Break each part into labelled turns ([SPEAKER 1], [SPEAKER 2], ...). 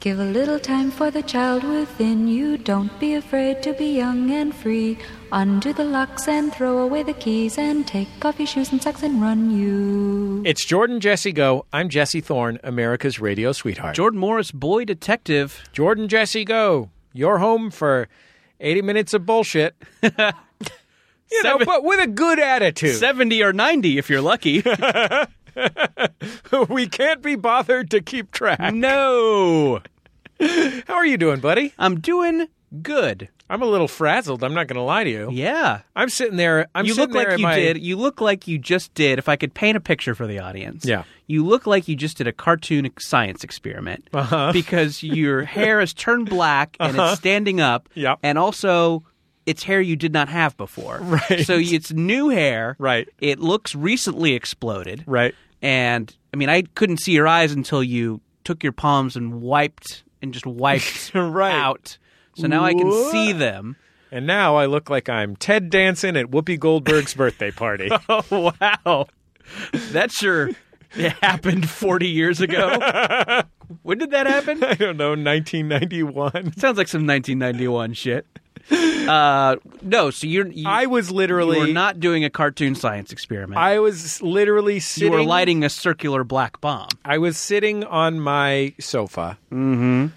[SPEAKER 1] Give a little time for the child within you. Don't be afraid to be young and free. Undo the locks and throw away the keys and take off your shoes and socks and run you.
[SPEAKER 2] It's Jordan Jesse Go. I'm Jesse Thorne, America's radio sweetheart.
[SPEAKER 3] Jordan Morris, boy detective.
[SPEAKER 2] Jordan Jesse Go. You're home for 80 minutes of bullshit. you know,
[SPEAKER 3] Seven-
[SPEAKER 2] but with a good attitude.
[SPEAKER 3] 70 or 90 if you're lucky.
[SPEAKER 2] we can't be bothered to keep
[SPEAKER 3] Mm.
[SPEAKER 2] track.
[SPEAKER 3] no.
[SPEAKER 2] How are you doing, buddy?
[SPEAKER 3] I'm doing good.
[SPEAKER 2] I'm a little frazzled. I'm not going to lie to you.
[SPEAKER 3] Yeah.
[SPEAKER 2] I'm sitting there. I'm
[SPEAKER 3] you
[SPEAKER 2] sitting
[SPEAKER 3] look
[SPEAKER 2] there
[SPEAKER 3] like
[SPEAKER 2] at
[SPEAKER 3] you
[SPEAKER 2] my-
[SPEAKER 3] did. You look like you just did. If I could paint a picture for the audience,
[SPEAKER 2] Yeah.
[SPEAKER 3] you look like you just did a cartoon science experiment uh-huh. because your hair has turned black and it's standing up.
[SPEAKER 2] Uh-huh. Yep.
[SPEAKER 3] and also it's hair you did not have before.
[SPEAKER 2] Right.
[SPEAKER 3] So it's new hair.
[SPEAKER 2] Right.
[SPEAKER 3] It looks recently exploded.
[SPEAKER 2] Right.
[SPEAKER 3] And I mean, I couldn't see your eyes until you took your palms and wiped and just wiped
[SPEAKER 2] Right.
[SPEAKER 3] out. So now I can see them.
[SPEAKER 2] And now I look like I'm Ted Danson at Whoopi Goldberg's birthday party.
[SPEAKER 3] Oh wow, that sure it happened forty years ago. when did that happen?
[SPEAKER 2] I don't know, 1991.
[SPEAKER 3] Sounds like some 1991 shit. Uh, no, so you're you,
[SPEAKER 2] I was literally
[SPEAKER 3] you were not doing a cartoon science experiment.
[SPEAKER 2] I was literally
[SPEAKER 3] you
[SPEAKER 2] sitting
[SPEAKER 3] were lighting a circular black bomb.
[SPEAKER 2] I was sitting on my sofa, d-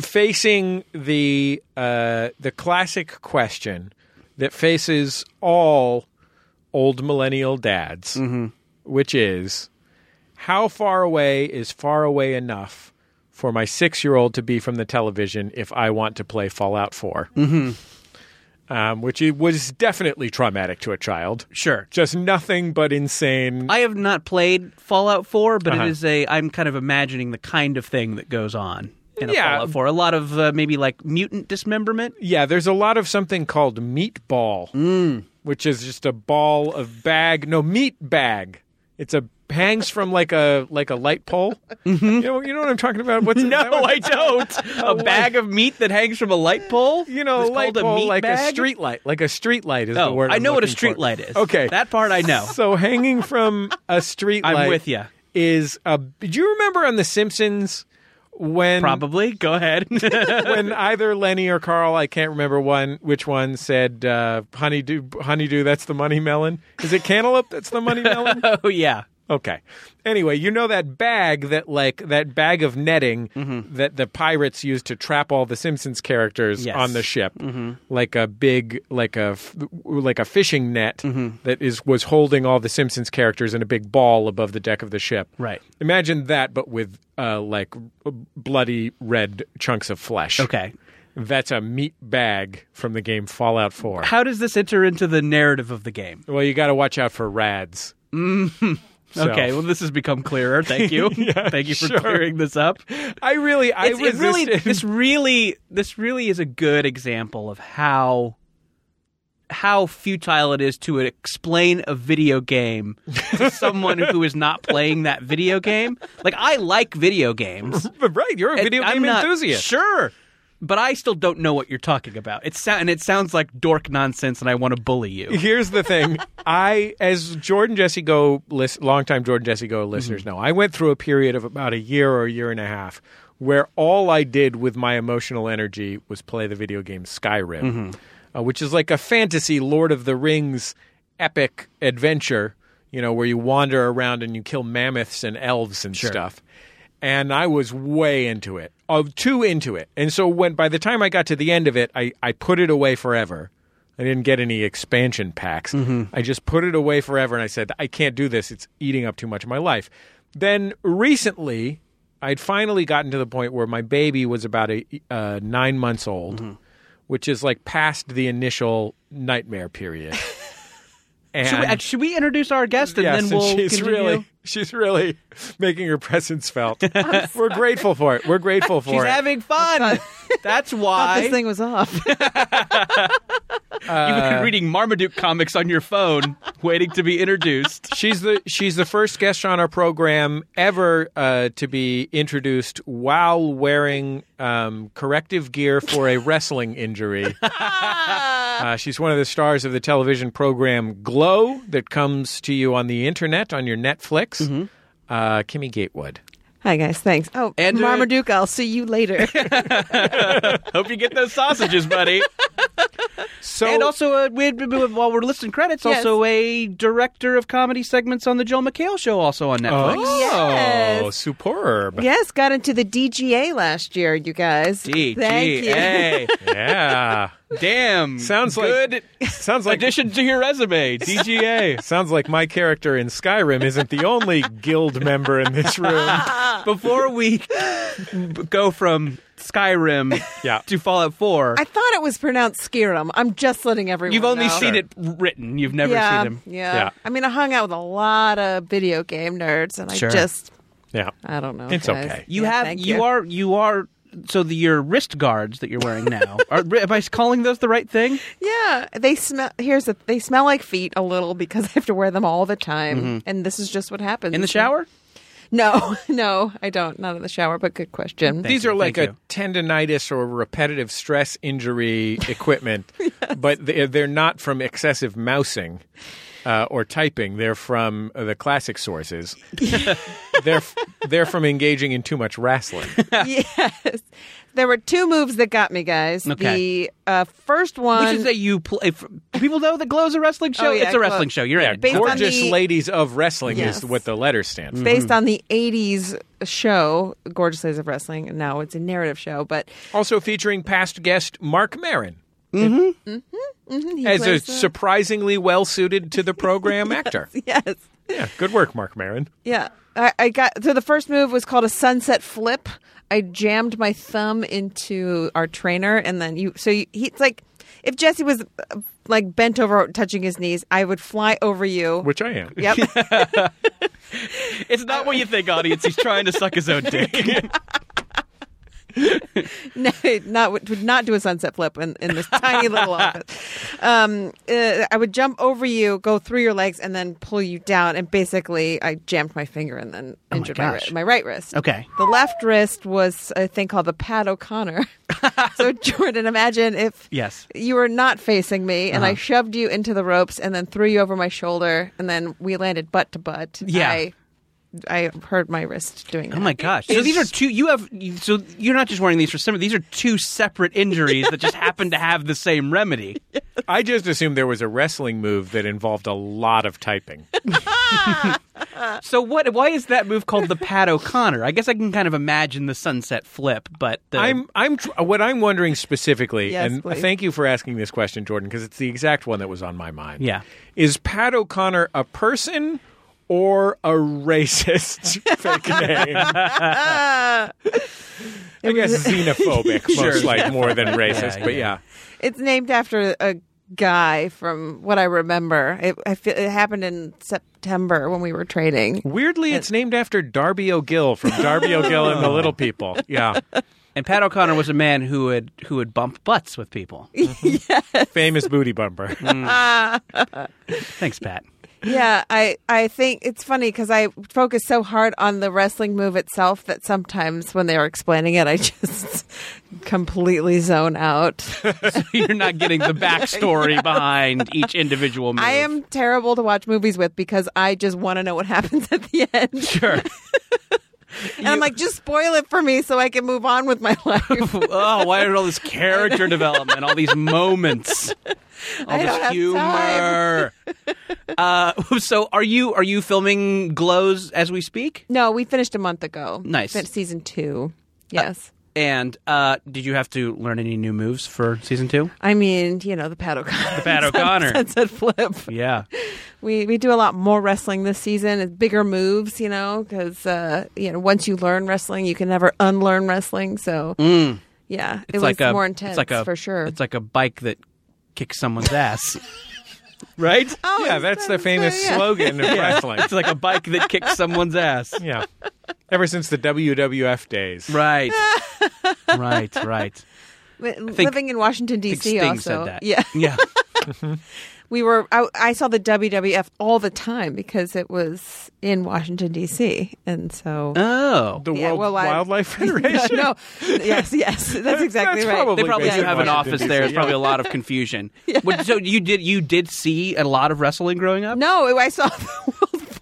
[SPEAKER 2] facing the uh, the classic question that faces all old millennial dads, which is, how far away is far away enough for my six year old to be from the television if I want to play Fallout 4 Um, which it was definitely traumatic to a child.
[SPEAKER 3] Sure.
[SPEAKER 2] Just nothing but insane.
[SPEAKER 3] I have not played Fallout 4, but it
[SPEAKER 2] Uh-huh.
[SPEAKER 3] is a I'm kind of imagining the kind of thing that goes on in a
[SPEAKER 2] Yeah.
[SPEAKER 3] Fallout 4. A lot of uh, maybe like mutant dismemberment.
[SPEAKER 2] Yeah, there's a lot of something called meatball,
[SPEAKER 3] Mm.
[SPEAKER 2] which is just a ball of bag. No, meat bag. It's a hangs from like a like a light pole. You know, you know what I'm talking about. What's that one?
[SPEAKER 3] Mm-hmm. don't. a bag of meat that hangs from a light pole.
[SPEAKER 2] You know,
[SPEAKER 3] It's
[SPEAKER 2] light
[SPEAKER 3] called a
[SPEAKER 2] pole
[SPEAKER 3] meat
[SPEAKER 2] like a
[SPEAKER 3] bag?
[SPEAKER 2] street light, like a street light is the
[SPEAKER 3] Oh,
[SPEAKER 2] word.
[SPEAKER 3] I
[SPEAKER 2] I'm
[SPEAKER 3] know what a
[SPEAKER 2] looking
[SPEAKER 3] street
[SPEAKER 2] for.
[SPEAKER 3] light is.
[SPEAKER 2] Okay,
[SPEAKER 3] that part I know.
[SPEAKER 2] So hanging from a street
[SPEAKER 3] I'm
[SPEAKER 2] light
[SPEAKER 3] with ya.
[SPEAKER 2] is a. Do you remember on The Simpsons when
[SPEAKER 3] Probably. Go ahead.
[SPEAKER 2] when either Lenny or Carl, I can't remember one which one said uh, honeydew honeydew that's the money melon. Is it cantaloupe that's the money melon?
[SPEAKER 3] oh yeah.
[SPEAKER 2] Okay. Anyway, you know that bag that like that bag of netting that the pirates used to trap all the Simpsons characters
[SPEAKER 3] Mm-hmm. Yes. Mm-hmm.
[SPEAKER 2] on the ship, like a big like a f- like a fishing net
[SPEAKER 3] Mm-hmm.
[SPEAKER 2] that is was holding all the Simpsons characters in a big ball above the deck of the ship.
[SPEAKER 3] Right.
[SPEAKER 2] Imagine that, but with uh, like bloody red chunks of flesh.
[SPEAKER 3] Okay.
[SPEAKER 2] That's a meat bag from the game Fallout 4.
[SPEAKER 3] How does this enter into the narrative of the game?
[SPEAKER 2] Well, you got to watch out for rads. So-
[SPEAKER 3] Okay, well, this has become clearer. Thank you. Thank you for
[SPEAKER 2] sure.
[SPEAKER 3] clearing this up.
[SPEAKER 2] I really, I
[SPEAKER 3] It's- it really,
[SPEAKER 2] resisted-
[SPEAKER 3] this really, this really is a good example of how how futile it is to explain a video game to someone who is not playing that video game. Like, I like video games.
[SPEAKER 2] right. You're a video
[SPEAKER 3] I'm
[SPEAKER 2] game
[SPEAKER 3] not-
[SPEAKER 2] enthusiast.
[SPEAKER 3] Sure. But I still don't know what you're talking about. It sound, and it sounds like dork nonsense, and I want to bully you.
[SPEAKER 2] Here's the thing. I, as Jordan Jesse Go, list, longtime Jordan Jesse Go listeners know, I went through a period of about a year or a year and a half where all I did with my emotional energy was play the video game Skyrim, uh, which is like a fantasy Lord of the Rings epic adventure, you know, where you wander around and you kill mammoths and elves and stuff. and I was way into it, uh, too into it. And so when by the time I got to the end of it, I, I put it away forever. I didn't get any expansion packs.
[SPEAKER 3] Mm-hmm.
[SPEAKER 2] I just put it away forever, and I said I can't do this. It's eating up too much of my life. Then recently, I'd finally gotten to the point where my baby was about a, uh, nine months old,
[SPEAKER 3] Mm-hmm.
[SPEAKER 2] which is like past the initial nightmare period. and
[SPEAKER 3] Should we, uh, should we introduce our guest and
[SPEAKER 2] yes,
[SPEAKER 3] then we'll
[SPEAKER 2] and she's
[SPEAKER 3] continue?
[SPEAKER 2] really she's really making her presence felt. We're grateful for it. We're grateful for
[SPEAKER 3] She's
[SPEAKER 2] it.
[SPEAKER 3] having fun. That's
[SPEAKER 4] thought
[SPEAKER 3] why
[SPEAKER 4] this thing was off.
[SPEAKER 3] you've been reading Marmaduke comics on your phone, waiting to be introduced.
[SPEAKER 2] she's the she's the first guest on our program ever uh, to be introduced while wearing um, corrective gear for a wrestling injury. uh, she's one of the stars of the television program
[SPEAKER 3] Mm-hmm.
[SPEAKER 2] Glow that comes to you on the internet on your Netflix. Uh, Kimmy Gatewood.
[SPEAKER 4] Hi guys, thanks. Oh,
[SPEAKER 3] And, uh,
[SPEAKER 4] Marmaduke, I'll see you later.
[SPEAKER 3] Hope you get those sausages, buddy.
[SPEAKER 2] So
[SPEAKER 3] and also, uh, we, we- while we're listing credits,
[SPEAKER 4] Yes.
[SPEAKER 3] also a director of comedy segments on the Joel McHale Show, also on Netflix.
[SPEAKER 2] oh,
[SPEAKER 4] Yes.
[SPEAKER 2] superb.
[SPEAKER 4] yes, got into the DGA last year, you guys.
[SPEAKER 3] D
[SPEAKER 4] Thank
[SPEAKER 3] G
[SPEAKER 4] you.
[SPEAKER 3] A.
[SPEAKER 2] Yeah.
[SPEAKER 3] Damn.
[SPEAKER 2] Sounds like-
[SPEAKER 3] good
[SPEAKER 2] Sounds like
[SPEAKER 3] addition to your resume. DGA.
[SPEAKER 2] sounds like my character in Skyrim isn't the only guild member in this room.
[SPEAKER 3] Before we go from Skyrim
[SPEAKER 2] Yeah.
[SPEAKER 3] to Fallout 4,
[SPEAKER 4] I thought it was pronounced Skirum. I'm just letting everyone.
[SPEAKER 3] you've only
[SPEAKER 4] know.
[SPEAKER 3] seen it written. You've never
[SPEAKER 4] yeah,
[SPEAKER 3] seen him.
[SPEAKER 4] Yeah.
[SPEAKER 2] Yeah.
[SPEAKER 4] I mean, I hung out with a lot of video game nerds, and
[SPEAKER 3] Sure.
[SPEAKER 4] I just,
[SPEAKER 2] Yeah.
[SPEAKER 4] I don't know.
[SPEAKER 2] It's
[SPEAKER 4] guys.
[SPEAKER 2] okay.
[SPEAKER 3] You
[SPEAKER 4] Yeah,
[SPEAKER 3] have
[SPEAKER 4] thank
[SPEAKER 3] you, are you are so the, your wrist guards that you're wearing now. Are, am I calling those the right thing?
[SPEAKER 4] Yeah, they smell. Here's the. They smell like feet a little because I have to wear them all the time, and this is just what happens
[SPEAKER 3] Mm-hmm. In the shower?
[SPEAKER 4] No, no, I don't. Not in the shower, but good question.
[SPEAKER 3] Thank
[SPEAKER 2] These
[SPEAKER 3] you,
[SPEAKER 2] are like
[SPEAKER 3] thank
[SPEAKER 2] a
[SPEAKER 3] you.
[SPEAKER 2] tendonitis or repetitive stress injury equipment, but they're, they're not from excessive mousing uh, or typing. They're from uh, the classic sources. they're f- they're from engaging in too much wrestling.
[SPEAKER 4] yes, there were two moves that got me, guys.
[SPEAKER 3] Okay.
[SPEAKER 4] The uh, first one,
[SPEAKER 3] We should say you play. If people know that Glow's a wrestling show.
[SPEAKER 4] Oh, yeah,
[SPEAKER 3] it's a wrestling show.
[SPEAKER 4] Glow.
[SPEAKER 3] You're in.
[SPEAKER 4] Based on
[SPEAKER 2] Gorgeous
[SPEAKER 4] the-
[SPEAKER 2] ladies of wrestling
[SPEAKER 4] Yes.
[SPEAKER 2] is what the letters stand for.
[SPEAKER 4] based on the '80s show "Gorgeous Ladies of Wrestling," and now it's a narrative show, but
[SPEAKER 2] Also featuring past guest Mark Marin
[SPEAKER 4] he
[SPEAKER 2] as a
[SPEAKER 4] plays the-
[SPEAKER 2] surprisingly well suited to the program actor.
[SPEAKER 4] yes,
[SPEAKER 2] Yeah, good work, Mark Marin.
[SPEAKER 4] yeah. I, I got so the first move was called a sunset flip. I jammed my thumb into our trainer, and then you. So you, he, it's like if Jesse was uh, like bent over, touching his knees, I would fly over you.
[SPEAKER 2] Which I am.
[SPEAKER 4] Yep.
[SPEAKER 3] It's not what you think, audience. He's trying to suck his own dick.
[SPEAKER 4] no, not would not do a sunset flip in, in this tiny little office. Um, uh, I would jump over you, go through your legs, and then pull you down. And basically, I jammed my finger and then injured my,
[SPEAKER 3] Oh gosh.
[SPEAKER 4] ri- my right wrist.
[SPEAKER 3] Okay.
[SPEAKER 4] The left wrist was a thing called the Pat O'Connor. so Jordan, imagine if
[SPEAKER 3] Yes. Uh-huh.
[SPEAKER 4] you were not facing me and I shoved you into the ropes and then threw you over my shoulder and then we landed butt to butt.
[SPEAKER 3] Yeah.
[SPEAKER 4] I, I hurt my wrist doing that.
[SPEAKER 3] Oh my gosh! So these are two. You have so you're not just wearing these for summer. These are two separate injuries that just happen to have the same remedy.
[SPEAKER 2] I just assumed there was a wrestling move that involved a lot of typing.
[SPEAKER 3] So what? Why is that move called the Pat O'Connor? I guess I can kind of imagine the sunset flip, but the,
[SPEAKER 2] I'm, I'm, tr- what I'm wondering specifically,
[SPEAKER 4] Yes,
[SPEAKER 2] and
[SPEAKER 4] please.
[SPEAKER 2] thank you for asking this question, Jordan, because it's the exact one that was on my mind.
[SPEAKER 3] Yeah.
[SPEAKER 2] is Pat O'Connor a person or a racist fake name? I guess xenophobic, most like more than racist,
[SPEAKER 3] Yeah,
[SPEAKER 2] but
[SPEAKER 3] yeah.
[SPEAKER 2] yeah.
[SPEAKER 4] It's named after a guy from what I remember. It, I feel, it happened in September when we were trading.
[SPEAKER 2] Weirdly, it's named after Darby O'Gill from Darby O'Gill and the Little
[SPEAKER 3] Oh.
[SPEAKER 2] People. Yeah,
[SPEAKER 3] and Pat O'Connor was a man who would who would bump butts with people.
[SPEAKER 2] famous booty bumper.
[SPEAKER 3] Thanks, Pat.
[SPEAKER 4] Yeah, I, I think it's funny because I focus so hard on the wrestling move itself that sometimes when they were explaining it, I just completely zone out.
[SPEAKER 3] You're not getting the backstory behind each individual move.
[SPEAKER 4] I am terrible to watch movies with because I just want to know what happens at the end.
[SPEAKER 3] sure.
[SPEAKER 4] And I'm like, just spoil it for me so I can move on with my life.
[SPEAKER 3] oh, why is all this character development, all these moments, all this
[SPEAKER 4] don't have
[SPEAKER 3] humor? Uh, so, are you are you filming Glows as we speak?
[SPEAKER 4] no, we finished a month ago.
[SPEAKER 3] Nice.
[SPEAKER 4] Fin- Season two. Yes.
[SPEAKER 3] And uh, did you have to learn any new moves for season two?
[SPEAKER 4] I mean, you know, the Pat O'Connor. The
[SPEAKER 3] Pat O'Connor.
[SPEAKER 4] Sunset flip.
[SPEAKER 3] Yeah,
[SPEAKER 4] We, we do a lot more wrestling this season. It's bigger moves, you know, because, uh, you know, once you learn wrestling, you can never unlearn wrestling. So, yeah, it was more
[SPEAKER 3] Mm.
[SPEAKER 4] intense
[SPEAKER 3] it's like a,
[SPEAKER 4] for sure.
[SPEAKER 3] It's like a bike that kicks someone's ass, right?
[SPEAKER 4] Oh,
[SPEAKER 2] yeah, that's the famous
[SPEAKER 4] yeah.
[SPEAKER 2] slogan of wrestling.
[SPEAKER 3] It's like a bike that kicks someone's ass.
[SPEAKER 2] Yeah. Ever since the WWF days.
[SPEAKER 3] Right, right, right.
[SPEAKER 4] Li-
[SPEAKER 3] think-
[SPEAKER 4] Living in Washington,
[SPEAKER 3] I think
[SPEAKER 4] D.C.
[SPEAKER 3] Sting
[SPEAKER 4] also.
[SPEAKER 3] said that.
[SPEAKER 4] Yeah.
[SPEAKER 3] yeah.
[SPEAKER 4] We were, I, I saw the WWF all the time because it was in Washington, D.C. And so.
[SPEAKER 3] Oh,
[SPEAKER 2] The
[SPEAKER 4] Yeah,
[SPEAKER 2] World
[SPEAKER 4] well, I-
[SPEAKER 2] Wildlife Federation.
[SPEAKER 4] no, yes, yes, that's exactly
[SPEAKER 2] that's
[SPEAKER 4] right.
[SPEAKER 2] probably-
[SPEAKER 3] they probably
[SPEAKER 2] based
[SPEAKER 3] do
[SPEAKER 2] in
[SPEAKER 3] have an
[SPEAKER 2] Washington,
[SPEAKER 3] office
[SPEAKER 2] D.C.,
[SPEAKER 3] there. There's
[SPEAKER 2] yeah.
[SPEAKER 3] probably a lot of confusion. Would- So you did you did see a lot of wrestling growing up?
[SPEAKER 4] No, I saw the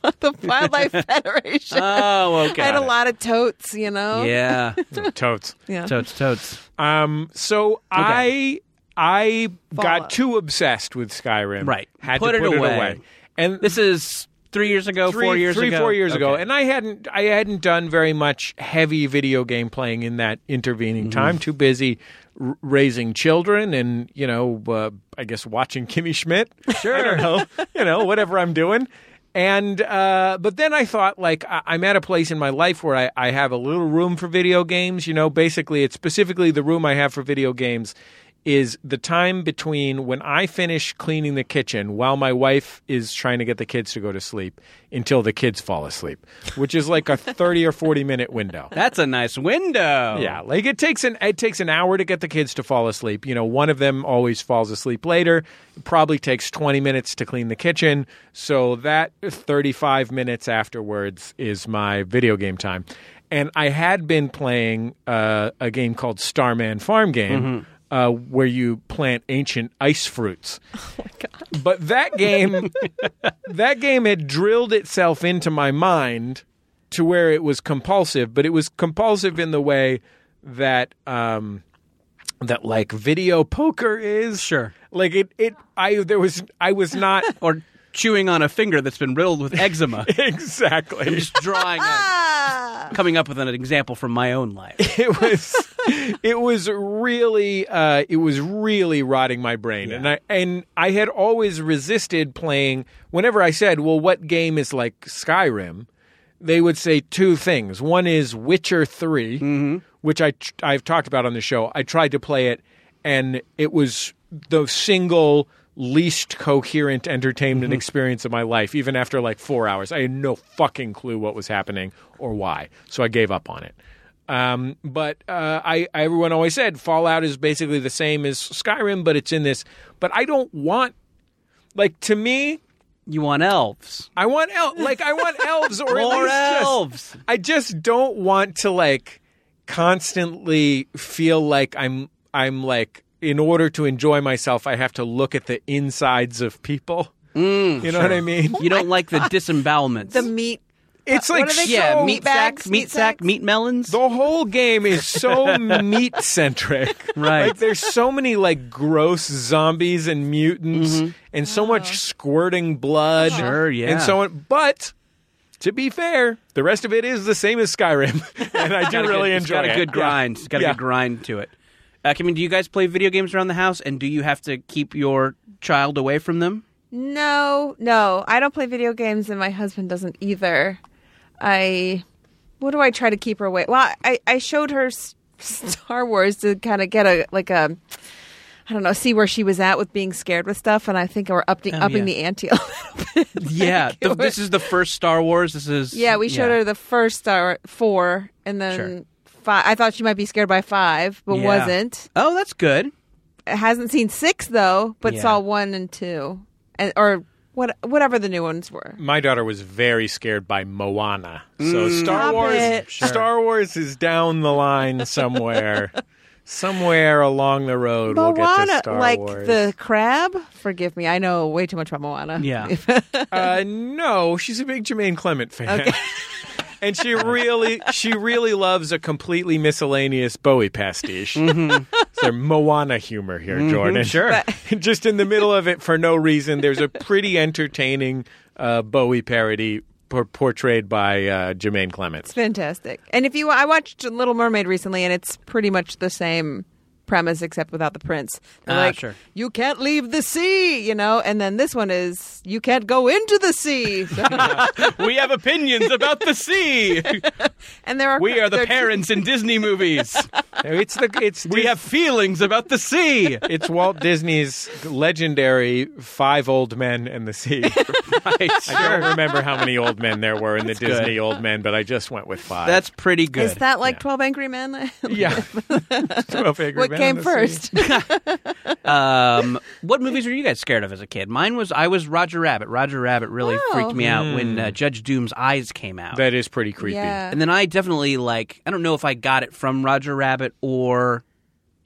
[SPEAKER 4] World the Wildlife Federation.
[SPEAKER 3] Oh, okay.
[SPEAKER 4] I had a lot of totes, you know.
[SPEAKER 3] Yeah.
[SPEAKER 2] Totes.
[SPEAKER 4] Yeah.
[SPEAKER 3] totes, totes.
[SPEAKER 2] Um, so I I
[SPEAKER 4] Fallout.
[SPEAKER 2] got too obsessed with Skyrim.
[SPEAKER 3] Right.
[SPEAKER 2] Had
[SPEAKER 3] Put
[SPEAKER 2] to
[SPEAKER 3] it
[SPEAKER 2] put
[SPEAKER 3] away.
[SPEAKER 2] it away. And
[SPEAKER 3] This is three years ago,
[SPEAKER 2] three,
[SPEAKER 3] four years
[SPEAKER 2] three,
[SPEAKER 3] ago.
[SPEAKER 2] four years ago,
[SPEAKER 3] Okay.
[SPEAKER 2] and I hadn't I hadn't done very much heavy video game playing in that intervening
[SPEAKER 3] Mm-hmm.
[SPEAKER 2] time. Too busy r- raising children and you know uh, I guess watching Kimmy Schmidt. Sure, I don't know, you know whatever I'm doing. And uh, but then I thought like I- I'm at a place in my life where I, I have a little room for video games. You know, basically it's specifically the room I have for video games is the time between when I finish cleaning the kitchen while my wife is trying to get the kids to go to sleep until the kids fall asleep, which is like a 30 or 40 minute window.
[SPEAKER 3] That's a nice window.
[SPEAKER 2] Yeah, like it takes an it takes an hour to get the kids to fall asleep. You know, one of them always falls asleep later. It probably takes 20 minutes to clean the kitchen, so that 35 minutes afterwards is my video game time. And I had been playing uh, a game called Starman Farm Game. Uh, where you plant ancient ice fruits, but that game, that game had drilled itself into my mind to where it was compulsive, but it was compulsive in the way that um, that like video poker is.
[SPEAKER 3] Sure.
[SPEAKER 2] Like it, it. I there was I was not
[SPEAKER 3] Or chewing on a finger that's been riddled with eczema.
[SPEAKER 2] exactly.
[SPEAKER 3] Just drawing a,
[SPEAKER 4] Ah,
[SPEAKER 3] coming up with an example from my own life.
[SPEAKER 2] it was it was really uh, it was really rotting my brain and I and I had always resisted playing whenever I said well what game is like Skyrim they would say two things one is Witcher 3 which I tr- I've talked about on the show I tried to play it and it was the single least coherent entertainment experience of my life even after like 4 hours I had no fucking clue what was happening or why so I gave up on it um, but uh, I, I- everyone always said Fallout is basically the same as Skyrim, but it's in this. But I don't want, like, to me,
[SPEAKER 3] You want elves.
[SPEAKER 2] I want el- like I want elves or at
[SPEAKER 3] More
[SPEAKER 2] least just-
[SPEAKER 3] elves.
[SPEAKER 2] I just don't want to like constantly feel like I'm I'm like in order to enjoy myself, I have to look at the insides of people.
[SPEAKER 3] Mm,
[SPEAKER 2] you know what I mean?
[SPEAKER 3] You don't like the disembowelments.
[SPEAKER 4] the meat.
[SPEAKER 2] It's like
[SPEAKER 4] are they
[SPEAKER 2] so
[SPEAKER 3] yeah,
[SPEAKER 4] Oh,
[SPEAKER 3] meat
[SPEAKER 4] bags,
[SPEAKER 3] sack,
[SPEAKER 4] meat
[SPEAKER 3] meat sack,
[SPEAKER 4] sacks.
[SPEAKER 3] meat melons.
[SPEAKER 2] The whole game is so meat centric.
[SPEAKER 3] Right.
[SPEAKER 2] Like there's so many like gross zombies and mutants and so
[SPEAKER 4] Oh.
[SPEAKER 2] much squirting blood.
[SPEAKER 3] Mm-hmm. Sure, yeah.
[SPEAKER 2] And so on. But to be fair, the rest of it is the same as Skyrim. and I do
[SPEAKER 3] Got a
[SPEAKER 2] really
[SPEAKER 3] good, it's
[SPEAKER 2] enjoy
[SPEAKER 3] got
[SPEAKER 2] it.
[SPEAKER 3] a good grind. It's got a
[SPEAKER 2] Yeah.
[SPEAKER 3] good grind to it. Uh, Kim, do you guys play video games around the house, and do you have to keep your child away from them?
[SPEAKER 4] No, no, I don't play video games, and my husband doesn't either. I, what do I try to keep her away? Well, I, I showed her S- Star Wars to kind of get a like a, I don't know, see where she was at with being scared with stuff, and I think we're upping upping
[SPEAKER 3] Oh, yeah.
[SPEAKER 4] the ante a little bit.
[SPEAKER 3] Yeah,
[SPEAKER 4] it
[SPEAKER 3] the- this
[SPEAKER 4] was-
[SPEAKER 3] is the first Star Wars. This is
[SPEAKER 4] Yeah, we showed her the first Star four, and then.
[SPEAKER 3] Sure.
[SPEAKER 4] Five. I thought she might be scared by five, but
[SPEAKER 3] Yeah.
[SPEAKER 4] wasn't.
[SPEAKER 3] Oh, that's good.
[SPEAKER 4] hasn't seen six though, but
[SPEAKER 3] Yeah.
[SPEAKER 4] saw one and two, and or what whatever the new ones were.
[SPEAKER 2] My daughter was very scared by Moana. So
[SPEAKER 3] Mm.
[SPEAKER 2] Star
[SPEAKER 4] Stop
[SPEAKER 2] Wars
[SPEAKER 4] it.
[SPEAKER 2] Star Wars is down the line somewhere. somewhere along the road we'll get to
[SPEAKER 4] Moana,
[SPEAKER 2] Star
[SPEAKER 4] like
[SPEAKER 2] Wars.
[SPEAKER 4] the crab. Forgive me, I know way too much about Moana.
[SPEAKER 3] Yeah.
[SPEAKER 2] Uh, no, she's a big Jermaine Clement fan. and she really, she really loves a completely miscellaneous Bowie pastiche.
[SPEAKER 3] Mm-hmm.
[SPEAKER 2] It's their Moana humor here, Jordan. Sure. Just in the middle of it, for no reason, there's a pretty entertaining uh, Bowie parody por- portrayed by uh, Jermaine Clement.
[SPEAKER 4] it's fantastic. And if you, I watched Little Mermaid recently, and it's pretty much the same premise except without the prince. They're
[SPEAKER 3] Ah,
[SPEAKER 4] like,
[SPEAKER 3] sure.
[SPEAKER 4] you can't leave the sea, you know. And then this one is you can't go into the sea.
[SPEAKER 3] we have opinions about the sea.
[SPEAKER 4] and there are
[SPEAKER 3] We are the
[SPEAKER 4] there-
[SPEAKER 3] parents in Disney movies.
[SPEAKER 2] It's the it's
[SPEAKER 3] We have feelings about the sea.
[SPEAKER 2] it's Walt Disney's legendary Five Old Men and the Sea. I don't remember how many old men there were in the Disney old men, but I just went with five.
[SPEAKER 3] That's pretty good.
[SPEAKER 4] Is that like Twelve Angry Men?
[SPEAKER 2] Yeah. Twelve Angry
[SPEAKER 4] what
[SPEAKER 2] Men
[SPEAKER 4] came
[SPEAKER 2] and the Sea.
[SPEAKER 4] first?
[SPEAKER 3] um, what movies were you guys scared of as a kid? Mine was I was Roger Rabbit. Roger Rabbit really
[SPEAKER 4] Oh.
[SPEAKER 3] freaked me out when uh, Judge Doom's eyes came out.
[SPEAKER 2] That is pretty creepy.
[SPEAKER 4] yeah.
[SPEAKER 3] and then I definitely like I don't know if I got it from Roger Rabbit or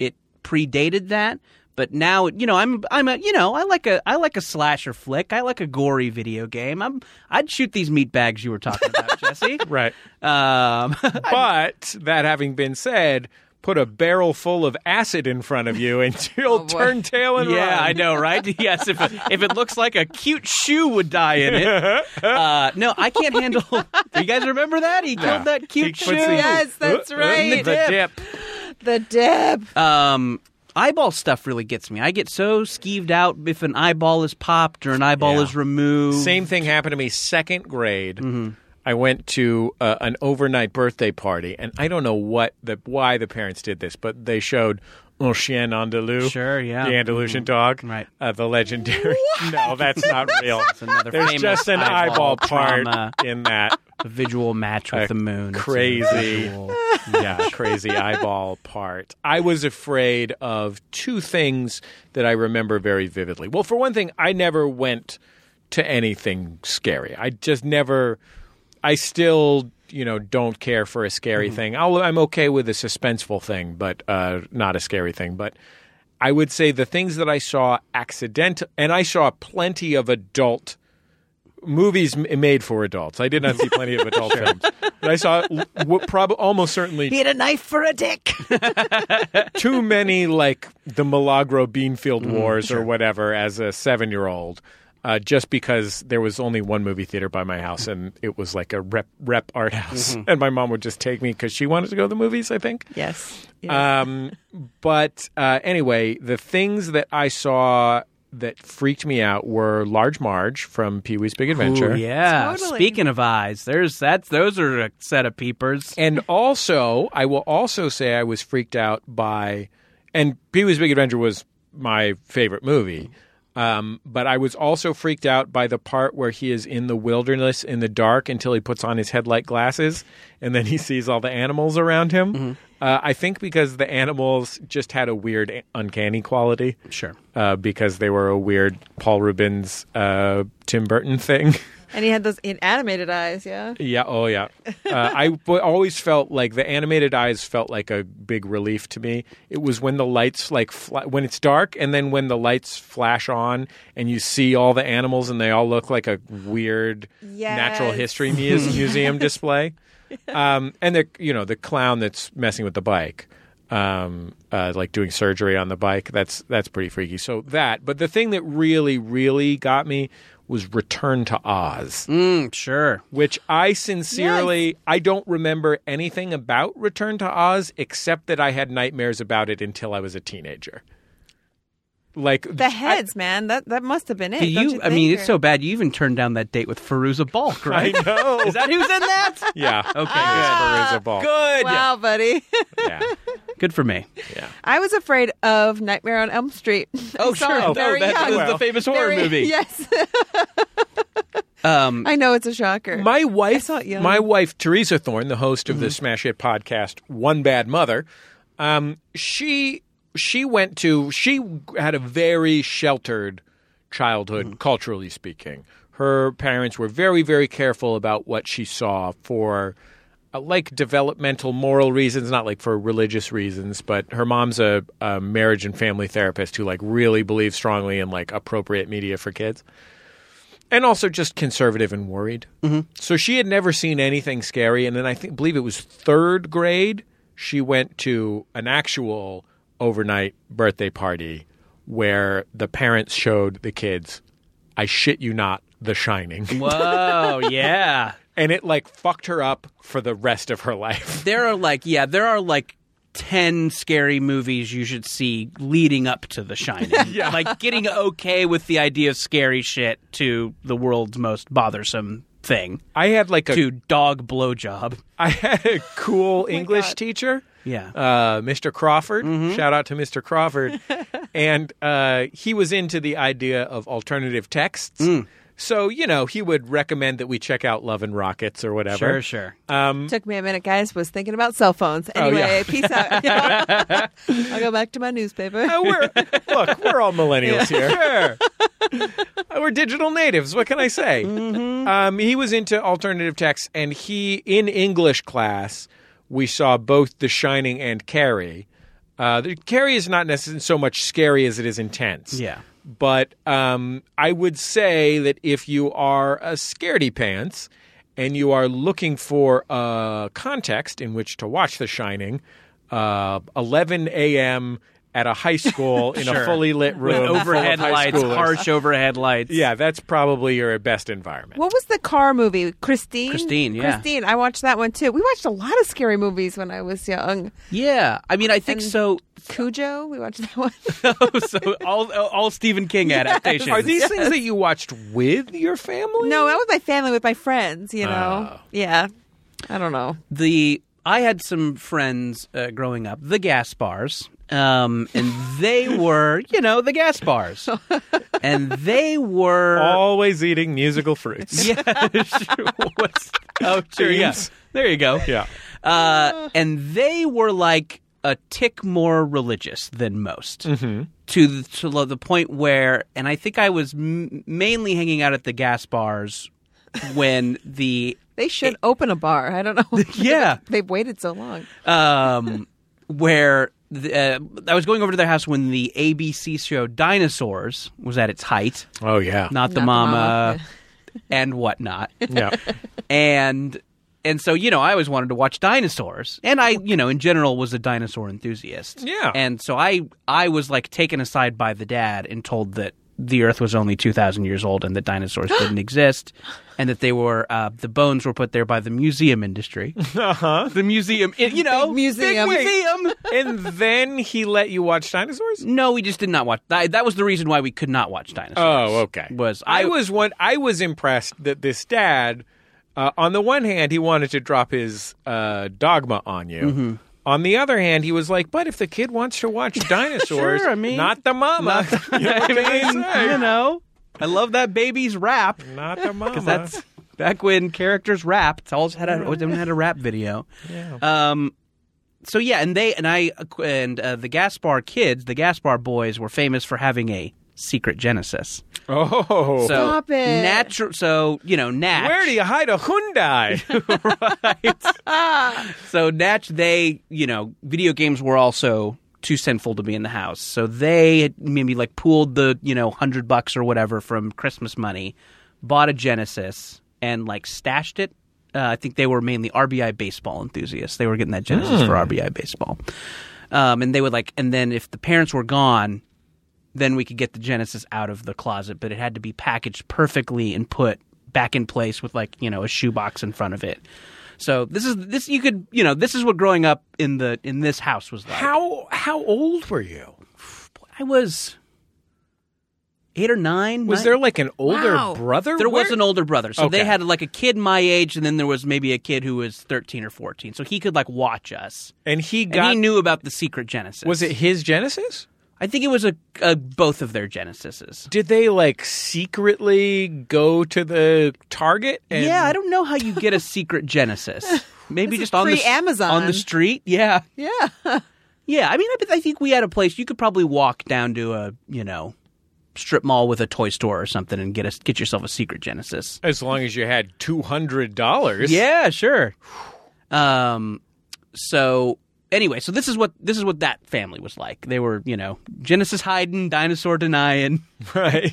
[SPEAKER 3] it predated that, But now, you know, I'm I'm a you know I like a I like a slasher flick. I like a gory video game. I'm I'd shoot these meat bags you were talking about, Jesse.
[SPEAKER 2] Right.
[SPEAKER 3] Um,
[SPEAKER 2] But that having been said, put a barrel full of acid in front of you and you'll
[SPEAKER 4] Oh, boy.
[SPEAKER 2] turn tail and
[SPEAKER 3] yeah,
[SPEAKER 2] run.
[SPEAKER 3] I know, right? Yes, if if it looks like a cute shoe would die in it. Uh, no, I can't handle. Do you guys remember that? He killed that
[SPEAKER 2] He
[SPEAKER 3] cute
[SPEAKER 2] puts the-
[SPEAKER 3] shoe.
[SPEAKER 4] Yes, that's
[SPEAKER 2] Uh, uh,
[SPEAKER 4] right.
[SPEAKER 2] The dip.
[SPEAKER 4] The dip.
[SPEAKER 3] Um, eyeball stuff really gets me. I get so skeeved out if an eyeball is popped or an eyeball
[SPEAKER 2] Yeah.
[SPEAKER 3] is removed.
[SPEAKER 2] Same thing happened to me second grade.
[SPEAKER 3] Mm-hmm.
[SPEAKER 2] I went to uh, an overnight birthday party, and I don't know what the why the parents did this, but they showed Un Chien Andalou.
[SPEAKER 3] Sure, yeah. Mm-hmm.
[SPEAKER 2] The Andalusian dog.
[SPEAKER 3] Right.
[SPEAKER 2] Uh, the legendary. No, that's not real.
[SPEAKER 3] It's another
[SPEAKER 2] There's
[SPEAKER 3] famous
[SPEAKER 2] just an
[SPEAKER 3] eyeball,
[SPEAKER 2] eyeball, part
[SPEAKER 3] trauma.
[SPEAKER 2] in that.
[SPEAKER 3] A visual match
[SPEAKER 2] A
[SPEAKER 3] with the moon. It's a
[SPEAKER 2] crazy-
[SPEAKER 3] visual-
[SPEAKER 2] yeah, crazy eyeball part. I was afraid of two things that I remember very vividly. Well, for one thing, I never went to anything scary. I just never. I still, you know, don't care for a scary thing. I'll, I'm okay with a suspenseful thing, but uh, not a scary thing. But I would say the things that I saw accident, and I saw plenty of adult movies m- made for adults. I did not see plenty of adult films, but I saw l- w- prob- almost certainly
[SPEAKER 4] He had a knife for a dick.
[SPEAKER 2] too many like the Milagro Beanfield
[SPEAKER 3] Mm,
[SPEAKER 2] Wars or whatever as a seven year old. Uh, just because there was only one movie theater by my house, and it was like a rep rep art house,
[SPEAKER 3] Mm-hmm.
[SPEAKER 2] and my mom would just take me because she wanted to go to the movies, I think.
[SPEAKER 4] yes.
[SPEAKER 2] Um, but uh, anyway, the things that I saw that freaked me out were Large Marge from Pee Wee's Big Adventure,
[SPEAKER 3] Ooh, yeah.
[SPEAKER 4] Totally.
[SPEAKER 3] Speaking of eyes, there's that's those are a set of peepers.
[SPEAKER 2] And also, I will also say I was freaked out by, and Pee Wee's Big Adventure was my favorite movie. Um, but I was also freaked out by the part where he is in the wilderness in the dark until he puts on his headlight glasses and then he sees all the animals around him. Uh, I think because the animals just had a weird, uh, uncanny quality.
[SPEAKER 3] Sure.
[SPEAKER 2] Uh, because they were a weird Paul Rubens, uh, Tim Burton thing.
[SPEAKER 4] And he had those in animated eyes, yeah.
[SPEAKER 2] Yeah. Oh, yeah. Uh, I w- always felt like the animated eyes felt like a big relief to me. It was when the lights like fla- when it's dark, and then when the lights flash on, and you see all the animals, and they all look like a weird natural
[SPEAKER 4] Yes.
[SPEAKER 2] history muse- museum display. Um, and the you know the clown that's messing with the bike, um, uh, like doing surgery on the bike. That's that's pretty freaky. So that, but the thing that really really got me was Return to Oz
[SPEAKER 3] Mm, sure.
[SPEAKER 2] which I sincerely I don't remember anything about Return to Oz except that I had nightmares about it until I was a teenager. Like
[SPEAKER 4] The heads, man. That that must have been it.
[SPEAKER 3] Do
[SPEAKER 4] don't
[SPEAKER 3] you,
[SPEAKER 4] you
[SPEAKER 3] I mean,
[SPEAKER 4] think?
[SPEAKER 3] it's
[SPEAKER 4] Or-
[SPEAKER 3] so bad you even turned down that date with Feruza Balk,
[SPEAKER 2] I,
[SPEAKER 3] right?
[SPEAKER 2] I know.
[SPEAKER 3] Is that who's in that?
[SPEAKER 2] yeah. Okay. Yes, Feruza Balk.
[SPEAKER 3] Good.
[SPEAKER 4] Wow, buddy.
[SPEAKER 2] Yeah.
[SPEAKER 3] Good for me.
[SPEAKER 2] Yeah.
[SPEAKER 4] I was afraid of Nightmare on Elm Street.
[SPEAKER 3] Oh,
[SPEAKER 4] I saw
[SPEAKER 3] sure.
[SPEAKER 4] it
[SPEAKER 3] Oh,
[SPEAKER 4] very
[SPEAKER 3] that
[SPEAKER 4] young.
[SPEAKER 3] was the
[SPEAKER 2] Well,
[SPEAKER 3] famous horror
[SPEAKER 4] Very-
[SPEAKER 3] movie.
[SPEAKER 4] Yes.
[SPEAKER 3] Um,
[SPEAKER 4] I know it's a shocker.
[SPEAKER 2] My wife,
[SPEAKER 4] saw it young.
[SPEAKER 2] my wife Teresa Thorne, the host of the Smash Hit podcast, One Bad Mother, um, she she went to she had a very sheltered childhood, culturally speaking. Her parents were very very careful about what she saw for. uh, Like developmental moral reasons, not like for religious reasons, but her mom's a, a marriage and family therapist who like really believes strongly in like appropriate media for kids and also just conservative and worried. Mm-hmm. So she had never seen anything scary, and then I think believe it was third grade. She went to an actual overnight birthday party where the parents showed the kids. I shit you not, The
[SPEAKER 3] Mm.
[SPEAKER 2] Shining,
[SPEAKER 3] whoa, yeah.
[SPEAKER 2] and it like fucked her up for the rest of her life.
[SPEAKER 3] There are like, yeah, there are like 10 scary movies you should see leading up to The Shining. yeah. Like getting okay with the idea of scary shit to the world's most bothersome thing,
[SPEAKER 2] I had like a I
[SPEAKER 3] to dog blowjob.
[SPEAKER 2] had a cool English teacher.
[SPEAKER 3] Yeah. Mm-hmm.
[SPEAKER 2] uh, Mr. Crawford. Shout out to Mr. Crawford. and uh, he was into the idea of alternative texts.
[SPEAKER 3] Mm.
[SPEAKER 2] So, you know, he would recommend that we check out Love and Rockets or whatever.
[SPEAKER 3] sure, sure.
[SPEAKER 2] Uh,
[SPEAKER 4] Took me a minute, guys. Was thinking about cell phones. Anyway,
[SPEAKER 2] yeah.
[SPEAKER 4] peace out. I'll go back to my newspaper.
[SPEAKER 3] Oh,
[SPEAKER 2] Uh, we're, look, we're all millennials here. Sure. we're digital natives. What can I say? Um, he was into alternative texts, and he, in English class, we saw both The Shining and Carrie. Uh, the carry is not necessarily so much scary as it is intense.
[SPEAKER 3] Yeah.
[SPEAKER 2] But um, I would say that if you are a scaredy pants and you are looking for a context in which to watch The Shining, uh, 11 a.m. at a high school in a
[SPEAKER 3] Sure.
[SPEAKER 2] fully lit room, full of
[SPEAKER 3] overhead
[SPEAKER 2] high
[SPEAKER 3] lights,
[SPEAKER 2] schoolers.
[SPEAKER 3] harsh overhead lights.
[SPEAKER 2] Yeah, that's probably your best environment.
[SPEAKER 4] What was the car movie? Christine.
[SPEAKER 3] Christine, yeah.
[SPEAKER 4] Christine. I watched that one too. We watched a lot of scary movies when I was young.
[SPEAKER 3] yeah. I mean, I think
[SPEAKER 4] And-
[SPEAKER 3] so.
[SPEAKER 4] Cujo. We watched that one.
[SPEAKER 3] so all all Stephen King adaptations.
[SPEAKER 2] Are these things that you watched with your family?
[SPEAKER 4] no, that was my family with my friends. You know.
[SPEAKER 2] Oh.
[SPEAKER 4] Yeah. I don't know.
[SPEAKER 3] the I had some friends uh, growing up, the Gaspars, um, and they were, you know, the Gaspars, and they were
[SPEAKER 2] Always eating musical fruits.
[SPEAKER 3] yeah, sure, what's, oh, sure, yeah.
[SPEAKER 2] Dreams.
[SPEAKER 3] There you go.
[SPEAKER 2] yeah.
[SPEAKER 3] Uh, and they were like a tick more religious than most to the, to lo- the point where and I think I was m- mainly hanging out at the gas bars when the
[SPEAKER 4] They should open a bar. I don't know.
[SPEAKER 3] yeah
[SPEAKER 4] They've waited so long.
[SPEAKER 3] um, where the, uh, I was going over to their house when the ABC show Dinosaurs was at its height,
[SPEAKER 2] Oh yeah.
[SPEAKER 3] not the
[SPEAKER 4] Not the
[SPEAKER 3] mama,
[SPEAKER 4] Mama.
[SPEAKER 3] and whatnot,
[SPEAKER 2] yeah.
[SPEAKER 3] and and so you know I always wanted to watch dinosaurs, and I you know in general was a dinosaur enthusiast,
[SPEAKER 2] Yeah.
[SPEAKER 3] and so I I was like taken aside by the dad and told that. The Earth was only two thousand years old, and that dinosaurs didn't exist, and that they were uh, the bones were put there by the museum industry. Uh-huh. The museum, you know,
[SPEAKER 4] museum.
[SPEAKER 3] big museum.
[SPEAKER 2] and then he let you watch dinosaurs?
[SPEAKER 3] No, we just did not watch. That, that was the reason why we could not watch dinosaurs.
[SPEAKER 2] Oh, okay.
[SPEAKER 3] Was
[SPEAKER 2] I,
[SPEAKER 3] I,
[SPEAKER 2] was one I was impressed that this dad uh, on the one hand he wanted to drop his uh, dogma on you. On the other hand, he was like, "But if the kid wants to watch dinosaurs,
[SPEAKER 3] Mm-hmm. Sure, I mean-
[SPEAKER 2] not the mama, You know what
[SPEAKER 3] I mean,
[SPEAKER 2] say?
[SPEAKER 3] you know, I love that baby's rap.
[SPEAKER 2] not the mama."
[SPEAKER 3] That's back when characters rapped. Always had a always had a rap video.
[SPEAKER 2] Yeah.
[SPEAKER 3] Um. So yeah, and they and I and uh, the Gaspar kids, the Gaspar boys, were famous for having a secret Genesis.
[SPEAKER 2] oh,
[SPEAKER 3] So
[SPEAKER 4] Stop it.
[SPEAKER 3] Natural. So you know, Natch.
[SPEAKER 2] where do you hide a Hyundai?
[SPEAKER 3] So Natch, they, you know, video games were also too sinful to be in the house. So they had maybe like pooled the, you know, hundred bucks or whatever from Christmas money, bought a Genesis and like stashed it. Uh, I think they were mainly RBI baseball enthusiasts. They were getting that Genesis for RBI baseball. Um, and they would like, and then if the parents were gone, then we could get the Genesis out of the closet, but it had to be packaged perfectly and put back in place with like, you know, a shoebox in front of it. So this is this you could you know, this is what growing up in the in this house was like.
[SPEAKER 2] how how old were you?
[SPEAKER 3] I was eight or nine.
[SPEAKER 2] Was
[SPEAKER 3] nine-
[SPEAKER 2] there like an older
[SPEAKER 4] Wow.
[SPEAKER 2] brother?
[SPEAKER 3] there
[SPEAKER 2] Where-
[SPEAKER 3] was an older brother. So they
[SPEAKER 2] Okay.
[SPEAKER 3] had like a kid my age and then there was maybe a kid who was thirteen or fourteen. So he could like watch us.
[SPEAKER 2] and he
[SPEAKER 3] And
[SPEAKER 2] got.
[SPEAKER 3] he knew about the secret Genesis.
[SPEAKER 2] was it his Genesis?
[SPEAKER 3] I think it was a, a both of their Genesises.
[SPEAKER 2] Did they like secretly go to the Target? And,
[SPEAKER 3] yeah, I don't know how you get a secret Genesis. Maybe just on the s-
[SPEAKER 4] pre-Amazon.
[SPEAKER 3] on the street. Yeah,
[SPEAKER 4] Yeah.
[SPEAKER 3] yeah. I mean, I, bet- I think we had a place you could probably walk down to a you know strip mall with a toy store or something and get a get yourself a secret Genesis.
[SPEAKER 2] As long as you had two hundred dollars.
[SPEAKER 3] Yeah, sure. Um, so anyway, so this is what this is what that family was like. They were you know Genesis hiding, dinosaur denying.
[SPEAKER 2] Right.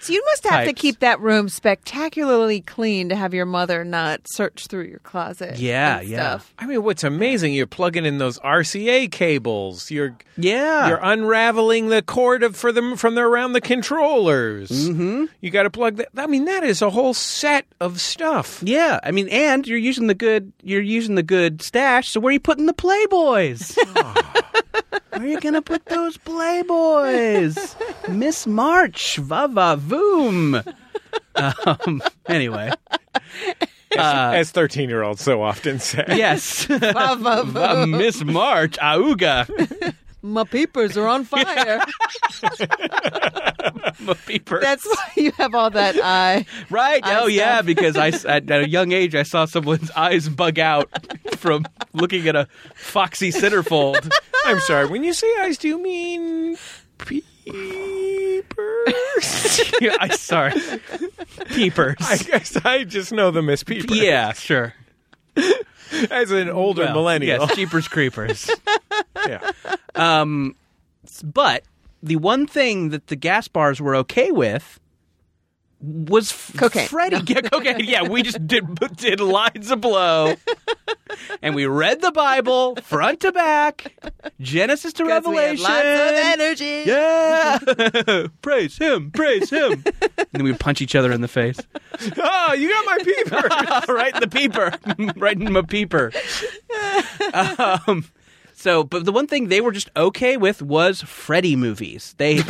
[SPEAKER 4] So you must have to
[SPEAKER 3] Types.
[SPEAKER 4] keep that room spectacularly clean to have your mother not search through your closet.
[SPEAKER 3] Yeah,
[SPEAKER 4] and
[SPEAKER 3] yeah.
[SPEAKER 4] stuff.
[SPEAKER 2] I mean, what's amazing? You're plugging in those RCA cables. You're
[SPEAKER 3] Yeah,
[SPEAKER 2] you're unraveling the cord of, for them from the, around the controllers. Mm-hmm. You got to plug that. I mean, that is a whole set of stuff.
[SPEAKER 3] Yeah, I mean, and you're using the good you're using the good stash. So where are you putting the playboys? where are you gonna put those playboys? Miss March, va va voom. Um, anyway, Uh,
[SPEAKER 2] as thirteen year olds so often say.
[SPEAKER 3] yes,
[SPEAKER 4] Of- of-
[SPEAKER 3] Va Miss March, auga,
[SPEAKER 4] my peepers are on fire.
[SPEAKER 3] beeper.
[SPEAKER 4] That's why you have all that eye.
[SPEAKER 3] right?
[SPEAKER 4] eye
[SPEAKER 3] oh yeah,
[SPEAKER 4] stuff.
[SPEAKER 3] because I s- at, at a young age I saw someone's eyes bug out from looking at a foxy centerfold.
[SPEAKER 2] I'm sorry. When you say eyes, do you mean peepers?
[SPEAKER 3] Yeah, I sorry, peepers.
[SPEAKER 2] I guess I just know them as peepers.
[SPEAKER 3] yeah, sure.
[SPEAKER 2] as an older millennial.
[SPEAKER 3] Yes, Jeepers Creepers.
[SPEAKER 2] yeah.
[SPEAKER 3] Um, but the one thing that the gas bars were okay with was f-
[SPEAKER 4] Cocaine.
[SPEAKER 3] Freddie. Yeah, cocaine. Yeah, we just did did lines of blow, and we read the Bible front to back, Genesis to
[SPEAKER 4] Because we had
[SPEAKER 3] Revelation.
[SPEAKER 4] lots of energy.
[SPEAKER 3] Yeah, praise him, praise him. and then we punch each other in the face.
[SPEAKER 2] oh, you got my peeper.
[SPEAKER 3] right in the peeper, right in my peeper. Um, so, but the one thing they were just okay with was Freddy movies. They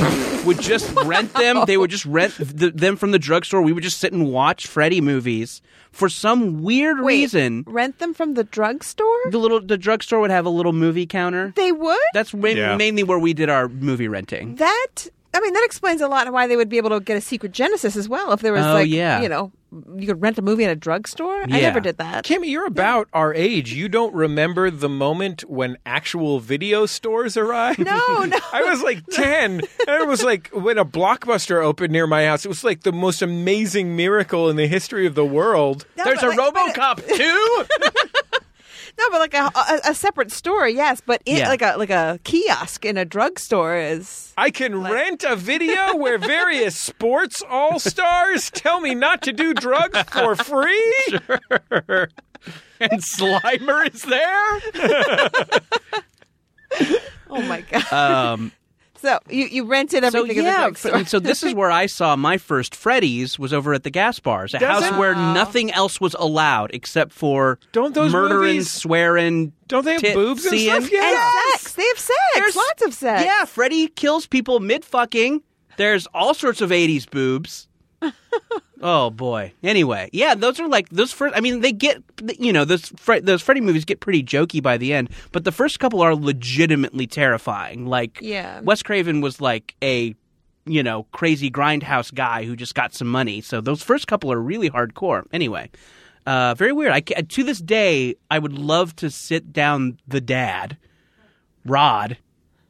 [SPEAKER 3] would just rent them. They would just rent th- them from the drugstore. We would just sit and watch Freddy movies for some weird
[SPEAKER 4] Wait,
[SPEAKER 3] reason.
[SPEAKER 4] Rent them from the drugstore?
[SPEAKER 3] The little the drugstore would have a little movie counter.
[SPEAKER 4] They would?
[SPEAKER 3] That's ma-
[SPEAKER 2] Yeah.
[SPEAKER 3] mainly where we did our movie renting.
[SPEAKER 4] that I mean that explains a lot why they would be able to get a secret Genesis as well if there was
[SPEAKER 3] Oh,
[SPEAKER 4] like
[SPEAKER 3] yeah.
[SPEAKER 4] you know you could rent a movie at a drugstore. I
[SPEAKER 3] Yeah.
[SPEAKER 4] never did that.
[SPEAKER 2] Kimmy, you're about our age. You don't remember the moment when actual video stores arrived?
[SPEAKER 4] No, no.
[SPEAKER 2] I was like 10. and it was like when a blockbuster opened near my house. It was like the most amazing miracle in the history of the world.
[SPEAKER 4] No,
[SPEAKER 3] There's a
[SPEAKER 4] but like- but-
[SPEAKER 3] RoboCop too.
[SPEAKER 4] No, but like a, a, a separate store, yes. But in,
[SPEAKER 3] Yeah.
[SPEAKER 4] like a like a kiosk in a drugstore is
[SPEAKER 2] I can rent a video where various sports all stars tell me not to do drugs for free.
[SPEAKER 3] and Slimer is there.
[SPEAKER 4] oh my god.
[SPEAKER 3] Um,
[SPEAKER 4] so you, you rented
[SPEAKER 3] So
[SPEAKER 4] everything at the
[SPEAKER 3] yeah,
[SPEAKER 4] drugstore.
[SPEAKER 3] f- so this is where I saw my first Freddy's was over at the gas bars, a
[SPEAKER 2] Doesn't-
[SPEAKER 3] house where nothing else was allowed except for
[SPEAKER 2] Don't those
[SPEAKER 3] murdering,
[SPEAKER 2] movies-
[SPEAKER 3] swearing.
[SPEAKER 2] Don't they have
[SPEAKER 3] tit
[SPEAKER 2] boobs and
[SPEAKER 3] seeing.
[SPEAKER 2] stuff? Yeah.
[SPEAKER 4] and
[SPEAKER 2] Yes!
[SPEAKER 4] sex. They have sex.
[SPEAKER 3] There's-
[SPEAKER 4] Lots of sex.
[SPEAKER 3] Yeah, Freddy kills people mid fucking. There's all sorts of eighties boobs. oh boy. Anyway, yeah, those are like those first. I mean, they get you know those Fre- those Freddy movies get pretty jokey by the end, but the first couple are legitimately terrifying. Like,
[SPEAKER 4] Yeah.
[SPEAKER 3] Wes Craven was like a you know crazy grindhouse guy who just got some money. So those first couple are really hardcore. Anyway. Uh, very weird. I ca- to this day, I would love to sit down the dad, Rod.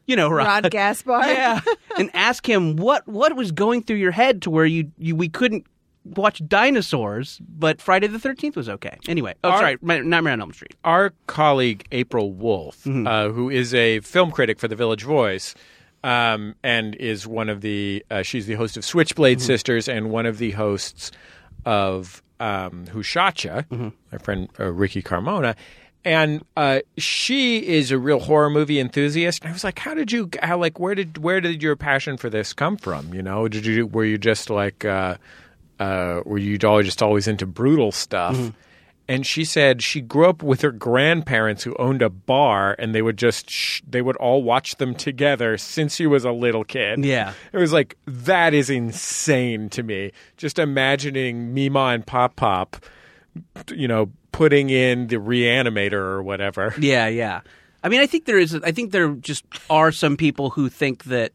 [SPEAKER 3] You know,
[SPEAKER 4] Rod Gaspar.
[SPEAKER 3] yeah, and ask him what what was going through your head to where you, you we couldn't watch dinosaurs, but Friday the Thirteenth was okay. Anyway, oh
[SPEAKER 2] Our-
[SPEAKER 3] sorry, Ma- Nightmare on Elm Street.
[SPEAKER 2] our colleague April Wolf, uh, who is a film critic for the Village Voice, um, and is one of the uh, she's the host of Switchblade Sisters and one of the hosts of um, Who Shot Ya, my friend uh, Ricky Carmona. And uh, she is a real horror movie enthusiast. And I was like, "How did you? How like where did where did your passion for this come from? You know, did you were you just like uh, uh, were you all just always into brutal stuff?" and she said she grew up with her grandparents who owned a bar and they would just sh- they would all watch them together since she was a little kid
[SPEAKER 3] Yeah.
[SPEAKER 2] it was like that is insane to me just imagining mima and pop pop you know putting in the reanimator or whatever
[SPEAKER 3] Yeah, yeah. I mean, I think there is. I think there just are some people who think that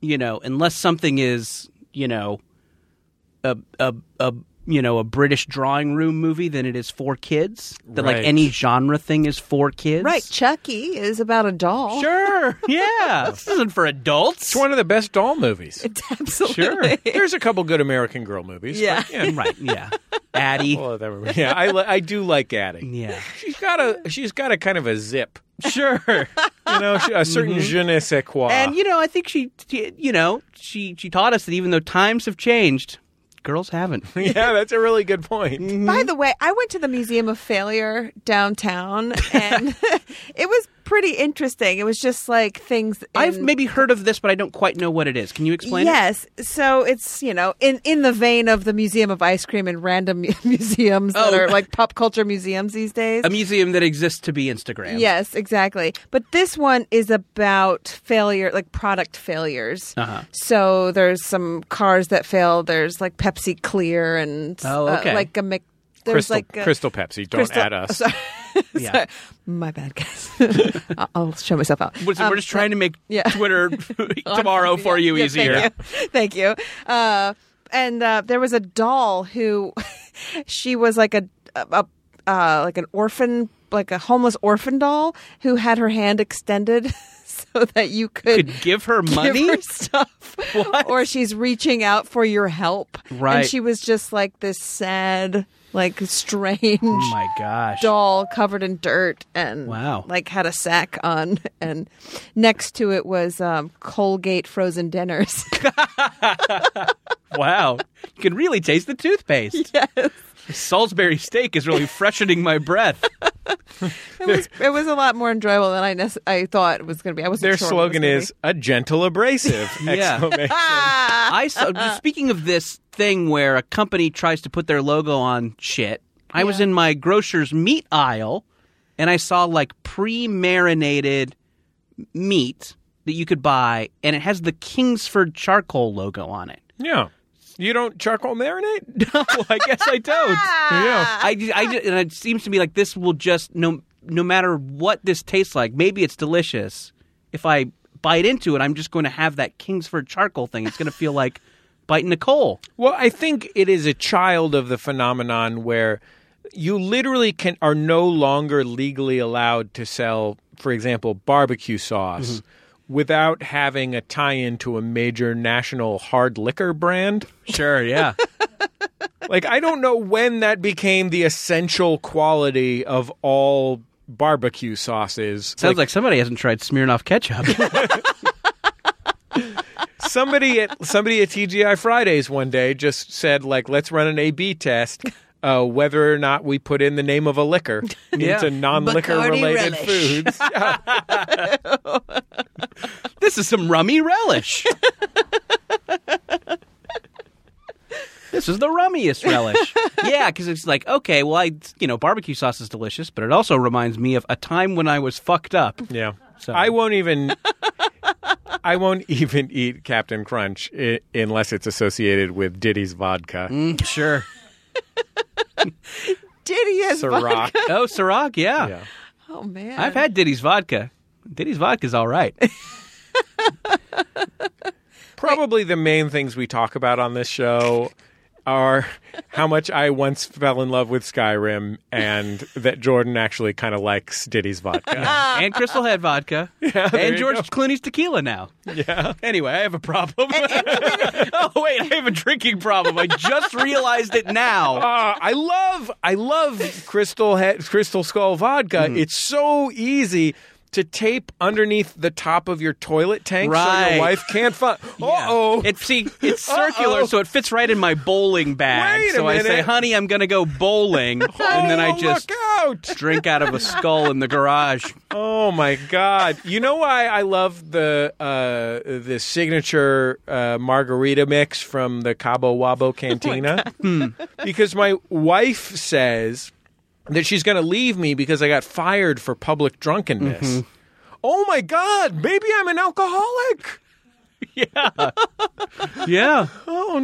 [SPEAKER 3] you know, unless something is you know, a a a you know a British drawing room movie, then it is for kids. That
[SPEAKER 2] Right.
[SPEAKER 3] like any genre thing is for kids.
[SPEAKER 4] Right. Chucky is about a doll.
[SPEAKER 3] Sure. Yeah. this isn't for adults.
[SPEAKER 2] it's one of the best doll movies
[SPEAKER 4] Absolutely.
[SPEAKER 3] Mm-hmm.
[SPEAKER 2] sure there's a couple good american girl movies
[SPEAKER 4] Yeah.
[SPEAKER 2] but, yeah
[SPEAKER 3] right. Yeah. Addie.
[SPEAKER 2] Well, that would- yeah, I, li- I do like Addie.
[SPEAKER 3] Yeah.
[SPEAKER 2] She's got a she's got a kind of a zip,
[SPEAKER 3] Sure.
[SPEAKER 2] you know, she- a certain je ne sais quoi.
[SPEAKER 4] Ah.
[SPEAKER 3] and you know, I think she, she- you know, she she taught us that even though times have changed, girls haven't.
[SPEAKER 2] yeah, that's a really good point.
[SPEAKER 4] By the way, I went to the Museum of Failure downtown, and it was pretty interesting. It was just like things. In,
[SPEAKER 3] I've maybe heard of this, but I don't quite know what it is. Can you explain? It?
[SPEAKER 4] yes. So it's you know in in the vein of the Museum of Ice Cream and random mu- museums that
[SPEAKER 3] Oh.
[SPEAKER 4] are like pop culture museums these days.
[SPEAKER 3] A museum that exists to be Instagram.
[SPEAKER 4] Yes, exactly. But this one is about failure, like product failures.
[SPEAKER 3] Uh-huh.
[SPEAKER 4] So there's some cars that fail. There's like Pepsi Clear and
[SPEAKER 3] Oh,
[SPEAKER 4] uh,
[SPEAKER 3] okay.
[SPEAKER 4] like a Mc. There's
[SPEAKER 2] Crystal,
[SPEAKER 4] like a,
[SPEAKER 2] Crystal Pepsi, don't
[SPEAKER 4] Crystal-
[SPEAKER 2] add us.
[SPEAKER 4] Sorry.
[SPEAKER 3] Yeah.
[SPEAKER 4] Sorry. My bad, guys. I'll- I'll show myself out.
[SPEAKER 3] We're, we're just trying to make
[SPEAKER 4] Um, yeah.
[SPEAKER 3] Twitter tomorrow for you
[SPEAKER 4] Yeah,
[SPEAKER 3] easier.
[SPEAKER 4] Thank you. Thank you. Uh, and uh, there was a doll who she was like a, a, a uh, like an orphan, like a homeless orphan doll who had her hand extended. so so that you could,
[SPEAKER 3] Could give her money?
[SPEAKER 4] give her stuff,
[SPEAKER 3] What?
[SPEAKER 4] or she's reaching out for your help.
[SPEAKER 3] Right.
[SPEAKER 4] And she was just like this sad, like strange
[SPEAKER 3] oh my gosh.
[SPEAKER 4] doll covered in dirt and
[SPEAKER 3] Wow.
[SPEAKER 4] like had a sack on and next to it was um, colgate frozen dinners
[SPEAKER 3] Wow. You can really taste the toothpaste.
[SPEAKER 4] yes
[SPEAKER 3] Salisbury steak is really freshening my breath.
[SPEAKER 4] it was it was a lot more enjoyable than i nece- i thought it was going to be i wasn't
[SPEAKER 2] Their
[SPEAKER 4] sure what it was
[SPEAKER 2] slogan
[SPEAKER 4] gonna
[SPEAKER 2] is a gentle abrasive.
[SPEAKER 3] Yeah.
[SPEAKER 2] exclamation.
[SPEAKER 3] I saw, speaking of this thing where a company tries to put their logo on shit, I was in my grocer's meat aisle and I saw like pre marinated meat that you could buy and it has the Kingsford charcoal logo on it.
[SPEAKER 2] yeah. You don't charcoal marinate?
[SPEAKER 3] No, I guess I don't.
[SPEAKER 2] yeah.
[SPEAKER 3] I, ju- I ju- and it seems to me like this will just no no matter what this tastes like. Maybe it's delicious. If I bite into it, I'm just going to have that Kingsford charcoal thing. It's going to feel like biting a coal.
[SPEAKER 2] Well, I think it is a child of the phenomenon where you literally can are no longer legally allowed to sell, for example, barbecue sauce
[SPEAKER 3] Mm-hmm.
[SPEAKER 2] without having a tie-in to a major national hard liquor brand.
[SPEAKER 3] Sure, yeah.
[SPEAKER 2] like I don't know when that became the essential quality of all barbecue sauces.
[SPEAKER 3] Sounds like, somebody hasn't tried Smirnoff ketchup.
[SPEAKER 2] somebody at somebody at TGI Fridays one day just said like let's run an AB test uh, whether or not we put in the name of a liquor
[SPEAKER 3] Yeah.
[SPEAKER 2] into non-liquor
[SPEAKER 4] Bacardi
[SPEAKER 2] related
[SPEAKER 4] relish.
[SPEAKER 2] foods. Yeah.
[SPEAKER 3] this is some rummy relish. this is the rummiest relish. yeah, because it's like okay, well, I you know barbecue sauce is delicious, but it also reminds me of a time when I was fucked up.
[SPEAKER 2] yeah.
[SPEAKER 3] So-
[SPEAKER 2] I won't even I won't even eat Captain Crunch I- unless it's associated with Diddy's vodka.
[SPEAKER 4] Mm.
[SPEAKER 3] Mm, Sure.
[SPEAKER 4] diddy has
[SPEAKER 2] Ciroc.
[SPEAKER 3] Oh, Ciroc, yeah.
[SPEAKER 2] Yeah.
[SPEAKER 4] oh man
[SPEAKER 3] I've had Diddy's vodka. Diddy's vodka's all right.
[SPEAKER 2] Probably the main things we talk about on this show are how much I once fell in love with Skyrim and that Jordan actually kind of likes Diddy's vodka.
[SPEAKER 3] and Crystal Head vodka.
[SPEAKER 2] there
[SPEAKER 3] and
[SPEAKER 2] you
[SPEAKER 3] George
[SPEAKER 2] go.
[SPEAKER 3] Clooney's tequila now. Yeah. Anyway, I have a problem. oh, wait, I have a drinking problem. I just realized it now.
[SPEAKER 2] Ah, I love I love Crystal Head, Crystal Skull vodka. It's so easy to tape underneath the top of your toilet tank so
[SPEAKER 3] Right.
[SPEAKER 2] your wife can't find. Uh oh.
[SPEAKER 3] It, see, it's circular,
[SPEAKER 2] Uh-oh.
[SPEAKER 3] so it fits right in my bowling bag.
[SPEAKER 2] Wait a
[SPEAKER 3] so I say,
[SPEAKER 2] minute.
[SPEAKER 3] honey, I'm going to go bowling. and then I just
[SPEAKER 2] Oh, look out.
[SPEAKER 3] drink out of a skull in the garage.
[SPEAKER 2] Oh my God! You know why I love the uh, the signature uh, margarita mix from the Cabo
[SPEAKER 3] Oh,
[SPEAKER 2] Wabo Cantina? Hmm. Because my wife says that she's going to leave me because I got fired for public drunkenness. Oh my God! Maybe I'm an alcoholic.
[SPEAKER 3] Yeah.
[SPEAKER 2] Oh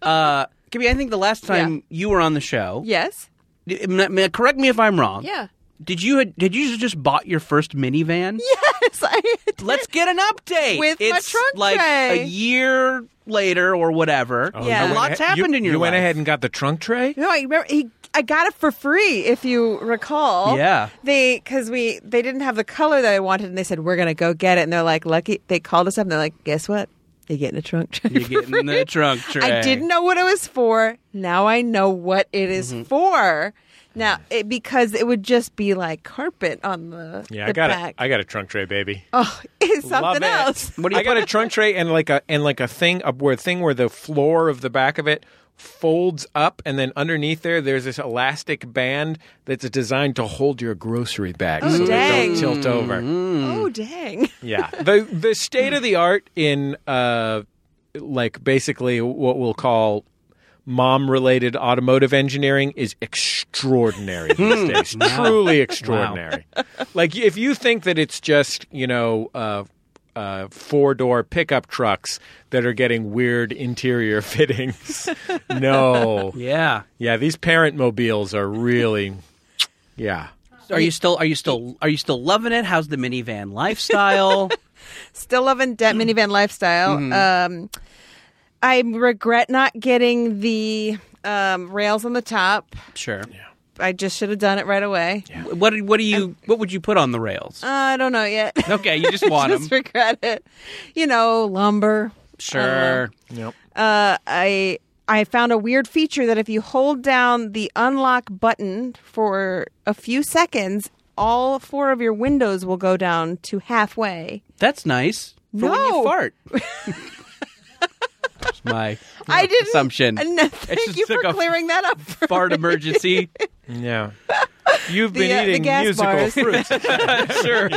[SPEAKER 2] no!
[SPEAKER 3] Uh, Gibby, I think the last time you were on the show,
[SPEAKER 4] yes
[SPEAKER 3] D- m- m- correct me if I'm wrong.
[SPEAKER 4] yeah
[SPEAKER 3] Did you did you just bought your first minivan?
[SPEAKER 4] yes I did.
[SPEAKER 3] Let's get an update.
[SPEAKER 4] With my
[SPEAKER 3] it's
[SPEAKER 4] trunk
[SPEAKER 3] like a
[SPEAKER 4] tray.
[SPEAKER 3] year later or whatever.
[SPEAKER 4] you Yeah.
[SPEAKER 3] A
[SPEAKER 4] went
[SPEAKER 3] lot's
[SPEAKER 2] You-
[SPEAKER 3] happened in your
[SPEAKER 2] You went
[SPEAKER 3] life.
[SPEAKER 2] ahead and got the trunk tray.
[SPEAKER 4] No, I remember. He, I got it for free, if you recall.
[SPEAKER 3] Yeah.
[SPEAKER 4] They because we they didn't have the color that I wanted, and they said we're gonna go get it, and they're like lucky. They called us up, and they're like, guess what? You're getting a trunk tray.
[SPEAKER 3] You're getting in the trunk tray.
[SPEAKER 4] I didn't know what it was for. Now I know what it is
[SPEAKER 2] Mm-hmm.
[SPEAKER 4] for. Now it, because it would just be like carpet on the
[SPEAKER 2] Yeah,
[SPEAKER 4] the
[SPEAKER 2] I got
[SPEAKER 4] back.
[SPEAKER 2] a, I got a trunk tray, baby.
[SPEAKER 4] oh, it's something
[SPEAKER 2] Love it.
[SPEAKER 4] else.
[SPEAKER 3] What do you
[SPEAKER 2] I got a trunk tray and like a and like a thing up where thing where the floor of the back of it folds up and then underneath there there's this elastic band that's designed to hold your grocery bags so they
[SPEAKER 4] Oh, dang.
[SPEAKER 2] don't tilt over.
[SPEAKER 4] Oh dang!
[SPEAKER 2] Yeah. The the state of the art in uh like basically what we'll call mom related automotive engineering is extraordinary these days. Truly extraordinary. Like if you think that it's just, you know, uh uh, four door pickup trucks that are getting weird interior fittings. no.
[SPEAKER 3] Yeah.
[SPEAKER 2] Yeah, these parent mobiles are really. Yeah.
[SPEAKER 3] Are you still are you still are you still loving it? How's the minivan lifestyle?
[SPEAKER 4] Still loving that
[SPEAKER 2] Mm-hmm.
[SPEAKER 4] minivan lifestyle. Um, I regret not getting the um, rails on the top.
[SPEAKER 3] sure.
[SPEAKER 4] I just should have done it right away.
[SPEAKER 3] What did- what do you what would you put on the rails?
[SPEAKER 4] I don't know yet.
[SPEAKER 3] okay, you just want
[SPEAKER 4] just
[SPEAKER 3] them.
[SPEAKER 4] regret it. You know, lumber.
[SPEAKER 3] Sure.
[SPEAKER 2] Yep.
[SPEAKER 4] Uh, I I found a weird feature that if you hold down the unlock button for a few seconds, all four of your windows will go down to halfway.
[SPEAKER 3] That's nice. For when you
[SPEAKER 4] No.
[SPEAKER 3] fart. That's my
[SPEAKER 4] I didn't
[SPEAKER 3] assumption.
[SPEAKER 4] And
[SPEAKER 3] just
[SPEAKER 4] thank you for
[SPEAKER 3] took a
[SPEAKER 4] clearing that up. For
[SPEAKER 3] Fart
[SPEAKER 4] me.
[SPEAKER 3] emergency.
[SPEAKER 2] Yeah. You've been
[SPEAKER 4] uh, the
[SPEAKER 2] eating
[SPEAKER 4] gas
[SPEAKER 2] musical
[SPEAKER 4] bars.
[SPEAKER 2] fruits.
[SPEAKER 3] sure.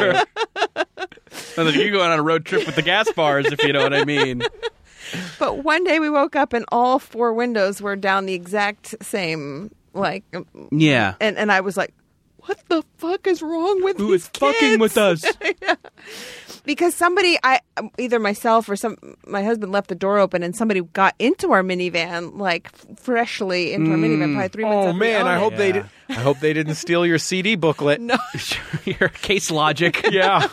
[SPEAKER 3] Sounds like you're going on a road trip with the gas bars, if you know what I mean.
[SPEAKER 4] But one day we woke up and all four windows were down the exact same. Like, um,
[SPEAKER 3] Yeah.
[SPEAKER 4] and and I was like, "What the fuck is wrong with
[SPEAKER 3] Who
[SPEAKER 4] these
[SPEAKER 3] is fucking with
[SPEAKER 4] kids?"
[SPEAKER 3] us?
[SPEAKER 4] because somebody i either myself or some my husband left the door open and somebody got into our minivan like f- freshly into our
[SPEAKER 3] Mm.
[SPEAKER 4] minivan probably three minutes
[SPEAKER 2] Oh
[SPEAKER 4] after we
[SPEAKER 2] man,
[SPEAKER 4] owned
[SPEAKER 2] I
[SPEAKER 4] it.
[SPEAKER 2] hope they
[SPEAKER 3] Yeah.
[SPEAKER 2] did, I hope they didn't steal your CD booklet.
[SPEAKER 4] no
[SPEAKER 3] Your case logic.
[SPEAKER 2] Yeah.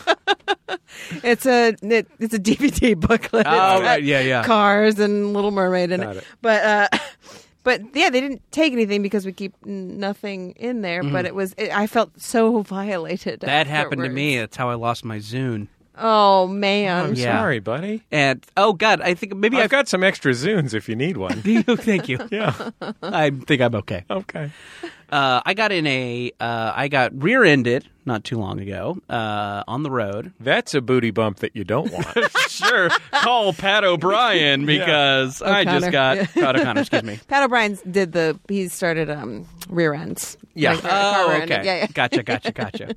[SPEAKER 4] it's a it, it's a dvd booklet
[SPEAKER 3] Oh, right.
[SPEAKER 4] It's got
[SPEAKER 3] Yeah, yeah.
[SPEAKER 4] cars and little mermaid in
[SPEAKER 2] Got
[SPEAKER 4] it.
[SPEAKER 2] it.
[SPEAKER 4] but uh but yeah they didn't take anything because we keep nothing in there but it was it, i felt so violated
[SPEAKER 3] Mm-hmm. That happened to
[SPEAKER 4] afterwards.
[SPEAKER 3] me. That's how I lost my Zune.
[SPEAKER 4] oh man
[SPEAKER 2] I'm
[SPEAKER 3] Yeah.
[SPEAKER 2] sorry, buddy.
[SPEAKER 3] And oh god, I think maybe
[SPEAKER 2] I've got some extra Zunes if you need one.
[SPEAKER 3] Thank you.
[SPEAKER 2] Yeah.
[SPEAKER 3] I think I'm okay.
[SPEAKER 2] Okay.
[SPEAKER 3] Uh, I got in a. Uh, I got rear-ended not too long ago uh, on the road.
[SPEAKER 2] That's a booty bump that you don't want.
[SPEAKER 3] sure, call Pat O'Brien because I
[SPEAKER 4] just O'Connor. got- Yeah.
[SPEAKER 3] Pat O'Connor. Excuse me.
[SPEAKER 4] pat o'brien's did the he started um rear ends
[SPEAKER 2] Yeah.
[SPEAKER 4] Like, uh, car
[SPEAKER 3] Oh,
[SPEAKER 4] rear-ended.
[SPEAKER 3] okay.
[SPEAKER 4] yeah, yeah.
[SPEAKER 3] Gotcha, gotcha, gotcha.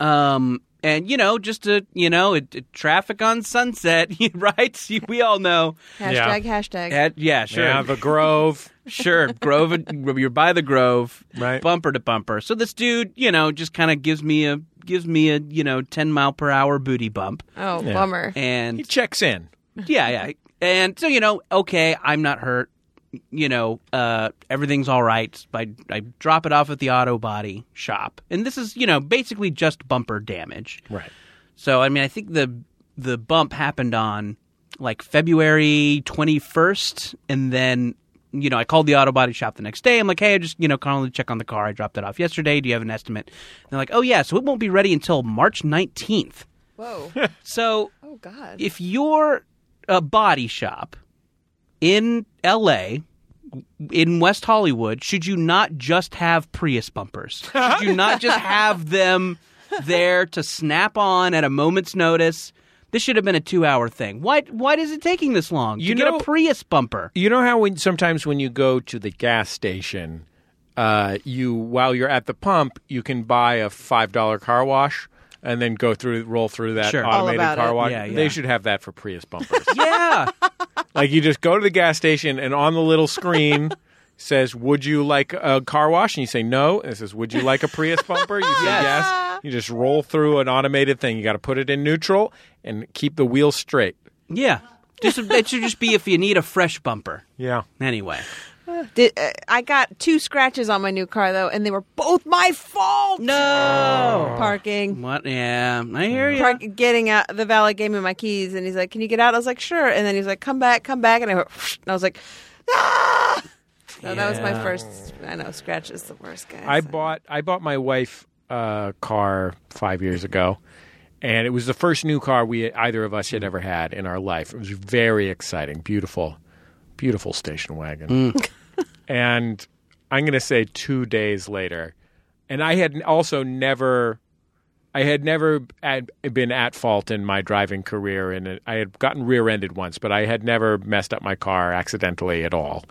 [SPEAKER 3] um, and you know, just to you know, it, it- traffic on Sunset, right? We all know.
[SPEAKER 2] Yeah.
[SPEAKER 4] Hashtag, hashtag.
[SPEAKER 3] That- yeah, sure,
[SPEAKER 2] Yeah, the Grove.
[SPEAKER 3] sure. Grove, you're by the Grove,
[SPEAKER 2] Right.
[SPEAKER 3] Bumper to bumper. So this dude, you know, just kind of gives me a gives me a you know ten mile per hour booty bump,
[SPEAKER 4] oh,
[SPEAKER 2] Yeah.
[SPEAKER 4] bummer.
[SPEAKER 2] He
[SPEAKER 3] and
[SPEAKER 2] checks in.
[SPEAKER 3] yeah, yeah. And so you know, okay, I'm not hurt. You know, uh, everything's all right. I I drop it off at the auto body shop, and this is you know basically just bumper damage.
[SPEAKER 2] Right.
[SPEAKER 3] So I mean, I think the the bump happened on like February 21st, and then you know I called the auto body shop the next day. I'm like, hey, I just you know calling to check on the car. I dropped it off yesterday. Do you have an estimate? And they're like, oh yeah, so it won't be ready until March 19th.
[SPEAKER 4] Whoa.
[SPEAKER 3] So
[SPEAKER 4] Oh, God.
[SPEAKER 3] if you're a body shop in LA in West Hollywood, should you not just have Prius bumpers? Should you not just have them there to snap on at a moment's notice? This should have been a two-hour thing. Why? Why is it taking this long?
[SPEAKER 2] You
[SPEAKER 3] to get
[SPEAKER 2] know-
[SPEAKER 3] a Prius bumper.
[SPEAKER 2] You know how when sometimes when you go to the gas station, uh, you while you're at the pump, you can buy a five dollar car wash and then go through roll through that
[SPEAKER 3] Sure. All
[SPEAKER 2] automated
[SPEAKER 4] about
[SPEAKER 2] car
[SPEAKER 4] it.
[SPEAKER 2] wash.
[SPEAKER 3] Yeah, yeah.
[SPEAKER 2] They should have that for Prius bumpers.
[SPEAKER 3] Yeah,
[SPEAKER 2] like you just go to the gas station and on the little screen says, "Would you like a car wash?" And you say no. And it says, "Would you like a Prius bumper?" You say
[SPEAKER 3] Yes.
[SPEAKER 2] yes. You just roll through an automated thing. You got to put it in neutral and keep the wheels straight.
[SPEAKER 3] yeah. Just it should just be if you need a fresh bumper.
[SPEAKER 2] Yeah.
[SPEAKER 3] Anyway,
[SPEAKER 4] Did, uh, I got two scratches on my new car, though, and they were both my fault.
[SPEAKER 3] no. Oh,
[SPEAKER 4] Parking.
[SPEAKER 3] What? Yeah, I hear you.
[SPEAKER 4] Park, getting out. The valet gave me my keys, and he's like, can you get out? I was like, sure. And then he was like, come back, come back. And I, went, and I was like, ah! So that was my
[SPEAKER 3] Yeah.
[SPEAKER 4] first, I know, scratch is the worst, guys.
[SPEAKER 2] I bought I bought my wife a car five years ago, and it was the first new car we either of us had ever had in our life. It was very exciting, beautiful, beautiful station wagon. and I'm going to say two days later, and I had also never. I had never had been at fault in my driving career, and I had gotten rear-ended once, but I had never messed up my car accidentally at all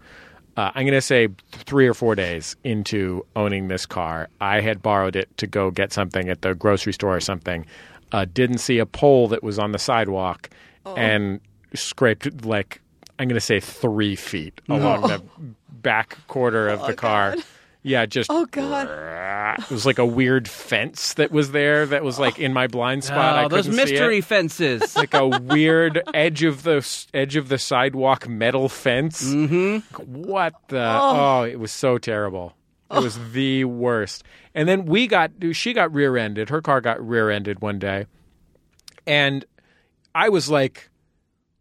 [SPEAKER 2] uh, I'm going to say three or four days into owning this car, I had borrowed it to go get something at the grocery store or something. Uh, didn't see a pole that was on the sidewalk and scraped like I'm going to say three feet along the back quarter of the car. Yeah, just
[SPEAKER 4] Oh, God.
[SPEAKER 2] it was like a weird fence that was there that was like in my blind spot. I
[SPEAKER 3] Oh, those
[SPEAKER 2] couldn't see it
[SPEAKER 3] mystery fences.
[SPEAKER 2] like a weird edge of the edge of the sidewalk metal fence. Mm-hmm. What the? Oh. it was so terrible. It was the worst. And then we got she got rear-ended. Her car got rear-ended one day, and I was like,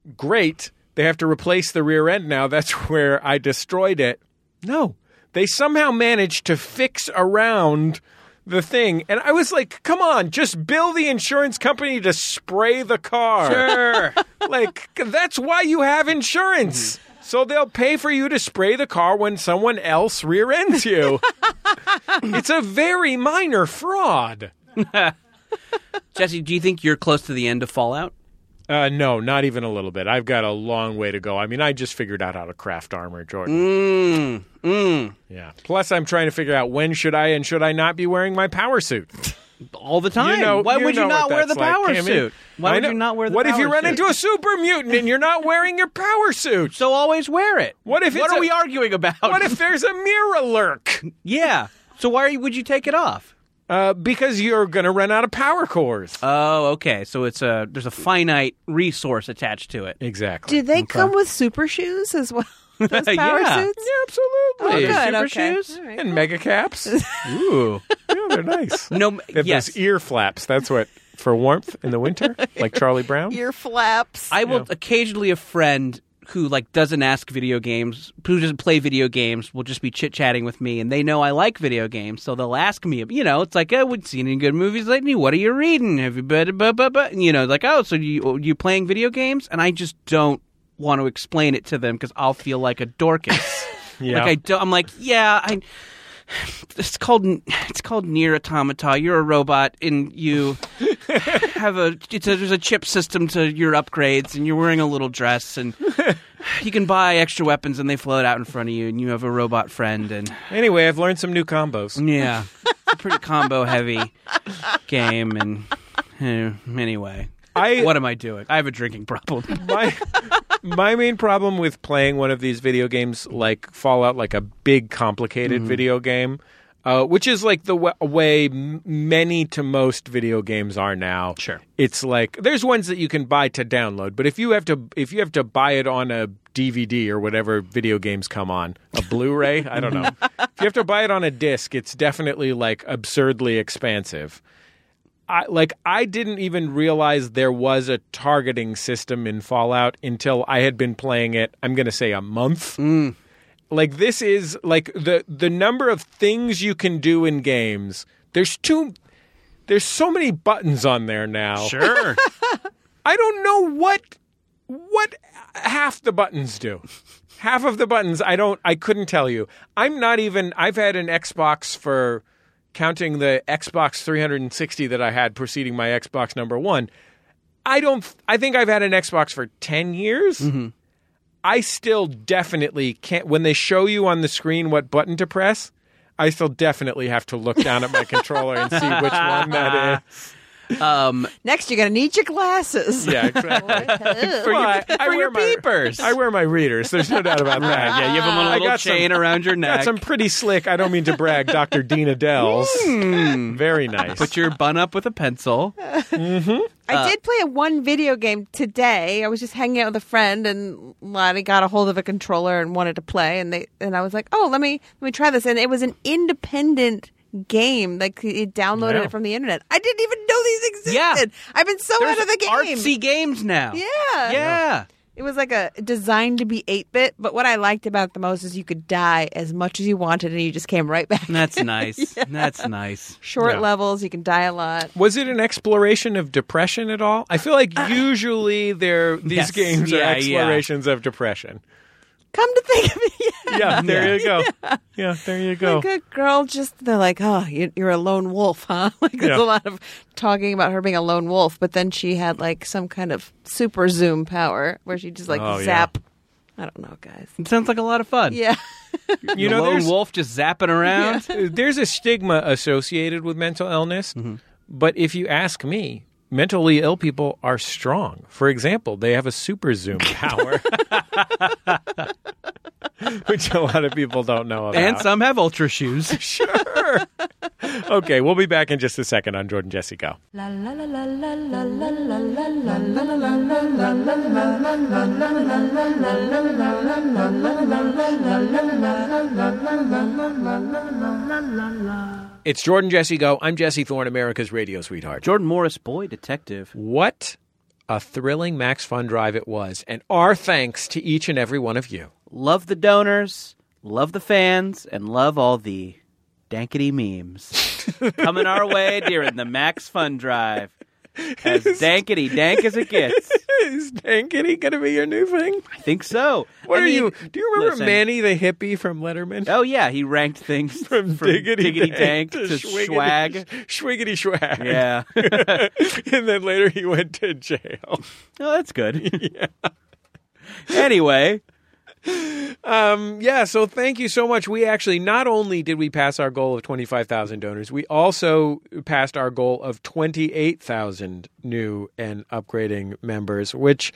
[SPEAKER 2] "Great, they have to replace the rear end now." That's where I destroyed it. No. They somehow managed to fix around the thing. And I was like, come on, just bill the insurance company to spray the car.
[SPEAKER 3] Sure.
[SPEAKER 2] like, that's why you have insurance.
[SPEAKER 3] Mm-hmm.
[SPEAKER 2] So they'll pay for you to spray the car when someone else rear ends you. it's a very minor fraud.
[SPEAKER 3] Jesse, do you think you're close to the end of Fallout?
[SPEAKER 2] Uh, no, not even a little bit. I've got a long way to go. I mean, I just figured out how to craft armor, Jordan.
[SPEAKER 3] Mm, mm.
[SPEAKER 2] Yeah. Plus, I'm trying to figure out when should I and should I not be wearing my power suit.
[SPEAKER 3] All the time. Why would you
[SPEAKER 2] know
[SPEAKER 3] not
[SPEAKER 2] what
[SPEAKER 3] wear the
[SPEAKER 2] that's like,
[SPEAKER 3] power
[SPEAKER 2] Cammy.
[SPEAKER 3] suit? Why
[SPEAKER 2] I
[SPEAKER 3] would
[SPEAKER 2] know-
[SPEAKER 3] you not wear the
[SPEAKER 2] What
[SPEAKER 3] power
[SPEAKER 2] if you run
[SPEAKER 3] suit?
[SPEAKER 2] into a super mutant and you're not wearing your power suit?
[SPEAKER 3] So always wear it.
[SPEAKER 2] What if
[SPEAKER 3] What
[SPEAKER 2] it's
[SPEAKER 3] are
[SPEAKER 2] a-
[SPEAKER 3] we arguing about?
[SPEAKER 2] What if there's a mirror lurk?
[SPEAKER 3] Yeah. So why are you, would you take it off?
[SPEAKER 2] Uh, because you're going to run out of power cores.
[SPEAKER 3] Oh, okay. So it's a there's a finite resource attached to it.
[SPEAKER 2] exactly.
[SPEAKER 4] Do they
[SPEAKER 2] Okay.
[SPEAKER 4] come with super shoes as well? Those power
[SPEAKER 3] Yeah.
[SPEAKER 4] suits?
[SPEAKER 2] Yeah, absolutely.
[SPEAKER 4] Oh, good.
[SPEAKER 3] Super
[SPEAKER 4] okay.
[SPEAKER 3] shoes?
[SPEAKER 4] All right.
[SPEAKER 2] And mega caps.
[SPEAKER 3] Ooh.
[SPEAKER 2] yeah, they're nice.
[SPEAKER 3] No.
[SPEAKER 2] They have
[SPEAKER 3] yes.
[SPEAKER 2] those ear flaps. That's what for warmth in the winter, like Charlie Brown.
[SPEAKER 4] Ear flaps.
[SPEAKER 3] I will occasionally a friend who like doesn't ask video games, who doesn't play video games, will just be chit chatting with me, and they know I like video games, so they'll ask me. You know, it's like, oh, would seen any good movies lately? What are you reading? Have you been, blah, blah, blah? And, you know, like, oh, so you you playing video games? And I just don't want to explain it to them because I'll feel like a Dorcas.
[SPEAKER 2] Yeah.
[SPEAKER 3] Like I don't, I'm like, yeah, I. It's called it's called near automata. You're a robot, and you have a, it's a there's a chip system to your upgrades, and you're wearing a little dress, and you can buy extra weapons, and they float out in front of you, and you have a robot friend, and
[SPEAKER 2] Anyway, I've learned some new combos.
[SPEAKER 3] yeah, it's a pretty combo heavy game, and eh, anyway,
[SPEAKER 2] I
[SPEAKER 3] what am I doing? I have a drinking problem.
[SPEAKER 2] my my main problem with playing one of these video games like Fallout, like a big complicated video game, uh, which is like the w- way m- many to most video games are now.
[SPEAKER 3] Sure.
[SPEAKER 2] it's like there's ones that you can buy to download, but if you have to if you have to buy it on a DVD or whatever video games come on, a Blu-ray, I don't know. if you have to buy it on a disc, it's definitely like absurdly expansive. I like I didn't even realize there was a targeting system in Fallout until I had been playing it. I'm going to say a month. Like this is like the the number of things you can do in games. There's two there's so many buttons on there now.
[SPEAKER 3] Sure,
[SPEAKER 2] I don't know what what half the buttons do. Half of the buttons I don't I couldn't tell you. I'm not even I've had an Xbox for counting the Xbox 360 that I had preceding my Xbox number 1. I don't I think I've had an Xbox for 10 years. I still definitely can't when they show you on the screen what button to press, I still definitely have to look down at my controller and see which one that is.
[SPEAKER 4] Next, you're going to need your glasses.
[SPEAKER 2] Yeah, exactly.
[SPEAKER 4] Ugh.
[SPEAKER 2] for your,
[SPEAKER 3] for your peepers.
[SPEAKER 2] I wear my readers. There's no doubt about that.
[SPEAKER 3] yeah, you have a
[SPEAKER 2] I
[SPEAKER 3] little
[SPEAKER 2] got some-
[SPEAKER 3] chain around your neck.
[SPEAKER 2] Got some pretty slick. I don't mean to brag, Dr. Dean Adele's. Very nice.
[SPEAKER 3] Hmm. Put your bun up with a pencil.
[SPEAKER 4] I did play a one video game today. I was just hanging out with a friend, and Lottie got a hold of a controller and wanted to play, and they and I was like, "Oh, let me let me try this." And it was an independent game. Like it downloaded
[SPEAKER 2] Yeah.
[SPEAKER 4] it from the internet. I didn't even know these
[SPEAKER 3] Yeah.
[SPEAKER 4] existed. I've been so out of the game.
[SPEAKER 3] artsy games now.
[SPEAKER 4] Yeah.
[SPEAKER 3] Yeah.
[SPEAKER 4] It was like a designed to be 8 bit, but what I liked about it the most is you could die as much as you wanted and you just came right back.
[SPEAKER 3] That's nice. That's nice.
[SPEAKER 4] Short
[SPEAKER 2] Yeah.
[SPEAKER 4] levels, you can die a lot.
[SPEAKER 2] was it an exploration of depression at all? I feel like usually there these
[SPEAKER 3] Yes.
[SPEAKER 2] games are
[SPEAKER 3] Yeah, yeah.
[SPEAKER 2] explorations of depression.
[SPEAKER 4] Come to think of it, yeah.
[SPEAKER 2] Yeah, there you go. Yeah, there you go.
[SPEAKER 4] Like a girl just, they're like, oh, you- you're a lone wolf, huh? Like, there's
[SPEAKER 2] Yeah.
[SPEAKER 4] a lot of talking about her being a lone wolf, but then she had like some kind of super zoom power where she just like
[SPEAKER 2] Oh, yeah.
[SPEAKER 4] zap. I don't know, guys.
[SPEAKER 3] It sounds like a lot of fun.
[SPEAKER 4] Yeah.
[SPEAKER 2] You know,
[SPEAKER 3] lone
[SPEAKER 2] there's,
[SPEAKER 3] wolf just zapping around.
[SPEAKER 2] there's a stigma associated with mental illness, but if you ask me, mentally ill people are strong. For example, they have a super zoom power, which a lot of people don't know about.
[SPEAKER 3] And some have ultra shoes.
[SPEAKER 2] sure. okay, we'll be back in just a second on Jordan Jesse Go.
[SPEAKER 1] La la la la la la la la la la.
[SPEAKER 2] It's Jordan Jesse Go. I'm Jesse Thorne, America's radio sweetheart.
[SPEAKER 3] Jordan Morris, boy detective.
[SPEAKER 2] What a thrilling Max Fun drive it was, and our thanks to each and every one of you.
[SPEAKER 3] Love the donors. Love the fans and love all the dankety memes coming our way during the Max Fun Drive. As dankety dank as it gets.
[SPEAKER 2] Is Dankity going to be your new thing?
[SPEAKER 3] I think so.
[SPEAKER 2] What
[SPEAKER 3] I
[SPEAKER 2] are
[SPEAKER 3] mean,
[SPEAKER 2] you? Do you remember
[SPEAKER 3] listen.
[SPEAKER 2] Manny the hippie from Letterman?
[SPEAKER 3] Oh yeah, he ranked things
[SPEAKER 2] From, diggity,
[SPEAKER 3] dank, to, swag.
[SPEAKER 2] Schwiggity swag.
[SPEAKER 3] Yeah.
[SPEAKER 2] and then later he went to jail.
[SPEAKER 3] Oh, that's good. Anyway,
[SPEAKER 2] Um, yeah, so thank you so much. We actually not only did we pass our goal of 25,000 donors, we also passed our goal of 28,000 new and upgrading members, which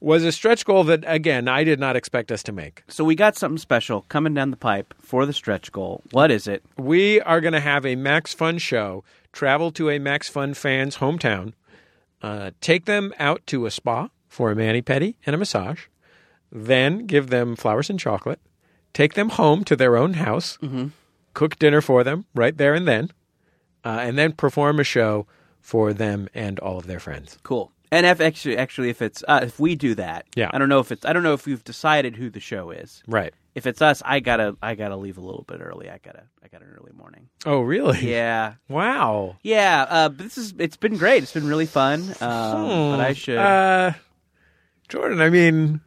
[SPEAKER 2] was a stretch goal that again, I did not expect us to make.
[SPEAKER 3] so we got something special coming down the pipe for the stretch goal. What is it?
[SPEAKER 2] We are going to have a Max Fun show, travel to a Max Fun fan's hometown, uh, take them out to a spa for a mani pedi and a massage, then give them flowers and chocolate, take them home to their own house, cook dinner for them right there and then, uh, and then perform a show for them and all of their friends.
[SPEAKER 3] Cool. And if actually, actually, if it's uh, if we do that,
[SPEAKER 2] Yeah.
[SPEAKER 3] I don't know if it's I don't know if we've decided who the show is.
[SPEAKER 2] Right.
[SPEAKER 3] If it's us, I gotta I gotta leave a little bit early. I gotta I got an early morning.
[SPEAKER 2] Oh, really?
[SPEAKER 3] Yeah,
[SPEAKER 2] Wow.
[SPEAKER 3] yeah. Uh, but this is it's been great. It's been really fun. Um, But I should.
[SPEAKER 2] Uh, Jordan, I mean,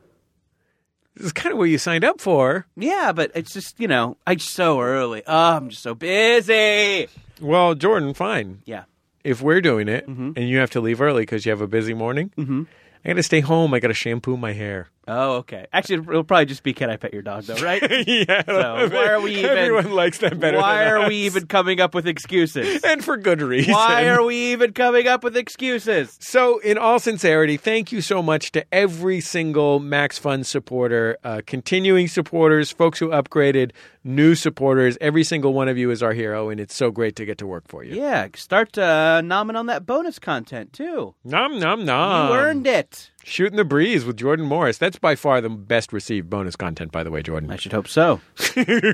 [SPEAKER 2] this is kind of what you signed up for.
[SPEAKER 3] yeah, but it's just you know I so early. Oh, I'm just so busy.
[SPEAKER 2] Well, Jordan, fine.
[SPEAKER 3] Yeah.
[SPEAKER 2] If we're doing it
[SPEAKER 3] Mm-hmm.
[SPEAKER 2] and you have to leave early because you have a busy morning, I got to stay home. I got to shampoo my hair.
[SPEAKER 3] Oh, okay. Actually, it'll probably just be "Can I pet your dog?" though, right?
[SPEAKER 2] yeah.
[SPEAKER 3] So why are we even?
[SPEAKER 2] Everyone likes that better.
[SPEAKER 3] Why
[SPEAKER 2] than
[SPEAKER 3] are
[SPEAKER 2] us.
[SPEAKER 3] we even coming up with excuses?
[SPEAKER 2] And for good reason.
[SPEAKER 3] Why are we even coming up with excuses?
[SPEAKER 2] So, in all sincerity, thank you so much to every single Max Fund supporter, uh, continuing supporters, folks who upgraded, new supporters. Every single one of you is our hero, and it's so great to get to work for you.
[SPEAKER 3] Yeah, start uh, nomming on that bonus content too.
[SPEAKER 2] Nom, nom,
[SPEAKER 3] You
[SPEAKER 2] nom.
[SPEAKER 3] earned it.
[SPEAKER 2] Shooting the breeze with Jordan Morris. That's by far the best received bonus content, by the way, Jordan.
[SPEAKER 3] I should hope so.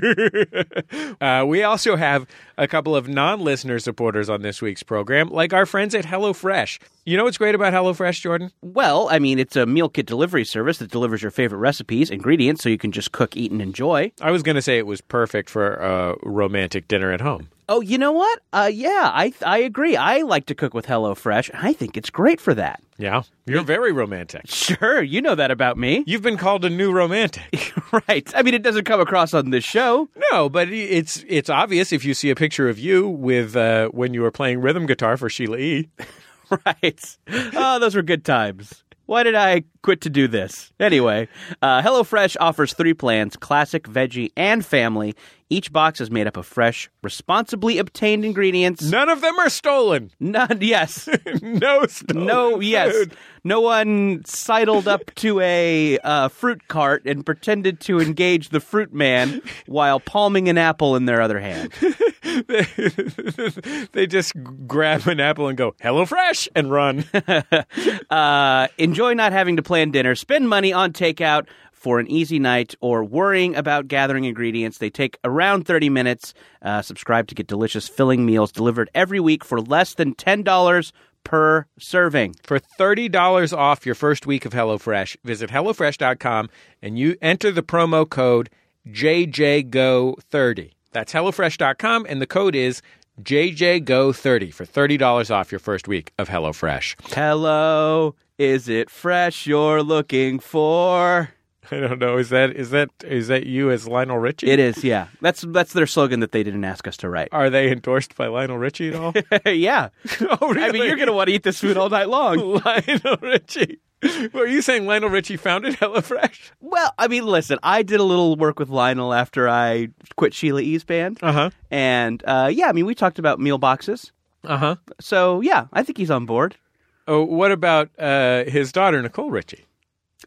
[SPEAKER 2] uh, we also have a couple of non-listener supporters on this week's program, like our friends at HelloFresh. You know what's great about HelloFresh, Jordan?
[SPEAKER 3] Well, I mean, it's a meal kit delivery service that delivers your favorite recipes, ingredients, so you can just cook, eat, and enjoy.
[SPEAKER 2] I was going to say it was perfect for a romantic dinner at home.
[SPEAKER 3] Oh, you know what? Uh, yeah, I I agree. I like to cook with HelloFresh. I think it's great for that.
[SPEAKER 2] Yeah, you're very romantic.
[SPEAKER 3] Sure, you know that about me,
[SPEAKER 2] You've been called a new romantic.
[SPEAKER 3] right? I mean, it doesn't come across on this show.
[SPEAKER 2] No, but it's it's obvious if you see a picture of you with uh, when you were playing rhythm guitar for Sheila E.
[SPEAKER 3] Right. Oh, those were good times. Why did I quit to do this? Anyway, uh, HelloFresh offers three plans classic, veggie, and family. Each box is made up of fresh, responsibly obtained ingredients.
[SPEAKER 2] None of them are stolen.
[SPEAKER 3] None, yes.
[SPEAKER 2] no stolen.
[SPEAKER 3] No, yes.
[SPEAKER 2] food.
[SPEAKER 3] No one sidled up to a uh, fruit cart and pretended to engage the fruit man while palming an apple in their other hand.
[SPEAKER 2] they just grab an apple and go, "Hello Fresh," and run.
[SPEAKER 3] Uh, enjoy not having to plan dinner, spend money on takeout for an easy night, or worrying about gathering ingredients. They take around 30 minutes. Uh, subscribe to get delicious filling meals delivered every week for less than $10 per serving.
[SPEAKER 2] For $30 off your first week of HelloFresh, visit HelloFresh.com and you enter the promo code JJGO30. That's HelloFresh.com and the code is JJGO30 for $30 off your first week of HelloFresh.
[SPEAKER 3] Hello, is it fresh you're looking for?
[SPEAKER 2] I don't know. Is that is that is that you as Lionel Richie?
[SPEAKER 3] It is, yeah. That's that's their slogan that they didn't ask us to write.
[SPEAKER 2] Are they endorsed by Lionel Richie at all?
[SPEAKER 3] yeah.
[SPEAKER 2] oh,
[SPEAKER 3] I mean, you're going to want to eat this food all night long.
[SPEAKER 2] Lionel Richie. Were you saying Lionel Richie founded HelloFresh?
[SPEAKER 3] Well, I mean, listen, I did a little work with Lionel after I quit Sheila E's band.
[SPEAKER 2] huh.
[SPEAKER 3] And uh, yeah, I mean, we talked about meal boxes.
[SPEAKER 2] Uh huh.
[SPEAKER 3] So yeah, I think he's on board.
[SPEAKER 2] Oh, what about uh, his daughter Nicole Richie?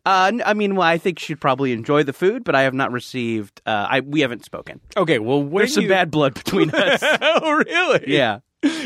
[SPEAKER 3] Uh, n- I mean, well, I think she'd probably enjoy the food, but I have not received. Uh, I we haven't spoken.
[SPEAKER 2] Okay, well, when
[SPEAKER 3] There's some
[SPEAKER 2] you...
[SPEAKER 3] bad blood between us.
[SPEAKER 2] oh, really?
[SPEAKER 3] yeah,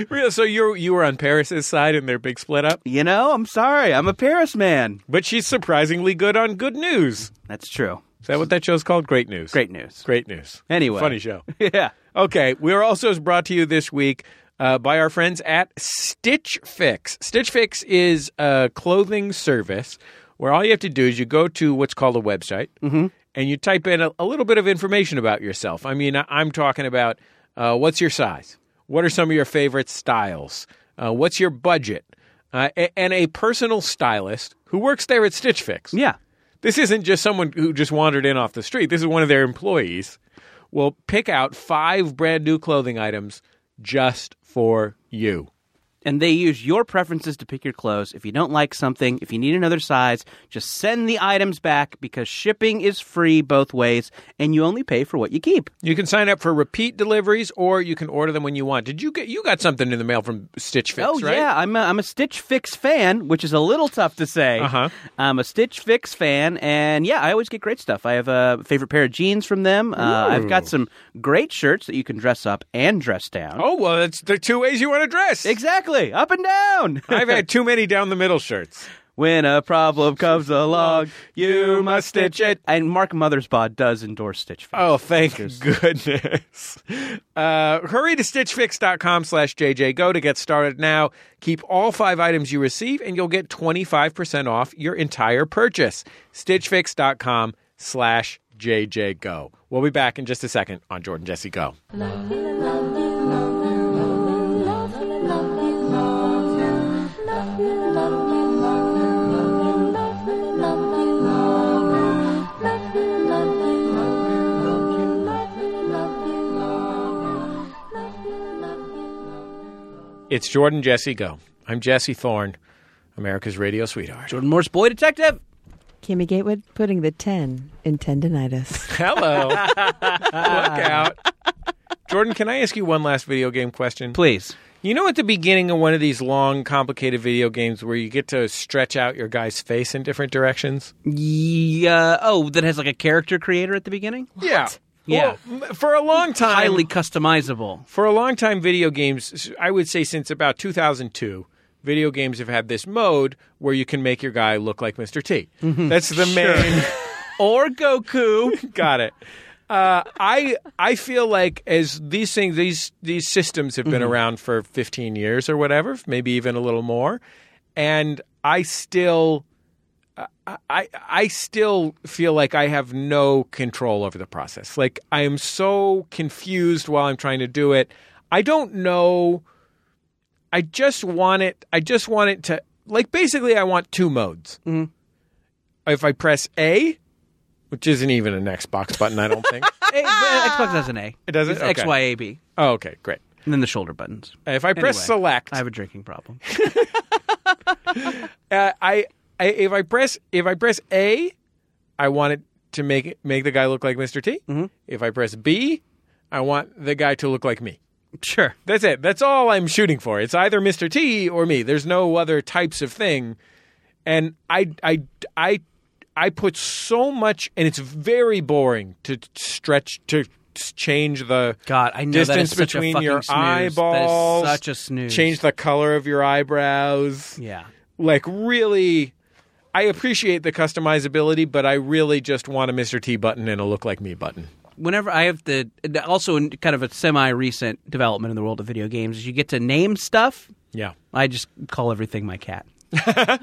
[SPEAKER 2] Really? So you you were on Paris's side in their big split up,
[SPEAKER 3] you know, I'm sorry. I'm a Paris man.
[SPEAKER 2] but she's surprisingly good on Good News.
[SPEAKER 3] That's true.
[SPEAKER 2] Is that what that show's called? Great News.
[SPEAKER 3] Great news.
[SPEAKER 2] Great News.
[SPEAKER 3] Anyway.
[SPEAKER 2] funny show.
[SPEAKER 3] Yeah.
[SPEAKER 2] Okay, we're also brought to you this week uh, by our friends at Stitch Fix. Stitch Fix is a clothing service where all you have to do is you go to what's called a website and you type in a, a little bit of information about yourself. I mean, I, I'm talking about uh, what's your size? What are some of your favorite styles? Uh, what's your budget? Uh, a- and a personal stylist who works there at Stitch Fix.
[SPEAKER 3] Yeah.
[SPEAKER 2] This isn't just someone who just wandered in off the street. This is one of their employees. Will pick out five brand new clothing items just for you.
[SPEAKER 3] And they use your preferences to pick your clothes. If you don't like something, if you need another size, just send the items back because shipping is free both ways and you only pay for what you keep.
[SPEAKER 2] You can sign up for repeat deliveries, or you can order them when you want. Did you get you got something in the mail from Stitch Fix?
[SPEAKER 3] oh,
[SPEAKER 2] right?
[SPEAKER 3] yeah. I'm a, I'm a Stitch Fix fan, which is a little tough to say.
[SPEAKER 2] Uh-huh.
[SPEAKER 3] I'm a Stitch Fix fan. And yeah, I always get great stuff. I have a favorite pair of jeans from them. Uh, I've got some great shirts that you can dress up and dress down.
[SPEAKER 2] Oh well, it's the two ways you want to dress.
[SPEAKER 3] Exactly. Up and down.
[SPEAKER 2] I've had too many down the middle shirts.
[SPEAKER 3] When a problem comes along, you must stitch it. And Mark Mothersbaugh does endorse Stitch Fix.
[SPEAKER 2] Oh, thank goodness. Uh, hurry to stitchfix.com slash jjgo to get started now. Keep all five items you receive, and you'll get 25% off your entire purchase. stitchfix.com slash jjgo. We'll be back in just a second on Jordan Jesse Go. It's Jordan Jesse Go. I'm Jesse Thorne, America's radio sweetheart.
[SPEAKER 3] Jordan Morse, boy detective.
[SPEAKER 4] Kimmy Gatewood putting the 10 in tendinitis.
[SPEAKER 2] Hello. Look out. Jordan, can I ask you one last video game question?
[SPEAKER 3] Please.
[SPEAKER 2] You know, at the beginning of one of these long, complicated video games where you get to stretch out your guy's face in different directions?
[SPEAKER 3] Yeah. Oh, that has like a character creator at the beginning?
[SPEAKER 2] Yeah.
[SPEAKER 3] Yeah.
[SPEAKER 2] Well, m- for a long time,
[SPEAKER 3] Highly customizable.
[SPEAKER 2] for a long time, video games, I would say since about 2002, video games have had this mode where you can make your guy look like Mr. T.
[SPEAKER 3] Mm-hmm.
[SPEAKER 2] That's the main.
[SPEAKER 3] Or Goku.
[SPEAKER 2] Got it. Uh, I I feel like as these things these these systems have been around for 15 years or whatever, maybe even a little more, and I still I I- I still feel like I have no control over the process. Like I am so confused while I'm trying to do it. I don't know. I just want it. I just want it to like basically. I want two modes. If I press A, which isn't even an Xbox button, I don't think.
[SPEAKER 3] Eh, but Xbox has an A.
[SPEAKER 2] It does it?
[SPEAKER 3] It's
[SPEAKER 2] Okay.
[SPEAKER 3] XYAB.
[SPEAKER 2] oh, okay, great.
[SPEAKER 3] And then the shoulder buttons.
[SPEAKER 2] If I press
[SPEAKER 3] Anyway,
[SPEAKER 2] select,
[SPEAKER 3] I have a drinking problem.
[SPEAKER 2] uh, I, I if I press if I press A, I want it to make it, make the guy look like Mr. T.
[SPEAKER 3] Mm-hmm.
[SPEAKER 2] If I press B, I want the guy to look like me.
[SPEAKER 3] sure.
[SPEAKER 2] That's it. That's all I'm shooting for. It's either Mr. T or me. There's no other types of thing. And I I I I put so much and it's very boring to stretch to change the
[SPEAKER 3] God, I know that
[SPEAKER 2] distance
[SPEAKER 3] is such a
[SPEAKER 2] between
[SPEAKER 3] fucking
[SPEAKER 2] your
[SPEAKER 3] snooze. That is
[SPEAKER 2] eyeballs.
[SPEAKER 3] such a snooze.
[SPEAKER 2] Change the color of your eyebrows.
[SPEAKER 3] Yeah.
[SPEAKER 2] Like really I appreciate the customizability, but I really just want a Mr. T button and a look like me button.
[SPEAKER 3] whenever I have the also in kind of a semi recent development in the world of video games is you get to name stuff.
[SPEAKER 2] Yeah.
[SPEAKER 3] I just call everything my cat. I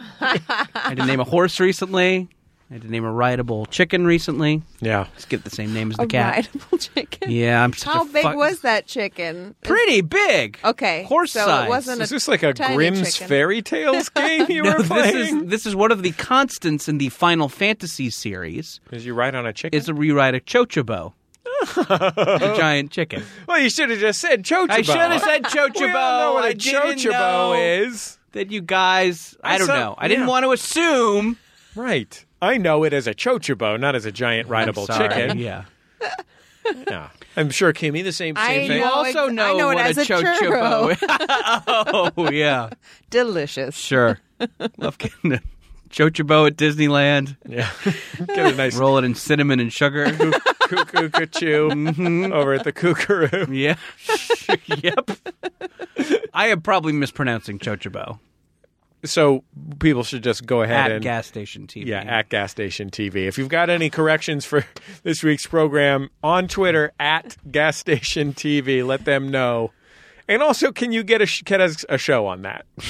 [SPEAKER 3] had to name a horse recently. I had to name a rideable chicken recently.
[SPEAKER 2] Yeah.
[SPEAKER 3] Just give it the same name as the
[SPEAKER 4] A
[SPEAKER 3] cat.
[SPEAKER 4] rideable chicken.
[SPEAKER 3] Yeah, I'm such
[SPEAKER 4] How
[SPEAKER 3] a
[SPEAKER 4] big
[SPEAKER 3] fuck-
[SPEAKER 4] was that chicken?
[SPEAKER 3] Pretty big.
[SPEAKER 4] Okay,
[SPEAKER 3] horse
[SPEAKER 4] so it
[SPEAKER 3] size.
[SPEAKER 4] wasn't a-
[SPEAKER 2] Is this like a
[SPEAKER 4] Tiny
[SPEAKER 2] Grimm's
[SPEAKER 4] chicken.
[SPEAKER 2] fairy tales game you were
[SPEAKER 3] this
[SPEAKER 2] playing?
[SPEAKER 3] is this is one of the constants in the Final Fantasy series.
[SPEAKER 2] Is you ride on a chicken?
[SPEAKER 3] Is a rewrite of Chocobo, the giant chicken.
[SPEAKER 2] well, you should have just said Chocobo.
[SPEAKER 3] I should have said
[SPEAKER 2] We all know
[SPEAKER 3] Chocobo.
[SPEAKER 2] what a
[SPEAKER 3] I didn't
[SPEAKER 2] Chocobo
[SPEAKER 3] know.
[SPEAKER 2] is.
[SPEAKER 3] that you guys I,
[SPEAKER 2] I
[SPEAKER 3] don't
[SPEAKER 2] saw-
[SPEAKER 3] know. I didn't
[SPEAKER 2] yeah.
[SPEAKER 3] want to assume
[SPEAKER 2] Right. I know it as a Chocobo, not as a giant rideable
[SPEAKER 3] Sorry,
[SPEAKER 2] chicken.
[SPEAKER 3] Yeah.
[SPEAKER 2] Yeah. I'm sure Kimmy the same, same
[SPEAKER 4] I
[SPEAKER 2] thing.
[SPEAKER 3] You
[SPEAKER 4] know
[SPEAKER 3] also
[SPEAKER 4] it- I
[SPEAKER 3] know,
[SPEAKER 4] know it
[SPEAKER 3] what
[SPEAKER 4] as
[SPEAKER 3] a
[SPEAKER 4] a
[SPEAKER 3] chocobo. oh yeah.
[SPEAKER 4] Delicious.
[SPEAKER 3] Sure. Love getting a chocobo at Disneyland.
[SPEAKER 2] Yeah. Get a nice
[SPEAKER 3] Roll it in cinnamon and sugar.
[SPEAKER 2] cuckoo cachoo over at the Kookaroo.
[SPEAKER 3] Mm-hmm. yeah. yep. I am probably mispronouncing chocobo
[SPEAKER 2] So people should just go ahead
[SPEAKER 3] at
[SPEAKER 2] and
[SPEAKER 3] gas station TV.
[SPEAKER 2] yeah, at gas station TV. If you've got any corrections for this week's program on Twitter at gas station TV, let them know. And also, can you get a sh- get us a show on that?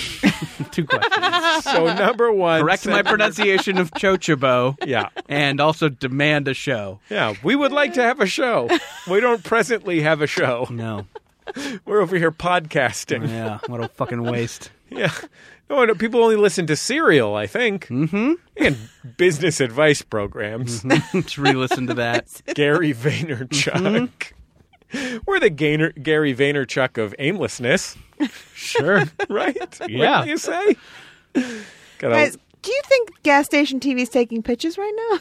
[SPEAKER 3] Two questions.
[SPEAKER 2] So number one,
[SPEAKER 3] Correct my
[SPEAKER 2] send-
[SPEAKER 3] pronunciation of Chochobo.
[SPEAKER 2] Yeah.
[SPEAKER 3] And also demand a show.
[SPEAKER 2] Yeah, we would like to have a show. We don't presently have a show.
[SPEAKER 3] No.
[SPEAKER 2] We're over here podcasting.
[SPEAKER 3] Yeah. What a fucking waste.
[SPEAKER 2] Yeah. Oh, No, no people only listen to Serial, I think, mm-hmm. and business advice
[SPEAKER 3] Mm-hmm.
[SPEAKER 2] programs.
[SPEAKER 3] Let's re listen to that.
[SPEAKER 2] Gary Vaynerchuk.
[SPEAKER 3] Mm-hmm.
[SPEAKER 2] We're the Gainer, Gary Vaynerchuk of aimlessness,
[SPEAKER 3] Sure.
[SPEAKER 2] right?
[SPEAKER 3] Yeah.
[SPEAKER 2] What do you say? Gotta-
[SPEAKER 4] Guys, do you think gas station TV is taking pitches right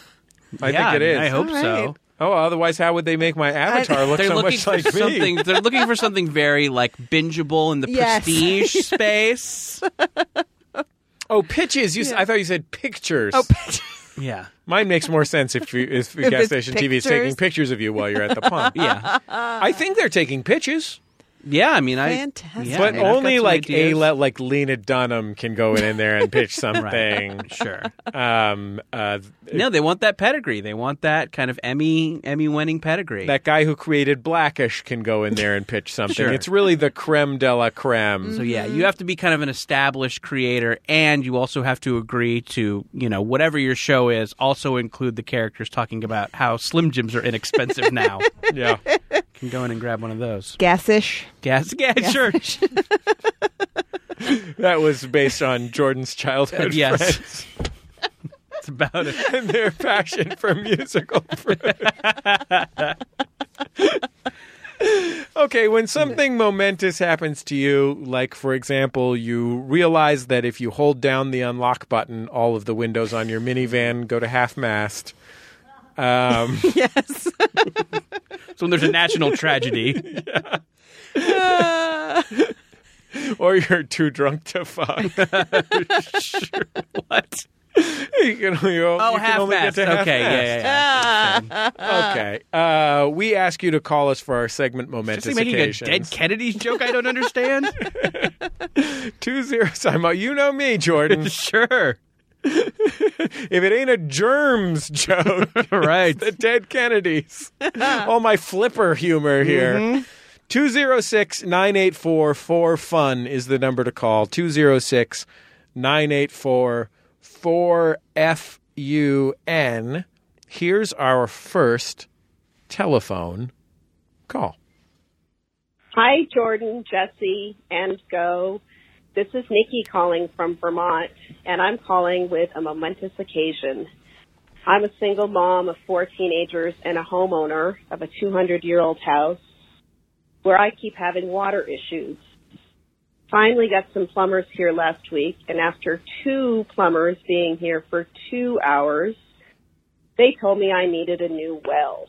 [SPEAKER 4] now?
[SPEAKER 2] I
[SPEAKER 3] Yeah,
[SPEAKER 2] think it is.
[SPEAKER 3] I hope so.
[SPEAKER 4] Alright.
[SPEAKER 2] Oh, otherwise, how would they make my avatar look
[SPEAKER 3] They're
[SPEAKER 2] so
[SPEAKER 3] looking
[SPEAKER 2] much
[SPEAKER 3] for
[SPEAKER 2] like me?
[SPEAKER 3] something. They're looking for something very like bingeable in the
[SPEAKER 4] Yes.
[SPEAKER 3] prestige space.
[SPEAKER 2] Oh, pitches! You, s I I thought you said pictures.
[SPEAKER 4] Oh,
[SPEAKER 3] Yeah,
[SPEAKER 2] Mine makes more sense if you, if, gas
[SPEAKER 4] it's
[SPEAKER 2] station TV is taking
[SPEAKER 4] pictures.
[SPEAKER 2] pictures of you while you're at the pump.
[SPEAKER 3] yeah,
[SPEAKER 2] I think they're taking pitches,
[SPEAKER 3] yeah. I mean, I
[SPEAKER 4] Fantastic.
[SPEAKER 3] yeah, I
[SPEAKER 2] but
[SPEAKER 3] mean, I've got
[SPEAKER 2] only
[SPEAKER 3] some
[SPEAKER 2] like a
[SPEAKER 3] ideas.
[SPEAKER 2] le- like Lena Dunham can go in there and pitch something.
[SPEAKER 3] Sure.
[SPEAKER 2] Um, uh,
[SPEAKER 3] No, they want that pedigree. They want that kind of Emmy Emmy winning pedigree.
[SPEAKER 2] that guy who created Blackish can go in there and pitch something.
[SPEAKER 3] Sure.
[SPEAKER 2] It's really the creme de la creme.
[SPEAKER 3] so yeah,
[SPEAKER 4] Mm-hmm.
[SPEAKER 3] you have to be kind of an established creator, and you also have to agree to you know whatever your show is. Also include the characters talking about how Slim Jims are inexpensive now. You
[SPEAKER 2] Yeah.
[SPEAKER 3] can go in and grab one of those.
[SPEAKER 4] Gasish.
[SPEAKER 3] Gas, gas, sure.
[SPEAKER 2] That was based on Jordan's childhood
[SPEAKER 3] Yes.
[SPEAKER 2] friends
[SPEAKER 3] That's about it.
[SPEAKER 2] and their passion for musical fruit. okay, when something momentous happens to you, like for example, you realize that if you hold down the unlock button, all of the windows on your minivan go to half mast. Um,
[SPEAKER 4] Yes.
[SPEAKER 3] So when there's a national tragedy,
[SPEAKER 2] or you're too drunk to fuck.
[SPEAKER 3] what?
[SPEAKER 2] you can only, you
[SPEAKER 3] Oh,
[SPEAKER 2] can
[SPEAKER 3] half
[SPEAKER 2] only get
[SPEAKER 3] mast.
[SPEAKER 2] to half
[SPEAKER 3] Okay,
[SPEAKER 2] mast.
[SPEAKER 3] yeah, yeah, yeah. Ah.
[SPEAKER 2] Okay. Uh, we ask you to call us for our segment momentous
[SPEAKER 3] Just making a
[SPEAKER 2] occasions.
[SPEAKER 3] dead Kennedy joke I don't understand.
[SPEAKER 2] Two zero. I'm out. You know me, Jordan.
[SPEAKER 3] sure.
[SPEAKER 2] if it ain't a germs joke,
[SPEAKER 3] Right.
[SPEAKER 2] the dead Kennedys. All my flipper humor
[SPEAKER 3] Mm-hmm.
[SPEAKER 2] here. Two zero six nine eight four four fun is the number to call. Two zero six nine eight four four F U N. Here's our first telephone call.
[SPEAKER 5] Hi, Jordan, Jesse, and Go. This is Nikki calling from Vermont, and I'm calling with a momentous occasion. I'm a single mom of four teenagers and a homeowner of a 200 year old house where I keep having water issues. Finally got some plumbers here last week, and after two plumbers being here for two hours, they told me I needed a new well.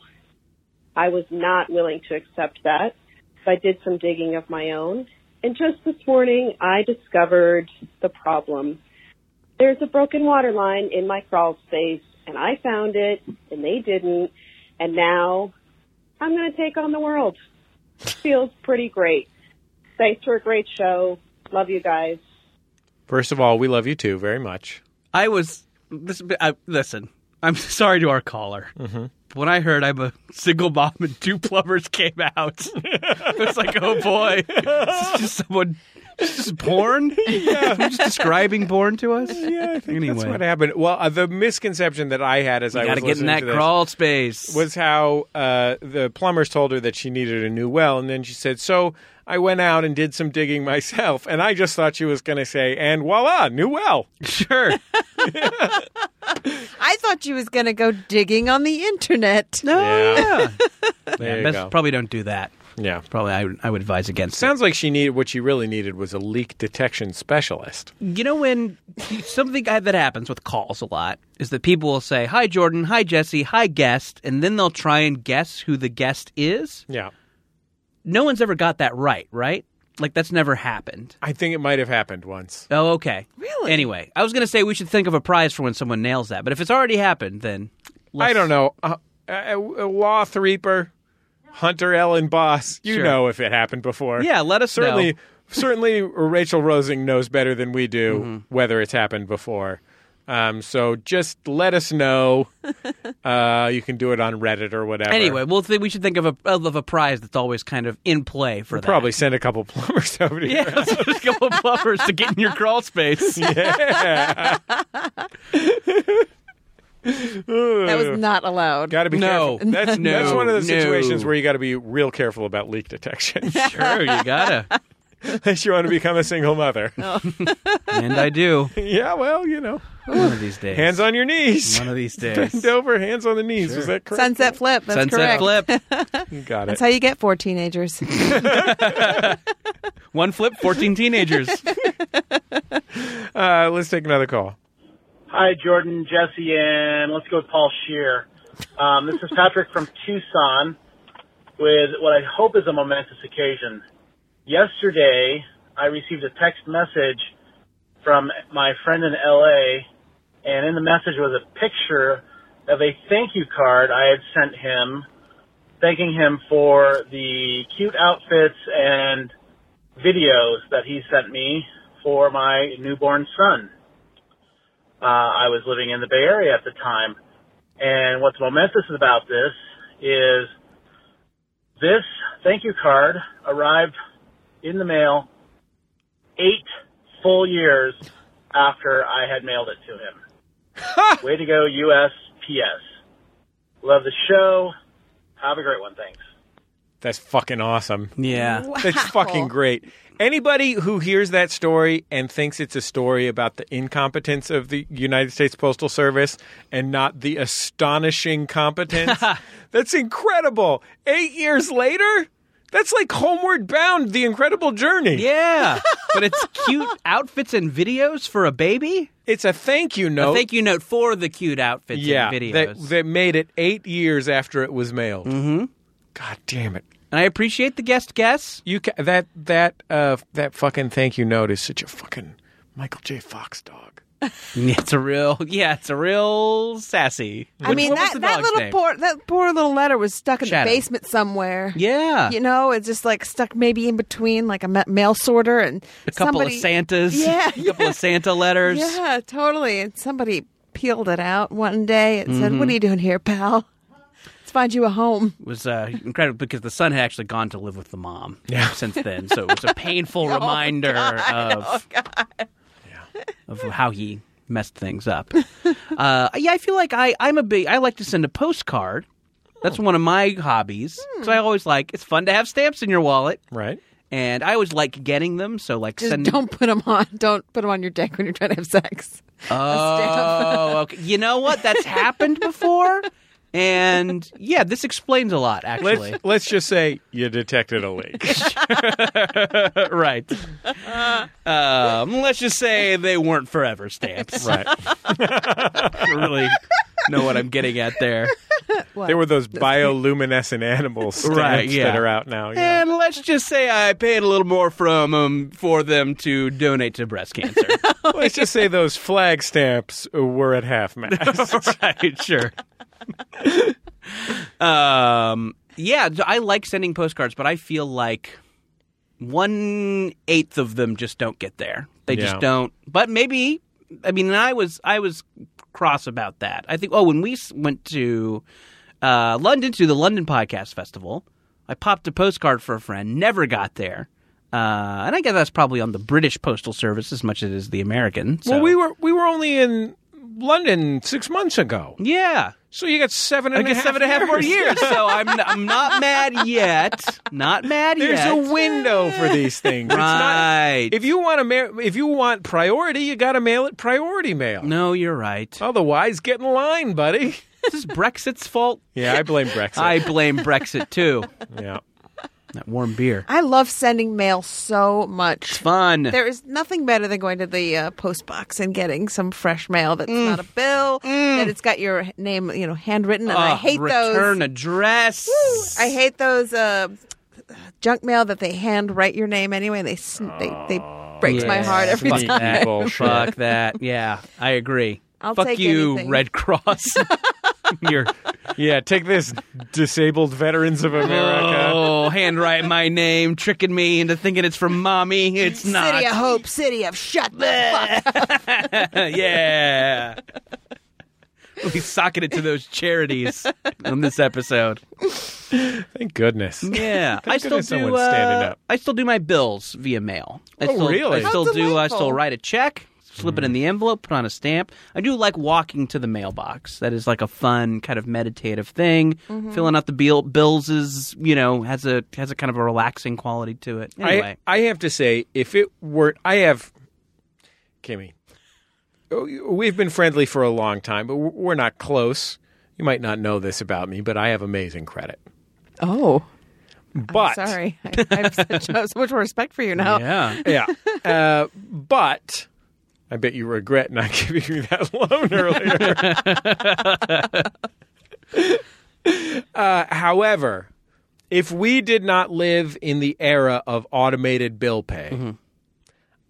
[SPEAKER 5] I was not willing to accept that. So I did some digging of my own. And just this morning, I discovered the problem. There's a broken water line in my crawl space, and I found it, and they didn't. And now I'm going to take on the world. Feels pretty great. Thanks for a great show. Love you guys.
[SPEAKER 2] First of all, we love you too very much.
[SPEAKER 3] I was this. I, listen, I'm sorry to our caller. Mm-hmm. When I heard I'm a single mom and two plumbers came out, I was like, oh boy, is this just someone. is this Just porn? Yeah. just describing porn to us? Yeah, I think anyway.
[SPEAKER 2] That's what happened. Well, uh, the misconception that I had as I
[SPEAKER 3] You
[SPEAKER 2] was
[SPEAKER 3] gotta get in
[SPEAKER 2] listening
[SPEAKER 3] that
[SPEAKER 2] to this
[SPEAKER 3] crawl space.
[SPEAKER 2] was how uh, the plumbers told her that she needed a new well, and then she said, "So I went out and did some digging myself," and I just thought she was going to say, "And voila, new well."
[SPEAKER 3] sure.
[SPEAKER 4] I thought she was going to go digging on the internet.
[SPEAKER 3] Oh,
[SPEAKER 4] No.
[SPEAKER 2] Yeah, there you
[SPEAKER 3] Best-
[SPEAKER 2] go.
[SPEAKER 3] Probably don't do that.
[SPEAKER 2] yeah.
[SPEAKER 3] Probably I would, I would advise against it.
[SPEAKER 2] Sounds like she needed what she really needed was a leak detection specialist.
[SPEAKER 3] You know when something that happens with calls a lot is that people will say, "Hi Jordan, hi Jesse, hi guest," and then they'll try and guess who the guest is.
[SPEAKER 2] Yeah,
[SPEAKER 3] No one's ever got that right, right? Like that's never happened.
[SPEAKER 2] I think it might have happened once.
[SPEAKER 3] Oh, okay.
[SPEAKER 4] Really?
[SPEAKER 3] Anyway, I was going to say we should think of a prize for when someone nails that, but if it's already happened, then let's-
[SPEAKER 2] I don't know. Uh, uh, uh, Loth Reaper, Hunter Ellen Boss. You
[SPEAKER 3] Sure.
[SPEAKER 2] know if it happened before.
[SPEAKER 3] Yeah, let us know.
[SPEAKER 2] certainly,
[SPEAKER 3] Mm-hmm.
[SPEAKER 2] Certainly, Rachel Rosing knows better than we do whether it's happened before. Um, so just let us know. uh, you can do it on Reddit or whatever.
[SPEAKER 3] Anyway, well, th- we should think of a of a prize that's always kind of in play for that.
[SPEAKER 2] probably send a couple plumbers over to you.
[SPEAKER 3] Yeah, so just a couple of buffers to get in your crawl space.
[SPEAKER 4] That was not allowed.
[SPEAKER 2] Got to be
[SPEAKER 3] No.
[SPEAKER 2] careful. That's,
[SPEAKER 3] No,
[SPEAKER 2] that's one of those
[SPEAKER 3] no.
[SPEAKER 2] situations where you got to be real careful about leak detection,
[SPEAKER 3] Sure, you gotta.
[SPEAKER 2] unless you want to become a single mother.
[SPEAKER 3] Oh. And I do.
[SPEAKER 2] yeah, well, you know,
[SPEAKER 3] One of these days.
[SPEAKER 2] hands on your knees,
[SPEAKER 3] One of these days.
[SPEAKER 2] bend over, hands on the knees. Was that correct?
[SPEAKER 4] Sunset flip. That's
[SPEAKER 3] Sunset
[SPEAKER 4] correct.
[SPEAKER 3] flip.
[SPEAKER 2] You got it.
[SPEAKER 4] That's how you get four teenagers.
[SPEAKER 3] One flip, 14 teenagers.
[SPEAKER 2] uh, let's take another call.
[SPEAKER 6] Hi, Jordan, Jesse, and let's go with Paul Shear. Um, this is Patrick from Tucson with what I hope is a momentous occasion. Yesterday, I received a text message from my friend in LA, and in the message was a picture of a thank you card I had sent him, thanking him for the cute outfits and videos that he sent me for my newborn son uh, I was living in the Bay Area at the time. And what's momentous about this is this thank you card arrived in the mail eight full years after I had mailed it to him. Way to go, USPS. Love the show. Have a great one. Thanks.
[SPEAKER 2] That's fucking awesome.
[SPEAKER 3] Yeah.
[SPEAKER 2] That's fucking great. Anybody who hears that story and thinks it's a story about the incompetence of the United States Postal Service and not the astonishing competence, that's incredible. Eight years later, that's like Homeward Bound, The Incredible Journey.
[SPEAKER 3] Yeah. But it's cute outfits and videos for a baby? Oh.
[SPEAKER 2] It's a thank you note.
[SPEAKER 3] A thank you note for the cute outfits
[SPEAKER 2] yeah,
[SPEAKER 3] and videos.
[SPEAKER 2] that, that made it eight years after it was mailed. Mm-hmm. God damn it.
[SPEAKER 3] and I appreciate the guest guess.
[SPEAKER 2] You ca that that uh, that fucking thank you note is such a fucking Michael J. Fox dog.
[SPEAKER 3] It's a real, yeah, it's a real sassy.
[SPEAKER 4] I mean,
[SPEAKER 3] what was
[SPEAKER 4] that,
[SPEAKER 3] the
[SPEAKER 4] that
[SPEAKER 3] dog's
[SPEAKER 4] little
[SPEAKER 3] name?
[SPEAKER 4] poor that poor little letter was stuck in
[SPEAKER 3] Shadow.
[SPEAKER 4] the basement somewhere.
[SPEAKER 3] Yeah.
[SPEAKER 4] You know, it's just like stuck maybe in between like a ma- mail sorter and
[SPEAKER 3] a couple
[SPEAKER 4] somebody,
[SPEAKER 3] of Santas.
[SPEAKER 4] Yeah,
[SPEAKER 3] A couple of Santa letters.
[SPEAKER 4] Yeah, totally. And somebody peeled it out one day and said, "What
[SPEAKER 3] Mm-hmm.
[SPEAKER 4] are you doing here, pal? Let's find you a home."
[SPEAKER 3] was uh, incredible because the son had actually gone to live with the mom since then. So it was a painful
[SPEAKER 4] Oh,
[SPEAKER 3] reminder of of how he messed things up. uh, yeah, I feel like I I'm a big I like to send a postcard. That's one of my hobbies.
[SPEAKER 4] Hmm.
[SPEAKER 3] So I always like it's fun to have stamps in your wallet,
[SPEAKER 2] Right.
[SPEAKER 3] and I always like getting them. So like
[SPEAKER 4] Just
[SPEAKER 3] send
[SPEAKER 4] don't put them on. Don't put them on your deck when you're trying to have sex.
[SPEAKER 3] Oh, okay. You know what? That's happened before. And yeah, this explains a lot, actually.
[SPEAKER 2] Let's, let's just say you detected a leak.
[SPEAKER 3] right. Um, let's just say they weren't forever stamps.
[SPEAKER 2] right.
[SPEAKER 3] I really know what I'm getting at there.
[SPEAKER 2] There were those bioluminescent animals stamps
[SPEAKER 3] Right, yeah.
[SPEAKER 2] that are out now. yeah.
[SPEAKER 3] And let's just say I paid a little more from um, for them to donate to breast cancer.
[SPEAKER 2] Let's just say those flag stamps were at half mast.
[SPEAKER 3] right, sure. um, yeah, I like sending postcards, but I feel like one eighth of them just don't get there. They
[SPEAKER 2] Yeah.
[SPEAKER 3] just don't. But maybe I mean, and I was I was cross about that. I think. Oh, when we s- went to uh, London to the London Podcast Festival, I popped a postcard for a friend. Never got there. Uh, and I guess that's probably on the British Postal Service as much as it is the American. So.
[SPEAKER 2] Well, we were we were only in London six months ago,
[SPEAKER 3] yeah.
[SPEAKER 2] so you got seven
[SPEAKER 3] I
[SPEAKER 2] and a half.
[SPEAKER 3] guess seven and a half more years. So I'm I'm not mad yet. Not mad
[SPEAKER 2] There's
[SPEAKER 3] yet.
[SPEAKER 2] a window for these things. It's not-
[SPEAKER 3] right.
[SPEAKER 2] if you want to ma- if you want priority, you got to mail it priority mail.
[SPEAKER 3] no, you're right.
[SPEAKER 2] Oh. Otherwise, get in line, buddy.
[SPEAKER 3] This is Brexit's fault.
[SPEAKER 2] Yeah, I blame Brexit.
[SPEAKER 3] I blame Brexit too.
[SPEAKER 2] yeah.
[SPEAKER 3] That warm beer.
[SPEAKER 4] I love sending mail so much.
[SPEAKER 3] Fun.
[SPEAKER 4] There is nothing better than going to the uh, post box and getting some fresh mail that's
[SPEAKER 3] Mm.
[SPEAKER 4] not a bill, that it's got your name, you know, handwritten. And I
[SPEAKER 3] Ugh,
[SPEAKER 4] hate those.
[SPEAKER 3] Ah, return address.
[SPEAKER 4] I hate those uh, junk mail that they hand write your name anyway. And they sn- they, they breaks my
[SPEAKER 3] Oh, Yeah.
[SPEAKER 4] heart every
[SPEAKER 3] Fuck
[SPEAKER 4] time.
[SPEAKER 3] That.
[SPEAKER 2] Evil shit.
[SPEAKER 3] Fuck that. Yeah, I agree.
[SPEAKER 4] I'll
[SPEAKER 3] Fuck
[SPEAKER 4] take
[SPEAKER 3] you,
[SPEAKER 4] anything.
[SPEAKER 3] Red Cross. Your
[SPEAKER 2] Yeah, take this, disabled veterans of America.
[SPEAKER 3] Oh, handwrite my name, tricking me into thinking it's from mommy. It's not.
[SPEAKER 4] City of Hope, City of Shut the Fuck.
[SPEAKER 3] yeah. We socketed to those charities on this episode.
[SPEAKER 2] Thank goodness.
[SPEAKER 3] Oh. Yeah, I still
[SPEAKER 2] goodness
[SPEAKER 3] do.
[SPEAKER 2] someone's standing
[SPEAKER 3] uh,
[SPEAKER 2] up.
[SPEAKER 3] I still do my bills via mail. I
[SPEAKER 2] Oh,
[SPEAKER 3] still,
[SPEAKER 2] really? Mm.
[SPEAKER 3] I still
[SPEAKER 4] How
[SPEAKER 3] do. I still
[SPEAKER 4] delightful.
[SPEAKER 3] write a check, slip it in the envelope, put on a stamp. I do like walking to the mailbox. That is like a fun kind of meditative thing.
[SPEAKER 4] Mm-hmm.
[SPEAKER 3] Filling out the bill, bills is you know has a has a kind of a relaxing quality to it. Anyway,
[SPEAKER 2] I, I have to say, if it were, I have, Kimmy, we've been friendly for a long time, but we're not close. You might not know this about me, but I have amazing credit.
[SPEAKER 4] Oh,
[SPEAKER 2] But
[SPEAKER 4] sorry. I, I have such, I have so much more respect for you now.
[SPEAKER 3] yeah.
[SPEAKER 2] yeah, uh, but I bet you regret not giving me that loan earlier. uh, however, if we did not live in the era of automated bill pay,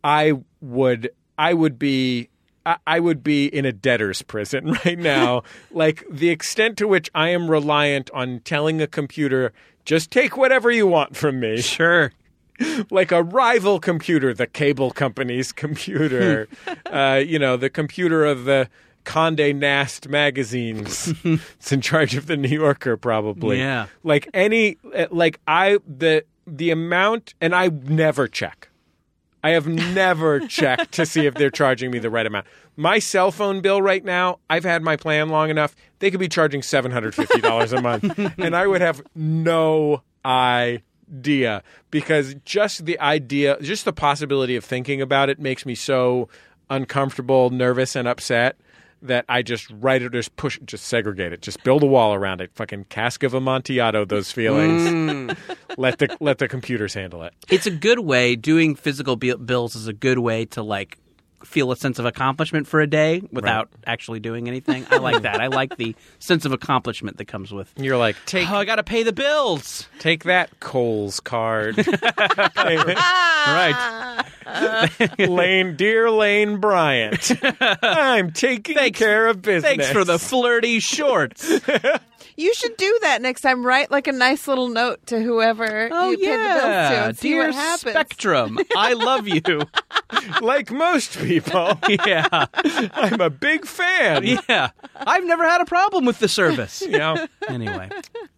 [SPEAKER 2] I would I would be I- I would be in a debtor's prison right now. like the extent to which I am reliant on telling a computer, just take whatever you want from me
[SPEAKER 3] Sure.
[SPEAKER 2] like a rival computer, the cable company's computer, uh, you know, the computer of the Conde Nast magazines. it's in charge of the New Yorker, probably.
[SPEAKER 3] Yeah.
[SPEAKER 2] Like any, uh, like I the the amount, and I never check. I have never checked to see if they're charging me the right amount. My cell phone bill right now, I've had my plan long enough. They could be charging $750 a month, and I would have no idea because just the idea, just the possibility of thinking about it makes me so uncomfortable, nervous, and upset that I just write it, just push, just segregate it, just build a wall around it. Fucking cask of Amontillado, those feelings. let the let the computers handle it.
[SPEAKER 3] it's a good way doing physical bi- bills is a good way to like feel a sense of accomplishment for a day without actually doing anything i like that i like the sense of accomplishment that comes with
[SPEAKER 2] You're like, take
[SPEAKER 3] oh i gotta pay the bills
[SPEAKER 2] Take that, Cole's card. right. Lane, dear Lane Bryant, I'm taking care of business.
[SPEAKER 3] thanks for the flirty shorts
[SPEAKER 4] You should do that next time. Write like a nice little note to whoever
[SPEAKER 3] oh
[SPEAKER 4] you pay the bills to
[SPEAKER 3] yeah
[SPEAKER 4] and see
[SPEAKER 3] dear
[SPEAKER 4] what happens.
[SPEAKER 3] spectrum i love you
[SPEAKER 2] like most people.
[SPEAKER 3] yeah
[SPEAKER 2] I'm a big fan.
[SPEAKER 3] yeah i've never had a problem with the service
[SPEAKER 2] You know,
[SPEAKER 3] anyway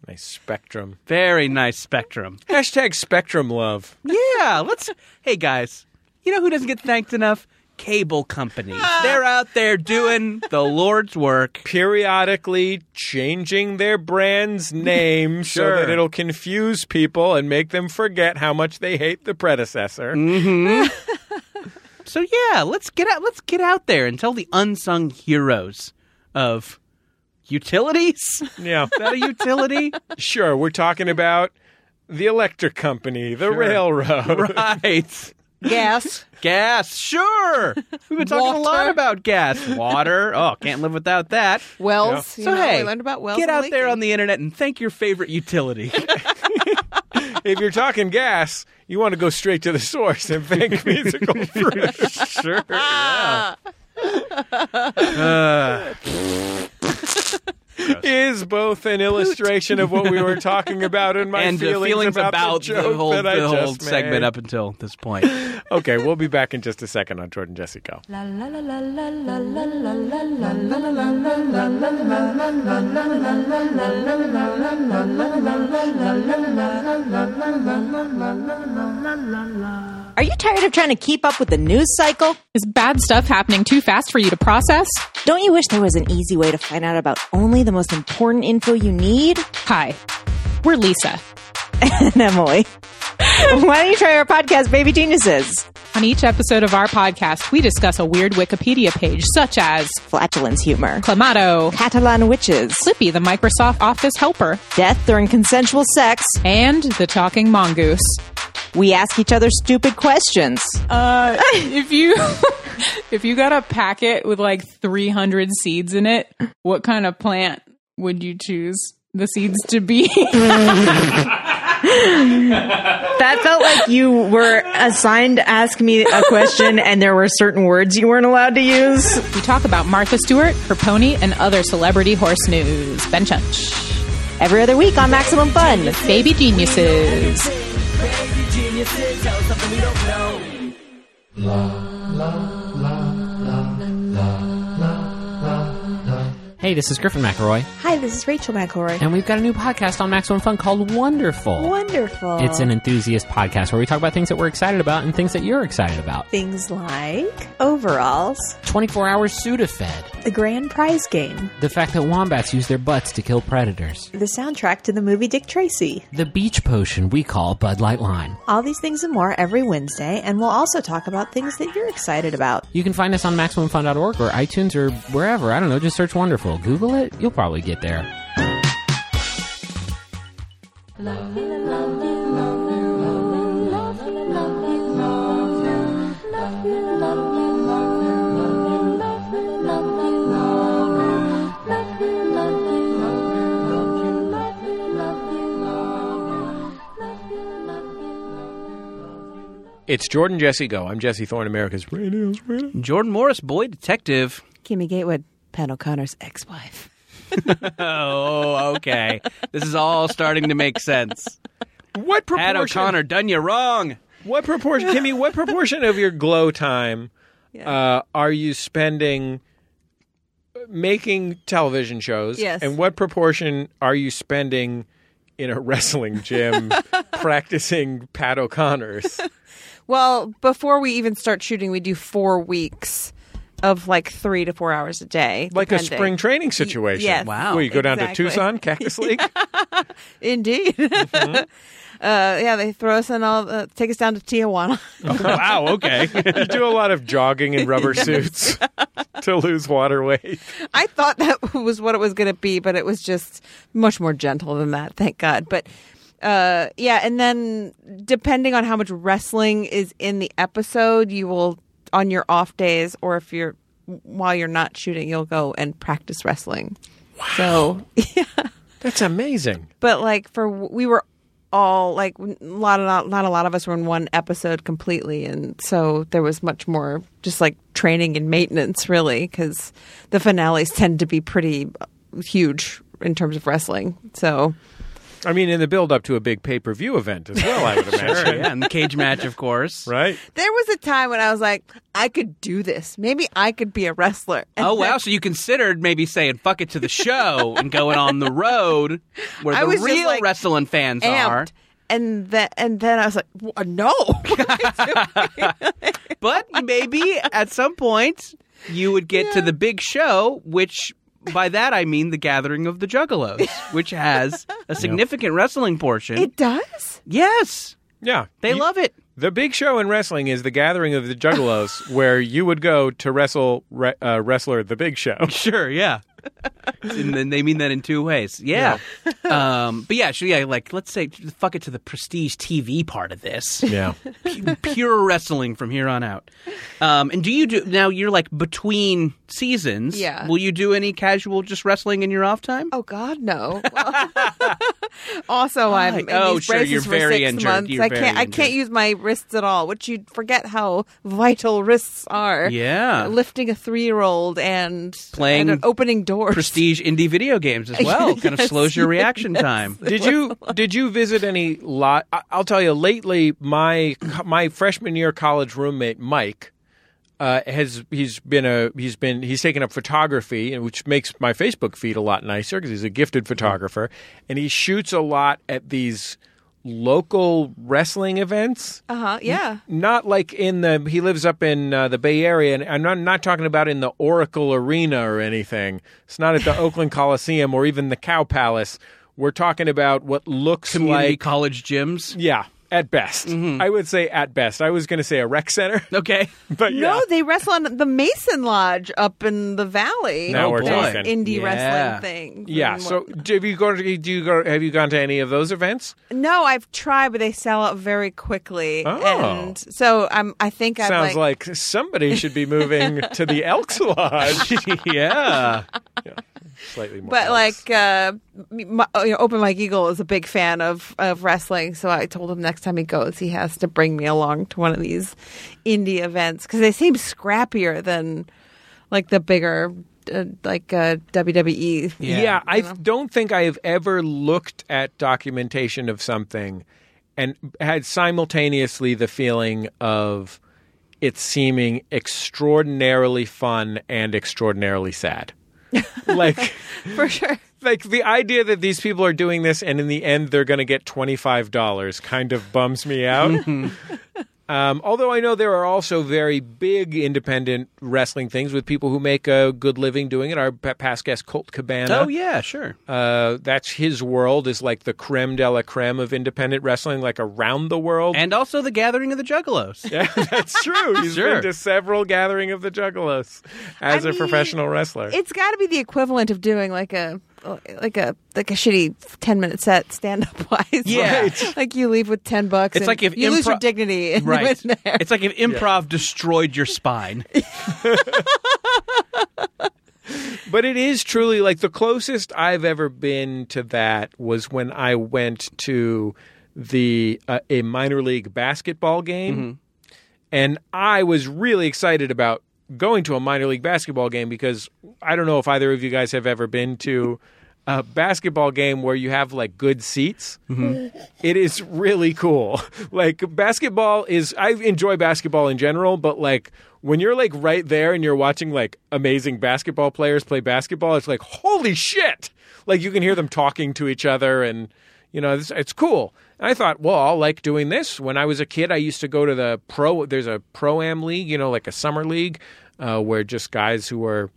[SPEAKER 2] nice spectrum.
[SPEAKER 3] very nice spectrum
[SPEAKER 2] Hashtag spectrum love.
[SPEAKER 3] Yeah, let's. Hey guys, you know who doesn't get thanked enough? Cable companies.
[SPEAKER 4] Ah.
[SPEAKER 3] They're out there doing the Lord's work.
[SPEAKER 2] Periodically changing their brand's name
[SPEAKER 3] Sure.
[SPEAKER 2] so that it'll confuse people and make them forget how much they hate the predecessor.
[SPEAKER 3] Mm. So yeah, let's get out. Let's get out there and tell the unsung heroes of utilities. Is
[SPEAKER 2] Yeah.
[SPEAKER 3] that a utility?
[SPEAKER 2] Sure, we're talking about the electric company, the railroad.
[SPEAKER 3] right.
[SPEAKER 4] Gas.
[SPEAKER 3] Gas. Sure. We've been talking a lot
[SPEAKER 4] Water.
[SPEAKER 3] about gas, water. Oh, can't live without that.
[SPEAKER 4] Wells. You
[SPEAKER 3] so
[SPEAKER 4] know,
[SPEAKER 3] hey,
[SPEAKER 4] we learned about wells.
[SPEAKER 3] get
[SPEAKER 4] and
[SPEAKER 3] out there
[SPEAKER 4] leaking.
[SPEAKER 3] on the internet and thank your favorite utility.
[SPEAKER 2] If you're talking gas, you want to go straight to the source and thank musical fruit.
[SPEAKER 3] sure.
[SPEAKER 2] Uh, is both an illustration of what we were talking about and my
[SPEAKER 3] and uh, the
[SPEAKER 2] feelings, about, the, joke
[SPEAKER 3] whole,
[SPEAKER 2] that I
[SPEAKER 3] the whole
[SPEAKER 2] just made.
[SPEAKER 3] segment up until this point.
[SPEAKER 2] Okay, we'll be back in just a second on Jordan Jesse Go.
[SPEAKER 1] La la la la la la la la la la.
[SPEAKER 7] Are you tired of trying to keep up with the news cycle?
[SPEAKER 8] Is bad stuff happening too fast for you to process?
[SPEAKER 7] Don't you wish there was an easy way to find out about only the most important info you need?
[SPEAKER 8] Hi, we're Lisa.
[SPEAKER 7] And Emily, why don't you try our podcast, Baby Geniuses?
[SPEAKER 8] On each episode of our podcast, we discuss a weird Wikipedia page such as
[SPEAKER 7] Flatulence humor,
[SPEAKER 8] Clamato,
[SPEAKER 7] Catalan witches,
[SPEAKER 8] Slippy, the Microsoft Office helper,
[SPEAKER 7] death during consensual sex.
[SPEAKER 8] and the talking mongoose.
[SPEAKER 7] We ask each other stupid questions.
[SPEAKER 8] Uh, if you if you got a packet with like 300 seeds in it, what kind of plant would you choose the seeds to be?
[SPEAKER 7] That felt like you were assigned to ask me a question and there were certain words you weren't allowed to use.
[SPEAKER 8] We talk about Martha Stewart, her pony, and other celebrity horse news. Ben Chunch.
[SPEAKER 7] Every other week on Maximum Fun.
[SPEAKER 8] Baby Geniuses.
[SPEAKER 9] Hey, this is Griffin McElroy,
[SPEAKER 10] Hi, this is Rachel McElroy.
[SPEAKER 9] and we've got a new podcast on Maximum Fun called Wonderful.
[SPEAKER 10] Wonderful.
[SPEAKER 9] It's an enthusiast podcast where we talk about things that we're excited about and things that you're excited about.
[SPEAKER 10] things like overalls,
[SPEAKER 9] 24 hour Sudafed.
[SPEAKER 10] the grand prize game,
[SPEAKER 9] The fact that wombats use their butts to kill predators.
[SPEAKER 10] the soundtrack to the movie Dick Tracy.
[SPEAKER 9] The beach potion we call Bud Light Lime.
[SPEAKER 10] All these things and more every Wednesday, and we'll also talk about things that you're excited about.
[SPEAKER 9] You can find us on MaximumFun.org or iTunes or wherever. I don't know, just search Wonderful. Google it, you'll probably get there.
[SPEAKER 2] It's Jordan Jesse Go. I'm Jesse Thorne, America's radio's radio.
[SPEAKER 3] Jordan Morris, boy detective.
[SPEAKER 4] Kimmy Gatewood, Pat O'Connor's ex-wife.
[SPEAKER 3] Oh, okay. this is all starting to make sense.
[SPEAKER 2] What proportion?
[SPEAKER 3] Pat O'Connor done you wrong.
[SPEAKER 2] What proportion, Kimmy? What proportion of your glow time uh, are you spending uh, making television shows?
[SPEAKER 4] Yes.
[SPEAKER 2] And what proportion are you spending in a wrestling gym practicing Pat O'Connor's?
[SPEAKER 4] Well, before we even start shooting, we do four weeks of like three to four hours a day,
[SPEAKER 2] Like a
[SPEAKER 4] depending.
[SPEAKER 2] spring training situation.
[SPEAKER 4] yes,
[SPEAKER 2] Wow. Where you go down
[SPEAKER 4] exactly.
[SPEAKER 2] to Tucson, Cactus Lake?
[SPEAKER 4] Indeed.
[SPEAKER 10] Mm-hmm.
[SPEAKER 4] uh, yeah, they throw us in all. Uh, take us down to Tijuana.
[SPEAKER 3] wow, okay.
[SPEAKER 2] Oh, you do a lot of jogging in rubber suits to lose water weight.
[SPEAKER 4] I thought that was what it was going to be, but it was just much more gentle than that. Thank God. But uh, yeah, and then depending on how much wrestling is in the episode, you will on your off days, or if you're while you're not shooting, you'll go and practice wrestling. So
[SPEAKER 2] That's amazing.
[SPEAKER 4] but like for we were all like a lot of not, not a lot of us were in one episode completely and so there was much more just like training and maintenance really because the finales tend to be pretty uh, huge in terms of wrestling so
[SPEAKER 2] I mean, in the build up to a big pay per view event as well, I would imagine.
[SPEAKER 3] Sure, yeah, and the cage match, of course.
[SPEAKER 2] Right?
[SPEAKER 4] there was a time when i was like i could do this maybe i could be a wrestler And
[SPEAKER 3] Oh
[SPEAKER 4] then
[SPEAKER 3] wow! So you considered maybe saying "fuck it" to the show and going on the road where
[SPEAKER 4] I
[SPEAKER 3] the
[SPEAKER 4] was just,
[SPEAKER 3] real
[SPEAKER 4] like,
[SPEAKER 3] wrestling fans are.
[SPEAKER 4] amped. and then and then i was like "W- no
[SPEAKER 3] But maybe at some point you would get to the big show, which by that I mean the Gathering of the Juggalos, which has a significant wrestling portion.
[SPEAKER 4] it does
[SPEAKER 3] yes,
[SPEAKER 2] Yeah.
[SPEAKER 3] they
[SPEAKER 2] You-
[SPEAKER 3] love it.
[SPEAKER 2] The big show in wrestling is the gathering of the juggalos, where you would go to wrestle re- uh, wrestler the big show.
[SPEAKER 3] Sure, yeah. and then they mean that in two ways. Yeah. Um, but yeah, sure, yeah, like let's say fuck it to the prestige TV part of this.
[SPEAKER 2] Yeah.
[SPEAKER 3] Pu- Pure wrestling from here on out. Um, and do you do now you're like between seasons.
[SPEAKER 4] Yeah.
[SPEAKER 3] Will you do any casual just wrestling in your off time?
[SPEAKER 4] Oh God, no! Well, also, I'm in
[SPEAKER 3] Oh,
[SPEAKER 4] these
[SPEAKER 3] sure,
[SPEAKER 4] braces
[SPEAKER 3] you're
[SPEAKER 4] for
[SPEAKER 3] very
[SPEAKER 4] six
[SPEAKER 3] injured.
[SPEAKER 4] months.
[SPEAKER 3] You're
[SPEAKER 4] I can't.
[SPEAKER 3] very
[SPEAKER 4] I
[SPEAKER 3] injured.
[SPEAKER 4] can't use my wrists at all. Which you forget how vital wrists are.
[SPEAKER 3] Yeah.
[SPEAKER 4] lifting a three-year-old and
[SPEAKER 3] Playing
[SPEAKER 4] and opening doors.
[SPEAKER 3] Prestige indie video games as well. kind of
[SPEAKER 4] Yes,
[SPEAKER 3] slows your reaction time.
[SPEAKER 2] Did you did you visit any lot? I'll tell you. Lately, my my freshman year college roommate Mike uh, has he's been a he's been he's taken up photography, and which makes my Facebook feed a lot nicer because he's a gifted photographer, and he shoots a lot at these local wrestling events.
[SPEAKER 4] Uh huh. Yeah.
[SPEAKER 2] not like in the he lives up in uh, the Bay Area, and I'm not, not talking about in the Oracle Arena or anything. It's not at the Oakland Coliseum or even the Cow Palace. We're talking about what looks
[SPEAKER 3] Community
[SPEAKER 2] like
[SPEAKER 3] college gyms.
[SPEAKER 2] yeah, at best. I would say at best. I was going to say a rec center,
[SPEAKER 3] Okay.
[SPEAKER 2] but yeah.
[SPEAKER 4] No, they wrestle on the Mason Lodge up in the valley.
[SPEAKER 2] Now
[SPEAKER 3] we're
[SPEAKER 4] There's
[SPEAKER 3] talking.
[SPEAKER 4] indie
[SPEAKER 3] Yeah.
[SPEAKER 4] wrestling thing.
[SPEAKER 2] yeah, so do you go? to- Do you go? Have you gone to any of those events?
[SPEAKER 4] no, I've tried, but they sell out very quickly,
[SPEAKER 2] Oh.
[SPEAKER 4] and so I'm. I think I'm
[SPEAKER 2] Sounds like, somebody should be moving to the Elks Lodge.
[SPEAKER 3] yeah.
[SPEAKER 2] Slightly more.
[SPEAKER 4] But
[SPEAKER 2] balanced.
[SPEAKER 4] like, uh, my, you know, Open Mike Eagle is a big fan of, of wrestling, so I told him next time he goes, he has to bring me along to one of these indie events because they seem scrappier than like the bigger, uh, like uh, WWE.
[SPEAKER 2] Yeah, I don't think I have ever looked at documentation of something and had simultaneously the feeling of it seeming extraordinarily fun and extraordinarily sad. like
[SPEAKER 4] for sure.
[SPEAKER 2] like the idea that these people are doing this and in the end they're going to get $25 kind of bums me out. Um, although I know there are also very big independent wrestling things with people who make a good living doing it. Our pa- past guest Colt Cabana,
[SPEAKER 3] Oh yeah, sure.
[SPEAKER 2] uh, that's his world is like the creme de la creme of independent wrestling, like around the world.
[SPEAKER 3] And also the Gathering of the Juggalos.
[SPEAKER 2] yeah, that's true. He's
[SPEAKER 3] Sure.
[SPEAKER 2] been to several gathering of the Juggalos as
[SPEAKER 4] I
[SPEAKER 2] a
[SPEAKER 4] mean,
[SPEAKER 2] professional wrestler.
[SPEAKER 4] It's got to be the equivalent of doing like a like a like a shitty ten minute set stand up wise.
[SPEAKER 3] Yeah.
[SPEAKER 4] like you leave with ten bucks.
[SPEAKER 3] It's
[SPEAKER 4] and
[SPEAKER 3] like if
[SPEAKER 4] you lose your
[SPEAKER 3] impro-
[SPEAKER 4] dignity. And
[SPEAKER 3] Right.
[SPEAKER 4] you went there.
[SPEAKER 3] It's like if improv destroyed your spine.
[SPEAKER 2] But it is truly like the closest I've ever been to that was when I went to the uh, a minor league basketball game, and I was really excited about going to a minor league basketball game because I don't know if either of you guys have ever been to a basketball game where you have like good seats. It is really cool. Like basketball is I enjoy basketball in general, but like when you're like right there and you're watching like amazing basketball players play basketball, it's like holy shit. Like you can hear them talking to each other and you know, it's, it's cool. And I thought, well, I'll like doing this. When I was a kid, I used to go to the pro there's a pro am league, you know, like a summer league uh, where just guys who are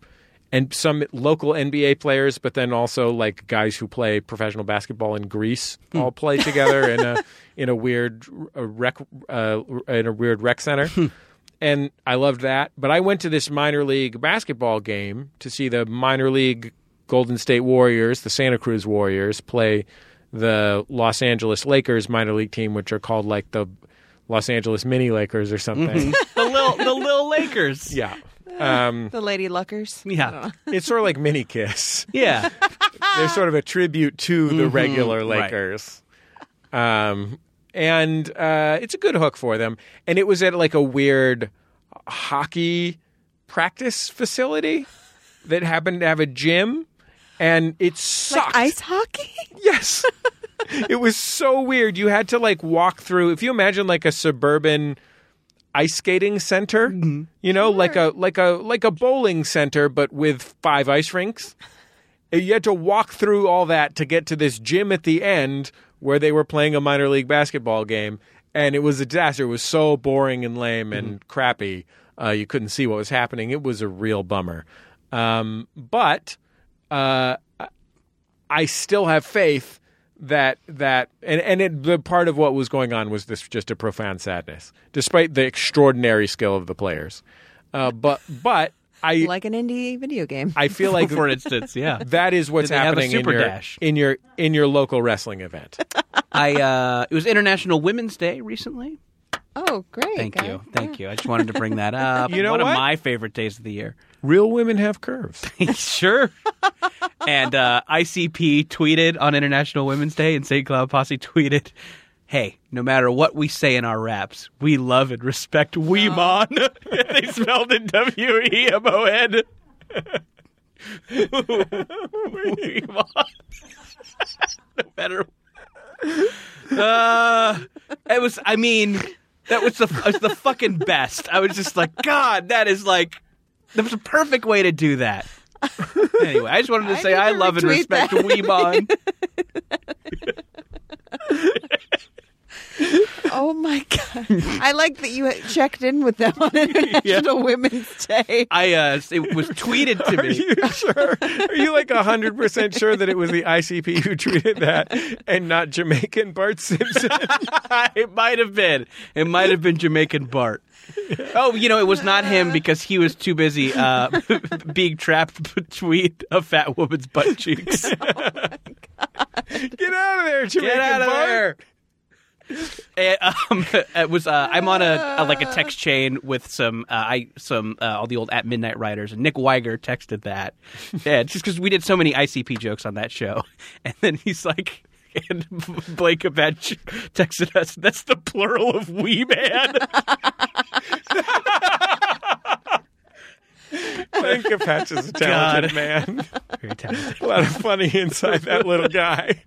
[SPEAKER 2] and some local NBA players, but then also like guys who play professional basketball in Greece all play together in a in a weird a rec uh, in a weird rec center. and I loved that. But I went to this minor league basketball game to see the minor league Golden State Warriors, the Santa Cruz Warriors, play the Los Angeles Lakers minor league team, which are called like the Los Angeles Mini Lakers or something.
[SPEAKER 3] The Lil the Lil Lakers.
[SPEAKER 2] yeah. Uh. Um,
[SPEAKER 4] the lady luckers.
[SPEAKER 3] Yeah.
[SPEAKER 2] it's sort of like mini kiss.
[SPEAKER 3] Yeah.
[SPEAKER 2] they're sort of a tribute to the regular
[SPEAKER 3] right.
[SPEAKER 2] Lakers. Um, and uh, it's a good hook for them. And it was at like a weird hockey practice facility that happened to have a gym, and it sucked.
[SPEAKER 4] Ice hockey.
[SPEAKER 2] Yes. it was so weird. You had to like walk through if you imagine like a suburban ice skating center, you know, like a like a like a bowling center but with five ice rinks. You had to walk through all that to get to this gym at the end where they were playing a minor league basketball game and it was a disaster. It was so boring and lame and crappy. Uh, you couldn't see what was happening. It was a real bummer. Um, but uh, I still have faith that that and and it, the part of what was going on was this just a profound sadness, despite the extraordinary skill of the players. Uh, but but I
[SPEAKER 4] like an indie video game.
[SPEAKER 2] I feel like
[SPEAKER 3] For instance, yeah.
[SPEAKER 2] that is what's
[SPEAKER 3] Did they have a
[SPEAKER 2] happening in
[SPEAKER 3] super
[SPEAKER 2] your
[SPEAKER 3] dash?
[SPEAKER 2] in your in your local wrestling event.
[SPEAKER 3] I uh it was International Women's Day recently.
[SPEAKER 4] oh, great!
[SPEAKER 3] Thank
[SPEAKER 4] guy.
[SPEAKER 3] you. Thank you. I just wanted to bring that up.
[SPEAKER 2] You know
[SPEAKER 3] One
[SPEAKER 2] what?
[SPEAKER 3] of my favorite days of the year.
[SPEAKER 2] Real women have curves.
[SPEAKER 3] sure. and uh, ICP tweeted on International Women's Day, and St. Cloud Posse tweeted, "Hey, no matter what we say in our raps, we love and respect Weemon." they spelled it W E M O N. Weemon. no matter. Uh, it was. I mean, that was the it was the fucking best. I was just like, God, that is like that was a perfect way to do that. anyway, I just wanted to
[SPEAKER 4] I
[SPEAKER 3] say
[SPEAKER 4] need
[SPEAKER 3] I
[SPEAKER 4] to
[SPEAKER 3] love and
[SPEAKER 4] retweet
[SPEAKER 3] respect
[SPEAKER 4] that.
[SPEAKER 3] Weemon.
[SPEAKER 4] Oh my god! I like that you checked in with them on International Women's Day.
[SPEAKER 3] I uh, it was tweeted to
[SPEAKER 2] Are
[SPEAKER 3] me.
[SPEAKER 2] you sure? Are you like hundred percent sure that it was the ICP who tweeted that and not Jamaican Bart Simpson?
[SPEAKER 3] it might have been. It might have been Jamaican Bart. Oh, you know, it was not him because he was too busy uh, being trapped between a fat woman's butt cheeks.
[SPEAKER 2] Get out of there, Jamaican
[SPEAKER 3] Get out of
[SPEAKER 2] Bart!
[SPEAKER 3] there. And, um, it was uh, I'm on a, a like a text chain with some uh, I some uh, all the old at midnight writers and Nick Weiger texted that, yeah, just because we did so many ICP jokes on that show, and then he's like. And Blake Avenge texted us. That's the plural of wee man.
[SPEAKER 2] Thank you, Patch is a talented man.
[SPEAKER 3] Very talented.
[SPEAKER 2] A lot of funny inside that little guy.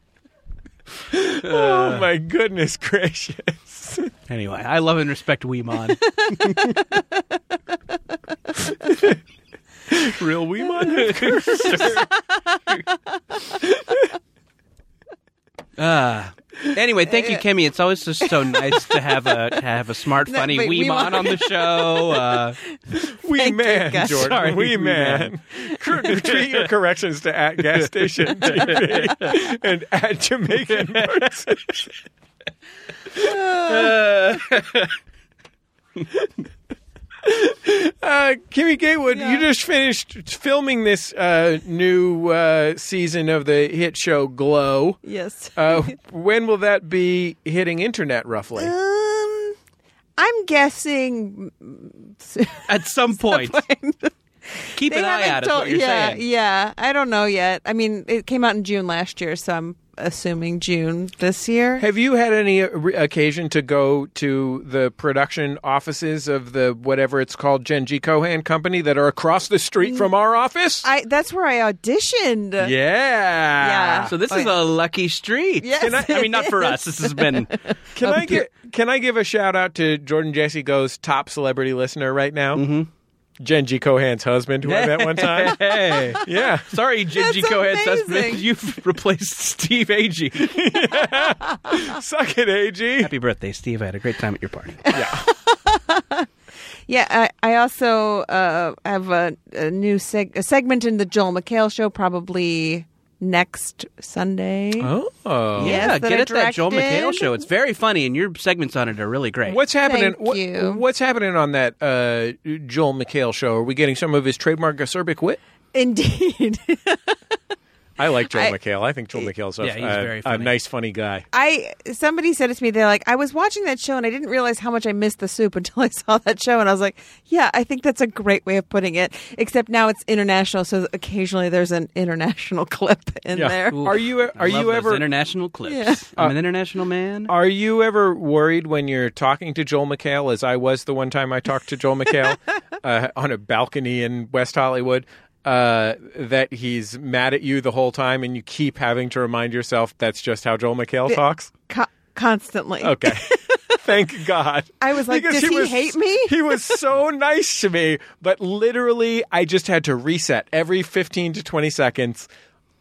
[SPEAKER 3] Uh.
[SPEAKER 2] oh my goodness gracious!
[SPEAKER 3] Anyway, I love and respect wee man.
[SPEAKER 2] Real Weemon?
[SPEAKER 3] Uh, anyway, thank you, Kimmy. It's always just so nice to have a to have a smart,
[SPEAKER 4] No,
[SPEAKER 3] funny
[SPEAKER 4] but
[SPEAKER 3] wee
[SPEAKER 4] we
[SPEAKER 3] man
[SPEAKER 4] want-
[SPEAKER 3] on the show. Uh,
[SPEAKER 2] we
[SPEAKER 4] Thank you,
[SPEAKER 2] man,
[SPEAKER 4] guys.
[SPEAKER 2] Jordan.
[SPEAKER 3] Sorry,
[SPEAKER 2] we
[SPEAKER 3] we
[SPEAKER 2] man. Cor- Treat your corrections to at gas station TV and at Jamaican person. Uh, Kimmy Gatewood, you just finished filming this uh, new uh, season of the hit show Glow.
[SPEAKER 4] Yes.
[SPEAKER 2] Uh, when will that be hitting internet roughly?
[SPEAKER 4] Um, I'm guessing
[SPEAKER 3] at some point, keep
[SPEAKER 4] they
[SPEAKER 3] an eye
[SPEAKER 4] haven't
[SPEAKER 3] out
[SPEAKER 4] told-
[SPEAKER 3] of what you're
[SPEAKER 4] yeah,
[SPEAKER 3] saying.
[SPEAKER 4] yeah. I don't know yet. I mean, it came out in June last year, so I'm assuming June this year.
[SPEAKER 2] Have you had any uh, re- occasion to go to the production offices of the whatever it's called, Gen G Cohan Company, that are across the street from our office?
[SPEAKER 4] I that's where I auditioned.
[SPEAKER 2] yeah.
[SPEAKER 4] Yeah.
[SPEAKER 3] So this
[SPEAKER 4] Oh,
[SPEAKER 3] is a lucky street.
[SPEAKER 4] Yes,
[SPEAKER 3] Can I, I mean, not for us. This has been
[SPEAKER 4] uh,
[SPEAKER 2] Can I get, can I give a shout out to Jordan Jesse Go's top celebrity listener right now? Mm-hmm. Gen G Cohan's husband, who I met one time.
[SPEAKER 3] hey.
[SPEAKER 2] Yeah.
[SPEAKER 3] Sorry, Gingy
[SPEAKER 4] That's
[SPEAKER 3] Cohead's
[SPEAKER 4] amazing.
[SPEAKER 3] husband. You've replaced Steve Agee.
[SPEAKER 2] Suck it, AG.
[SPEAKER 3] Happy birthday, Steve. I had a great time at your party.
[SPEAKER 4] Yeah, I, I also uh, have a, a new seg- a segment in the Joel McHale show, probably next Sunday.
[SPEAKER 2] Oh.
[SPEAKER 3] Yeah,
[SPEAKER 4] Yes, that
[SPEAKER 3] get
[SPEAKER 4] I
[SPEAKER 3] at that Joel McHale
[SPEAKER 4] directed.
[SPEAKER 3] show. It's very funny, and your segments on it are really great.
[SPEAKER 2] What's happening?
[SPEAKER 4] Thank you.
[SPEAKER 2] What's happening on that uh, Joel McHale show? Are we getting some of his trademark acerbic wit?
[SPEAKER 4] Indeed.
[SPEAKER 2] I like Joel
[SPEAKER 4] I-
[SPEAKER 2] McHale. I think Joel McHale's a,
[SPEAKER 3] Yeah, he's
[SPEAKER 2] a-
[SPEAKER 3] very
[SPEAKER 2] a
[SPEAKER 3] funny.
[SPEAKER 2] nice, funny guy.
[SPEAKER 4] I somebody said it to me. They're like, I was watching that show and I didn't realize how much I missed the soup until I saw that show. And I was like, Yeah, I think that's a great way of putting it. Except now it's international, so occasionally there's an international clip in there.
[SPEAKER 3] Ooh.
[SPEAKER 2] Are you
[SPEAKER 3] I
[SPEAKER 2] are
[SPEAKER 3] love
[SPEAKER 2] you
[SPEAKER 3] those
[SPEAKER 2] ever
[SPEAKER 3] international clips?
[SPEAKER 4] Yeah.
[SPEAKER 3] I'm an international man.
[SPEAKER 2] are you ever worried when you're talking to Joel McHale, as I was the one time I talked to Joel McHale uh, on a balcony in West Hollywood, uh, that he's mad at you the whole time, and you keep having to remind yourself that's just how Joel McHale talks?
[SPEAKER 4] Co- constantly.
[SPEAKER 2] Okay. Thank God.
[SPEAKER 4] I was like,
[SPEAKER 2] Because
[SPEAKER 4] does he hate me?
[SPEAKER 2] He was so nice to me, but literally, I just had to reset every 15 to 20 seconds.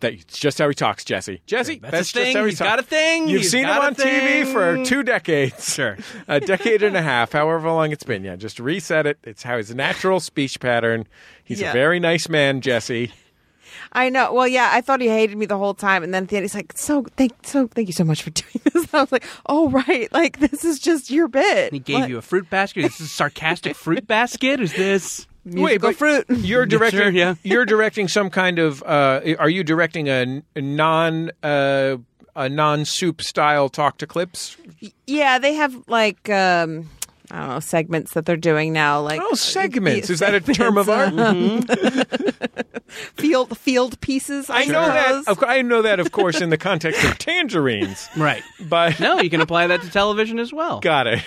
[SPEAKER 2] That's just how he talks, Jesse. Jesse,
[SPEAKER 3] That's
[SPEAKER 2] that's,
[SPEAKER 3] a
[SPEAKER 2] just
[SPEAKER 3] thing.
[SPEAKER 2] how he
[SPEAKER 3] He's
[SPEAKER 2] talks.
[SPEAKER 3] got a thing.
[SPEAKER 2] You've
[SPEAKER 3] He's
[SPEAKER 2] seen him
[SPEAKER 3] got a
[SPEAKER 2] on TV for
[SPEAKER 3] thing.
[SPEAKER 2] two decades.
[SPEAKER 3] Sure.
[SPEAKER 2] A decade and a half, however long it's been. Yeah, just reset it. It's how his natural speech pattern. He's
[SPEAKER 4] Yeah.
[SPEAKER 2] a very nice man, Jesse.
[SPEAKER 4] I know. Well, yeah, I thought he hated me the whole time, and then at the end, he's like, "So thank, so thank you so much for doing this." And I was like, "Oh right, like this is just your bit."
[SPEAKER 3] He gave
[SPEAKER 4] What?
[SPEAKER 3] you a fruit basket. Is this a sarcastic fruit basket? Is this?
[SPEAKER 4] musical fruit.
[SPEAKER 2] You're directing.
[SPEAKER 3] Sure, yeah.
[SPEAKER 2] You're directing some kind of. Uh, are you directing a, a non uh, a non soup style talk to clips?
[SPEAKER 4] Yeah, they have like um I don't know segments that they're doing now, like uh,
[SPEAKER 2] Oh, segments. Is that a term of art?
[SPEAKER 4] field field pieces. I,
[SPEAKER 2] I know that.
[SPEAKER 4] suppose.
[SPEAKER 2] Of, cou- I know that, of course, in the context of tangerines.
[SPEAKER 3] Right.
[SPEAKER 2] But
[SPEAKER 3] No, you can apply that to television as well.
[SPEAKER 2] got it.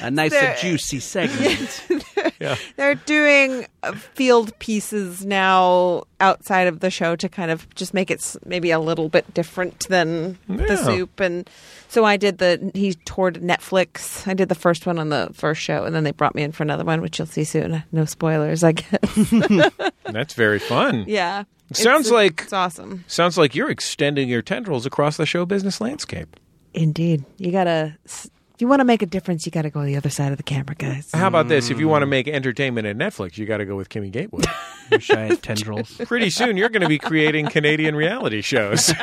[SPEAKER 3] A nice,
[SPEAKER 4] There-
[SPEAKER 3] a juicy segment.
[SPEAKER 4] They're doing uh, field pieces now outside of the show to kind of just make it s- maybe a little bit different than the
[SPEAKER 2] Yeah.
[SPEAKER 4] soup. And so I did the he toured Netflix. I did the first one on the first show, and then they brought me in for another one, which you'll see soon. No spoilers, I guess.
[SPEAKER 2] That's very fun.
[SPEAKER 4] yeah,
[SPEAKER 2] Sounds
[SPEAKER 4] It's-
[SPEAKER 2] like-
[SPEAKER 4] it's awesome.
[SPEAKER 2] Sounds like you're extending your tendrils across the show business landscape.
[SPEAKER 4] Indeed. You got to, you want to make a difference, you got to go the other side of the camera, guys.
[SPEAKER 2] How about this? If you want to make entertainment at Netflix, you got to go with Kimmy Gatewood.
[SPEAKER 3] Wish I had tendrils.
[SPEAKER 2] Pretty soon, you're going to be creating Canadian reality shows.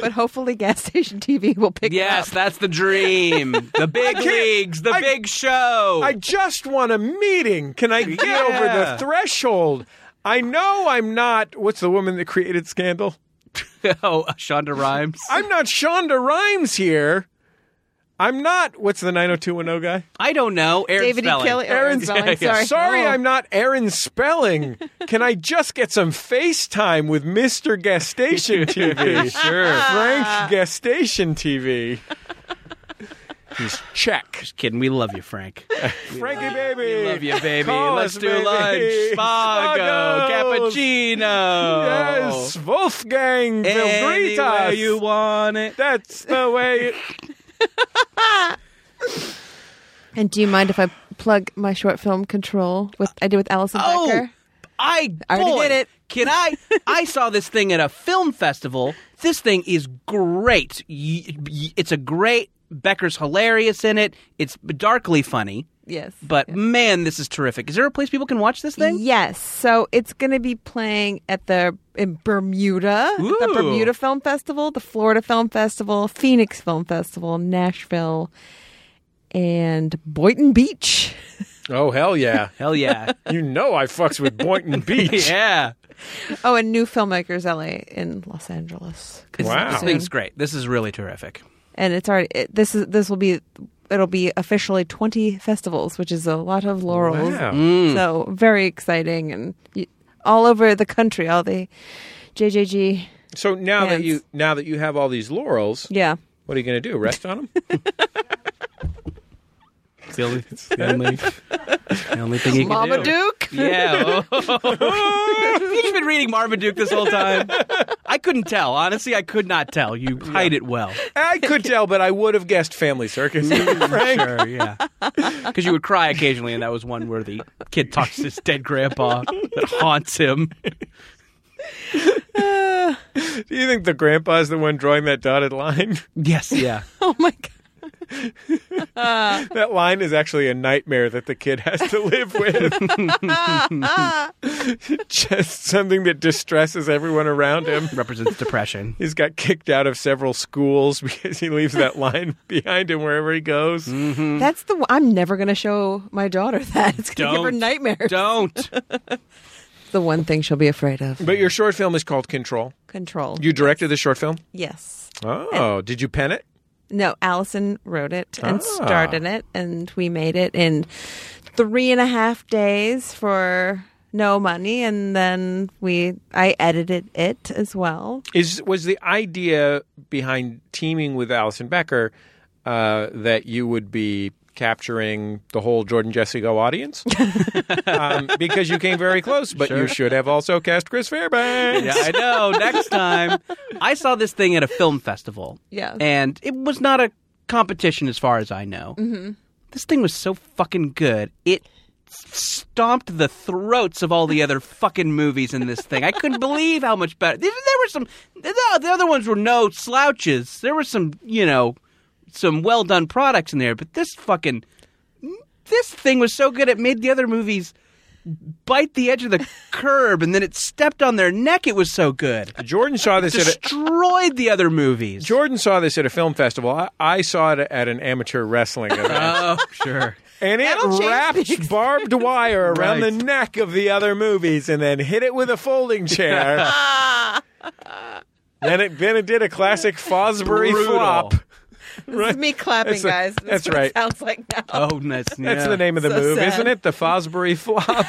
[SPEAKER 4] But hopefully, gas station TV will pick
[SPEAKER 3] Yes,
[SPEAKER 4] it up.
[SPEAKER 3] that's the dream. The big leagues, the
[SPEAKER 2] I-
[SPEAKER 3] big show.
[SPEAKER 2] I just want a meeting. Can I get over
[SPEAKER 3] Yeah.
[SPEAKER 2] the threshold? I know I'm not. What's the woman that created Scandal?
[SPEAKER 3] oh, Shonda Rhimes.
[SPEAKER 2] I'm not Shonda Rhimes here. I'm not. What's the 90210 guy?
[SPEAKER 3] I don't know. Aaron
[SPEAKER 4] David E.
[SPEAKER 3] Spelling.
[SPEAKER 4] Kelly. or Aaron Spelling, sorry.
[SPEAKER 2] Sorry,
[SPEAKER 4] Oh.
[SPEAKER 2] I'm not Aaron Spelling. Can I just get some FaceTime with Mr. Gas Station TV? sure.
[SPEAKER 3] Ah.
[SPEAKER 2] Frank Gas Station TV. He's Czech.
[SPEAKER 3] Just kidding. We love you, Frank.
[SPEAKER 2] Frankie baby.
[SPEAKER 3] love you, baby.
[SPEAKER 2] Call
[SPEAKER 3] Let's
[SPEAKER 2] us,
[SPEAKER 3] do
[SPEAKER 2] baby.
[SPEAKER 3] lunch. Spago,
[SPEAKER 2] Spagos.
[SPEAKER 3] cappuccino.
[SPEAKER 2] Yes, Wolfgang
[SPEAKER 3] Anywhere
[SPEAKER 2] Vilbritas.
[SPEAKER 3] you want it.
[SPEAKER 2] That's the way.
[SPEAKER 4] And do you mind if I plug my short film Control with I did with Allison
[SPEAKER 3] Oh,
[SPEAKER 4] Becker?
[SPEAKER 3] I
[SPEAKER 4] I already
[SPEAKER 3] boy,
[SPEAKER 4] did it.
[SPEAKER 3] Can I? I saw this thing at a film festival. This thing is great. Y- y- It's a great. Becker's hilarious in it. It's darkly funny,
[SPEAKER 4] Yes.
[SPEAKER 3] but man, this is terrific. Is there a place people can watch this thing?
[SPEAKER 4] Yes. So it's going to be playing at the in Bermuda, at the
[SPEAKER 3] Ooh.
[SPEAKER 4] Bermuda Film Festival, the Florida Film Festival, Phoenix Film Festival, Nashville, and Boynton Beach.
[SPEAKER 2] Oh hell yeah!
[SPEAKER 3] Hell yeah,
[SPEAKER 2] You know I fucks with Boynton Beach.
[SPEAKER 3] yeah.
[SPEAKER 4] Oh, and New Filmmakers LA in Los Angeles.
[SPEAKER 3] This-
[SPEAKER 2] Wow.
[SPEAKER 3] This thing's great. This is really terrific.
[SPEAKER 4] And it's already it, this is this will be it'll be officially 20 festivals, which is a lot of laurels.
[SPEAKER 2] Wow.
[SPEAKER 4] So very exciting and you, all over the country, all the JJG.
[SPEAKER 2] So now that
[SPEAKER 4] Yes.
[SPEAKER 2] you now that you have all these laurels,
[SPEAKER 4] Yeah.
[SPEAKER 2] what are you going to do? Rest on them?
[SPEAKER 3] Billy, the only, the only thing you can do.
[SPEAKER 4] Mama Duke.
[SPEAKER 3] Yeah. You've been reading Marmaduke this whole time. I couldn't tell. Honestly, I could not tell. You hide it well.
[SPEAKER 2] I could tell, but I would have guessed Family Circus.
[SPEAKER 4] Mm,
[SPEAKER 2] Frank,
[SPEAKER 3] Sure, yeah. Because you would cry occasionally, and that was one where the kid talks to his dead grandpa that haunts him.
[SPEAKER 2] do you think the grandpa is the one drawing that dotted line?
[SPEAKER 3] Yes, yeah.
[SPEAKER 4] Oh my god.
[SPEAKER 2] that line is actually a nightmare that the kid has to live with. Just something that distresses everyone around him.
[SPEAKER 3] Represents depression.
[SPEAKER 2] He's got kicked out of several schools because he leaves that line behind him wherever he goes.
[SPEAKER 4] That's the. one- I'm never going to show my daughter that. It's going to give her
[SPEAKER 3] Don't.
[SPEAKER 4] nightmares.
[SPEAKER 3] Don't.
[SPEAKER 4] The one thing she'll be afraid of.
[SPEAKER 2] But your short film is called Control.
[SPEAKER 4] Control.
[SPEAKER 2] You directed the short film?
[SPEAKER 4] yes.
[SPEAKER 2] Oh, did you pen it?
[SPEAKER 4] No. Allison wrote it and
[SPEAKER 2] Ah.
[SPEAKER 4] starred in it, and we made it in three and a half days for no money, and then we. I edited it as well.
[SPEAKER 2] Is was the idea behind teaming with Alison Becker uh, that you would be capturing the whole Jordan Jesse Go audience? um, because you came very close, but you should have also cast Chris Fairbanks.
[SPEAKER 3] Yeah, I know. Next time. I saw this thing at a film festival.
[SPEAKER 4] Yeah.
[SPEAKER 3] And it was not a competition as far as I know. Mm-hmm. This thing was so fucking good. It stomped the throats of all the other fucking movies in this thing. I couldn't believe how much better. There, there were some. The, the other ones were no slouches. There were some, you know, some well done products in there, but this fucking. This thing was so good it made the other movies bite the edge of the curb and then it stepped on their neck. It was so good.
[SPEAKER 2] Jordan saw this at a,
[SPEAKER 3] Destroyed the other movies.
[SPEAKER 2] Jordan saw this at a film festival. I, I saw it at an amateur wrestling event,
[SPEAKER 3] Oh, sure.
[SPEAKER 2] and it
[SPEAKER 4] That'll change
[SPEAKER 2] wrapped
[SPEAKER 4] things.
[SPEAKER 2] barbed wire around
[SPEAKER 3] Right.
[SPEAKER 2] the neck of the other movies, and then hit it with a folding chair. then it then it did a classic Fosbury
[SPEAKER 3] Brutal.
[SPEAKER 2] flop.
[SPEAKER 4] It's me clapping,
[SPEAKER 2] That's a-
[SPEAKER 4] guys.
[SPEAKER 2] that's
[SPEAKER 4] what it
[SPEAKER 2] right.
[SPEAKER 4] sounds like now.
[SPEAKER 3] Oh, that's,
[SPEAKER 2] That's the name of the
[SPEAKER 4] So
[SPEAKER 2] move,
[SPEAKER 4] sad.
[SPEAKER 2] isn't it? The Fosbury flop.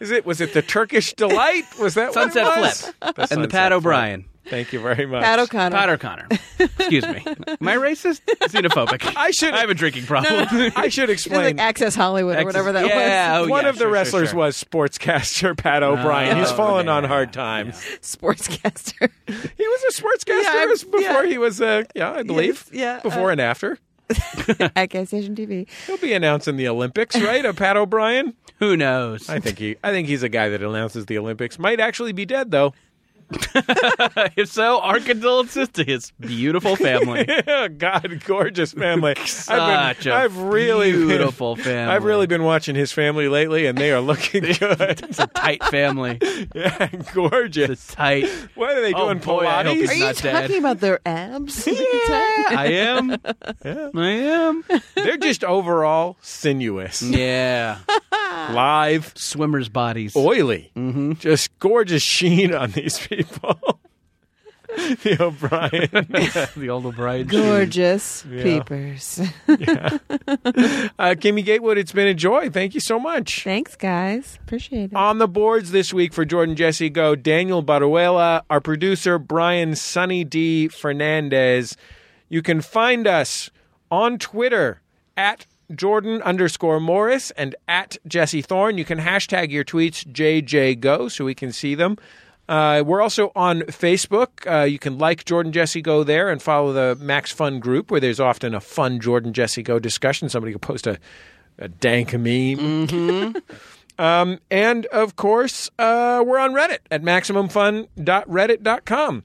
[SPEAKER 2] Is it? Was it the Turkish delight? Was that
[SPEAKER 3] Sunset
[SPEAKER 2] what it
[SPEAKER 3] Flip
[SPEAKER 2] was? The
[SPEAKER 3] and the
[SPEAKER 2] Sunset
[SPEAKER 3] Pat
[SPEAKER 2] Flip.
[SPEAKER 3] O'Brien.
[SPEAKER 2] Thank you very much.
[SPEAKER 4] Pat O'Connor.
[SPEAKER 3] Pat O'Connor. Excuse me. Am I racist? Xenophobic.
[SPEAKER 2] I should.
[SPEAKER 3] I have a drinking problem.
[SPEAKER 2] I should
[SPEAKER 4] It's
[SPEAKER 2] explain.
[SPEAKER 4] like Access Hollywood or whatever that
[SPEAKER 3] yeah,
[SPEAKER 4] was.
[SPEAKER 3] Oh,
[SPEAKER 2] One
[SPEAKER 3] yeah,
[SPEAKER 2] of the
[SPEAKER 3] sure, sure,
[SPEAKER 2] wrestlers
[SPEAKER 3] sure.
[SPEAKER 2] was sportscaster Pat O'Brien. He's
[SPEAKER 3] Oh,
[SPEAKER 2] fallen
[SPEAKER 3] yeah,
[SPEAKER 2] on
[SPEAKER 3] yeah,
[SPEAKER 2] hard
[SPEAKER 3] yeah.
[SPEAKER 2] times.
[SPEAKER 4] Sportscaster.
[SPEAKER 2] He was a sportscaster
[SPEAKER 4] Yeah, I'm-
[SPEAKER 2] as- before
[SPEAKER 4] yeah.
[SPEAKER 2] he was a yeah, I believe.
[SPEAKER 4] yeah,
[SPEAKER 2] before
[SPEAKER 4] uh,
[SPEAKER 2] and after.
[SPEAKER 4] At Gas Station TV.
[SPEAKER 2] He'll be announcing the Olympics, right? A Pat O'Brien.
[SPEAKER 3] Who knows?
[SPEAKER 2] I think he. I think he's a guy that announces the Olympics. Might actually be dead though.
[SPEAKER 3] if so, our condolences to his beautiful family.
[SPEAKER 2] Oh, God, gorgeous family. I've been-
[SPEAKER 3] Such a
[SPEAKER 2] I've really been-
[SPEAKER 3] beautiful family.
[SPEAKER 2] I've really been watching his family lately, and they are looking good.
[SPEAKER 3] It's a tight family.
[SPEAKER 2] yeah,
[SPEAKER 3] It's
[SPEAKER 2] gorgeous.
[SPEAKER 3] tight.
[SPEAKER 2] What are they
[SPEAKER 3] Oh,
[SPEAKER 2] doing,
[SPEAKER 3] boy, I hope
[SPEAKER 2] Pilates?
[SPEAKER 3] he's
[SPEAKER 4] Are you
[SPEAKER 3] not dead.
[SPEAKER 4] talking about their abs?
[SPEAKER 3] I am. I am.
[SPEAKER 2] They're just overall sinuous,
[SPEAKER 3] Yeah.
[SPEAKER 2] live,
[SPEAKER 3] Swimmers' bodies.
[SPEAKER 2] Mm-hmm. oily, just gorgeous sheen on these people. the O'Brien.
[SPEAKER 3] the old O'Brien.
[SPEAKER 4] Gorgeous
[SPEAKER 2] Yeah.
[SPEAKER 4] peepers.
[SPEAKER 2] Uh, Kimmy Gatewood, it's been a joy. Thank you so much.
[SPEAKER 4] Thanks, guys. Appreciate it.
[SPEAKER 2] On the boards this week for Jordan Jesse Go, Daniel Baruela, our producer, Brian Sunny D. Fernandez. You can find us on Twitter at Jordan underscore Morris and at Jesse Thorne. You can hashtag your tweets JJGo so we can see them. Uh, we're also on Facebook. Uh, you can like Jordan Jesse Go there and follow the Max Fun group where there's often a fun Jordan Jesse Go discussion. Somebody could post a, a dank meme. Um, and of course, uh, we're on Reddit at maximumfun.reddit.com.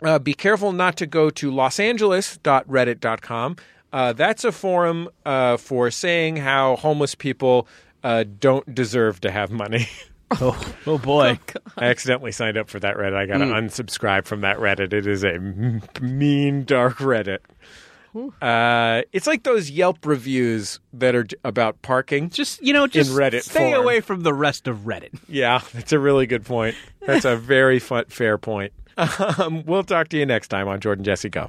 [SPEAKER 2] Uh, be careful not to go to losangeles.reddit.com. Uh, that's a forum uh, for saying how homeless people uh, don't deserve to have money.
[SPEAKER 3] Oh, oh boy.
[SPEAKER 2] I accidentally signed up for that Reddit. I
[SPEAKER 3] Hmm.
[SPEAKER 2] got to unsubscribe from that Reddit. It is a m- mean, dark Reddit. Uh, it's like those Yelp reviews that are j- about parking.
[SPEAKER 3] Just you know, just
[SPEAKER 2] Reddit
[SPEAKER 3] stay
[SPEAKER 2] form.
[SPEAKER 3] away from the rest of Reddit.
[SPEAKER 2] Yeah, that's a really good point. That's a very fun, fair point. Um, we'll talk to you next time on Jordan Jesse Go.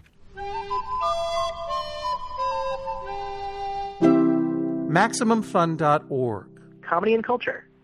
[SPEAKER 11] MaximumFun.org.
[SPEAKER 12] Comedy and culture.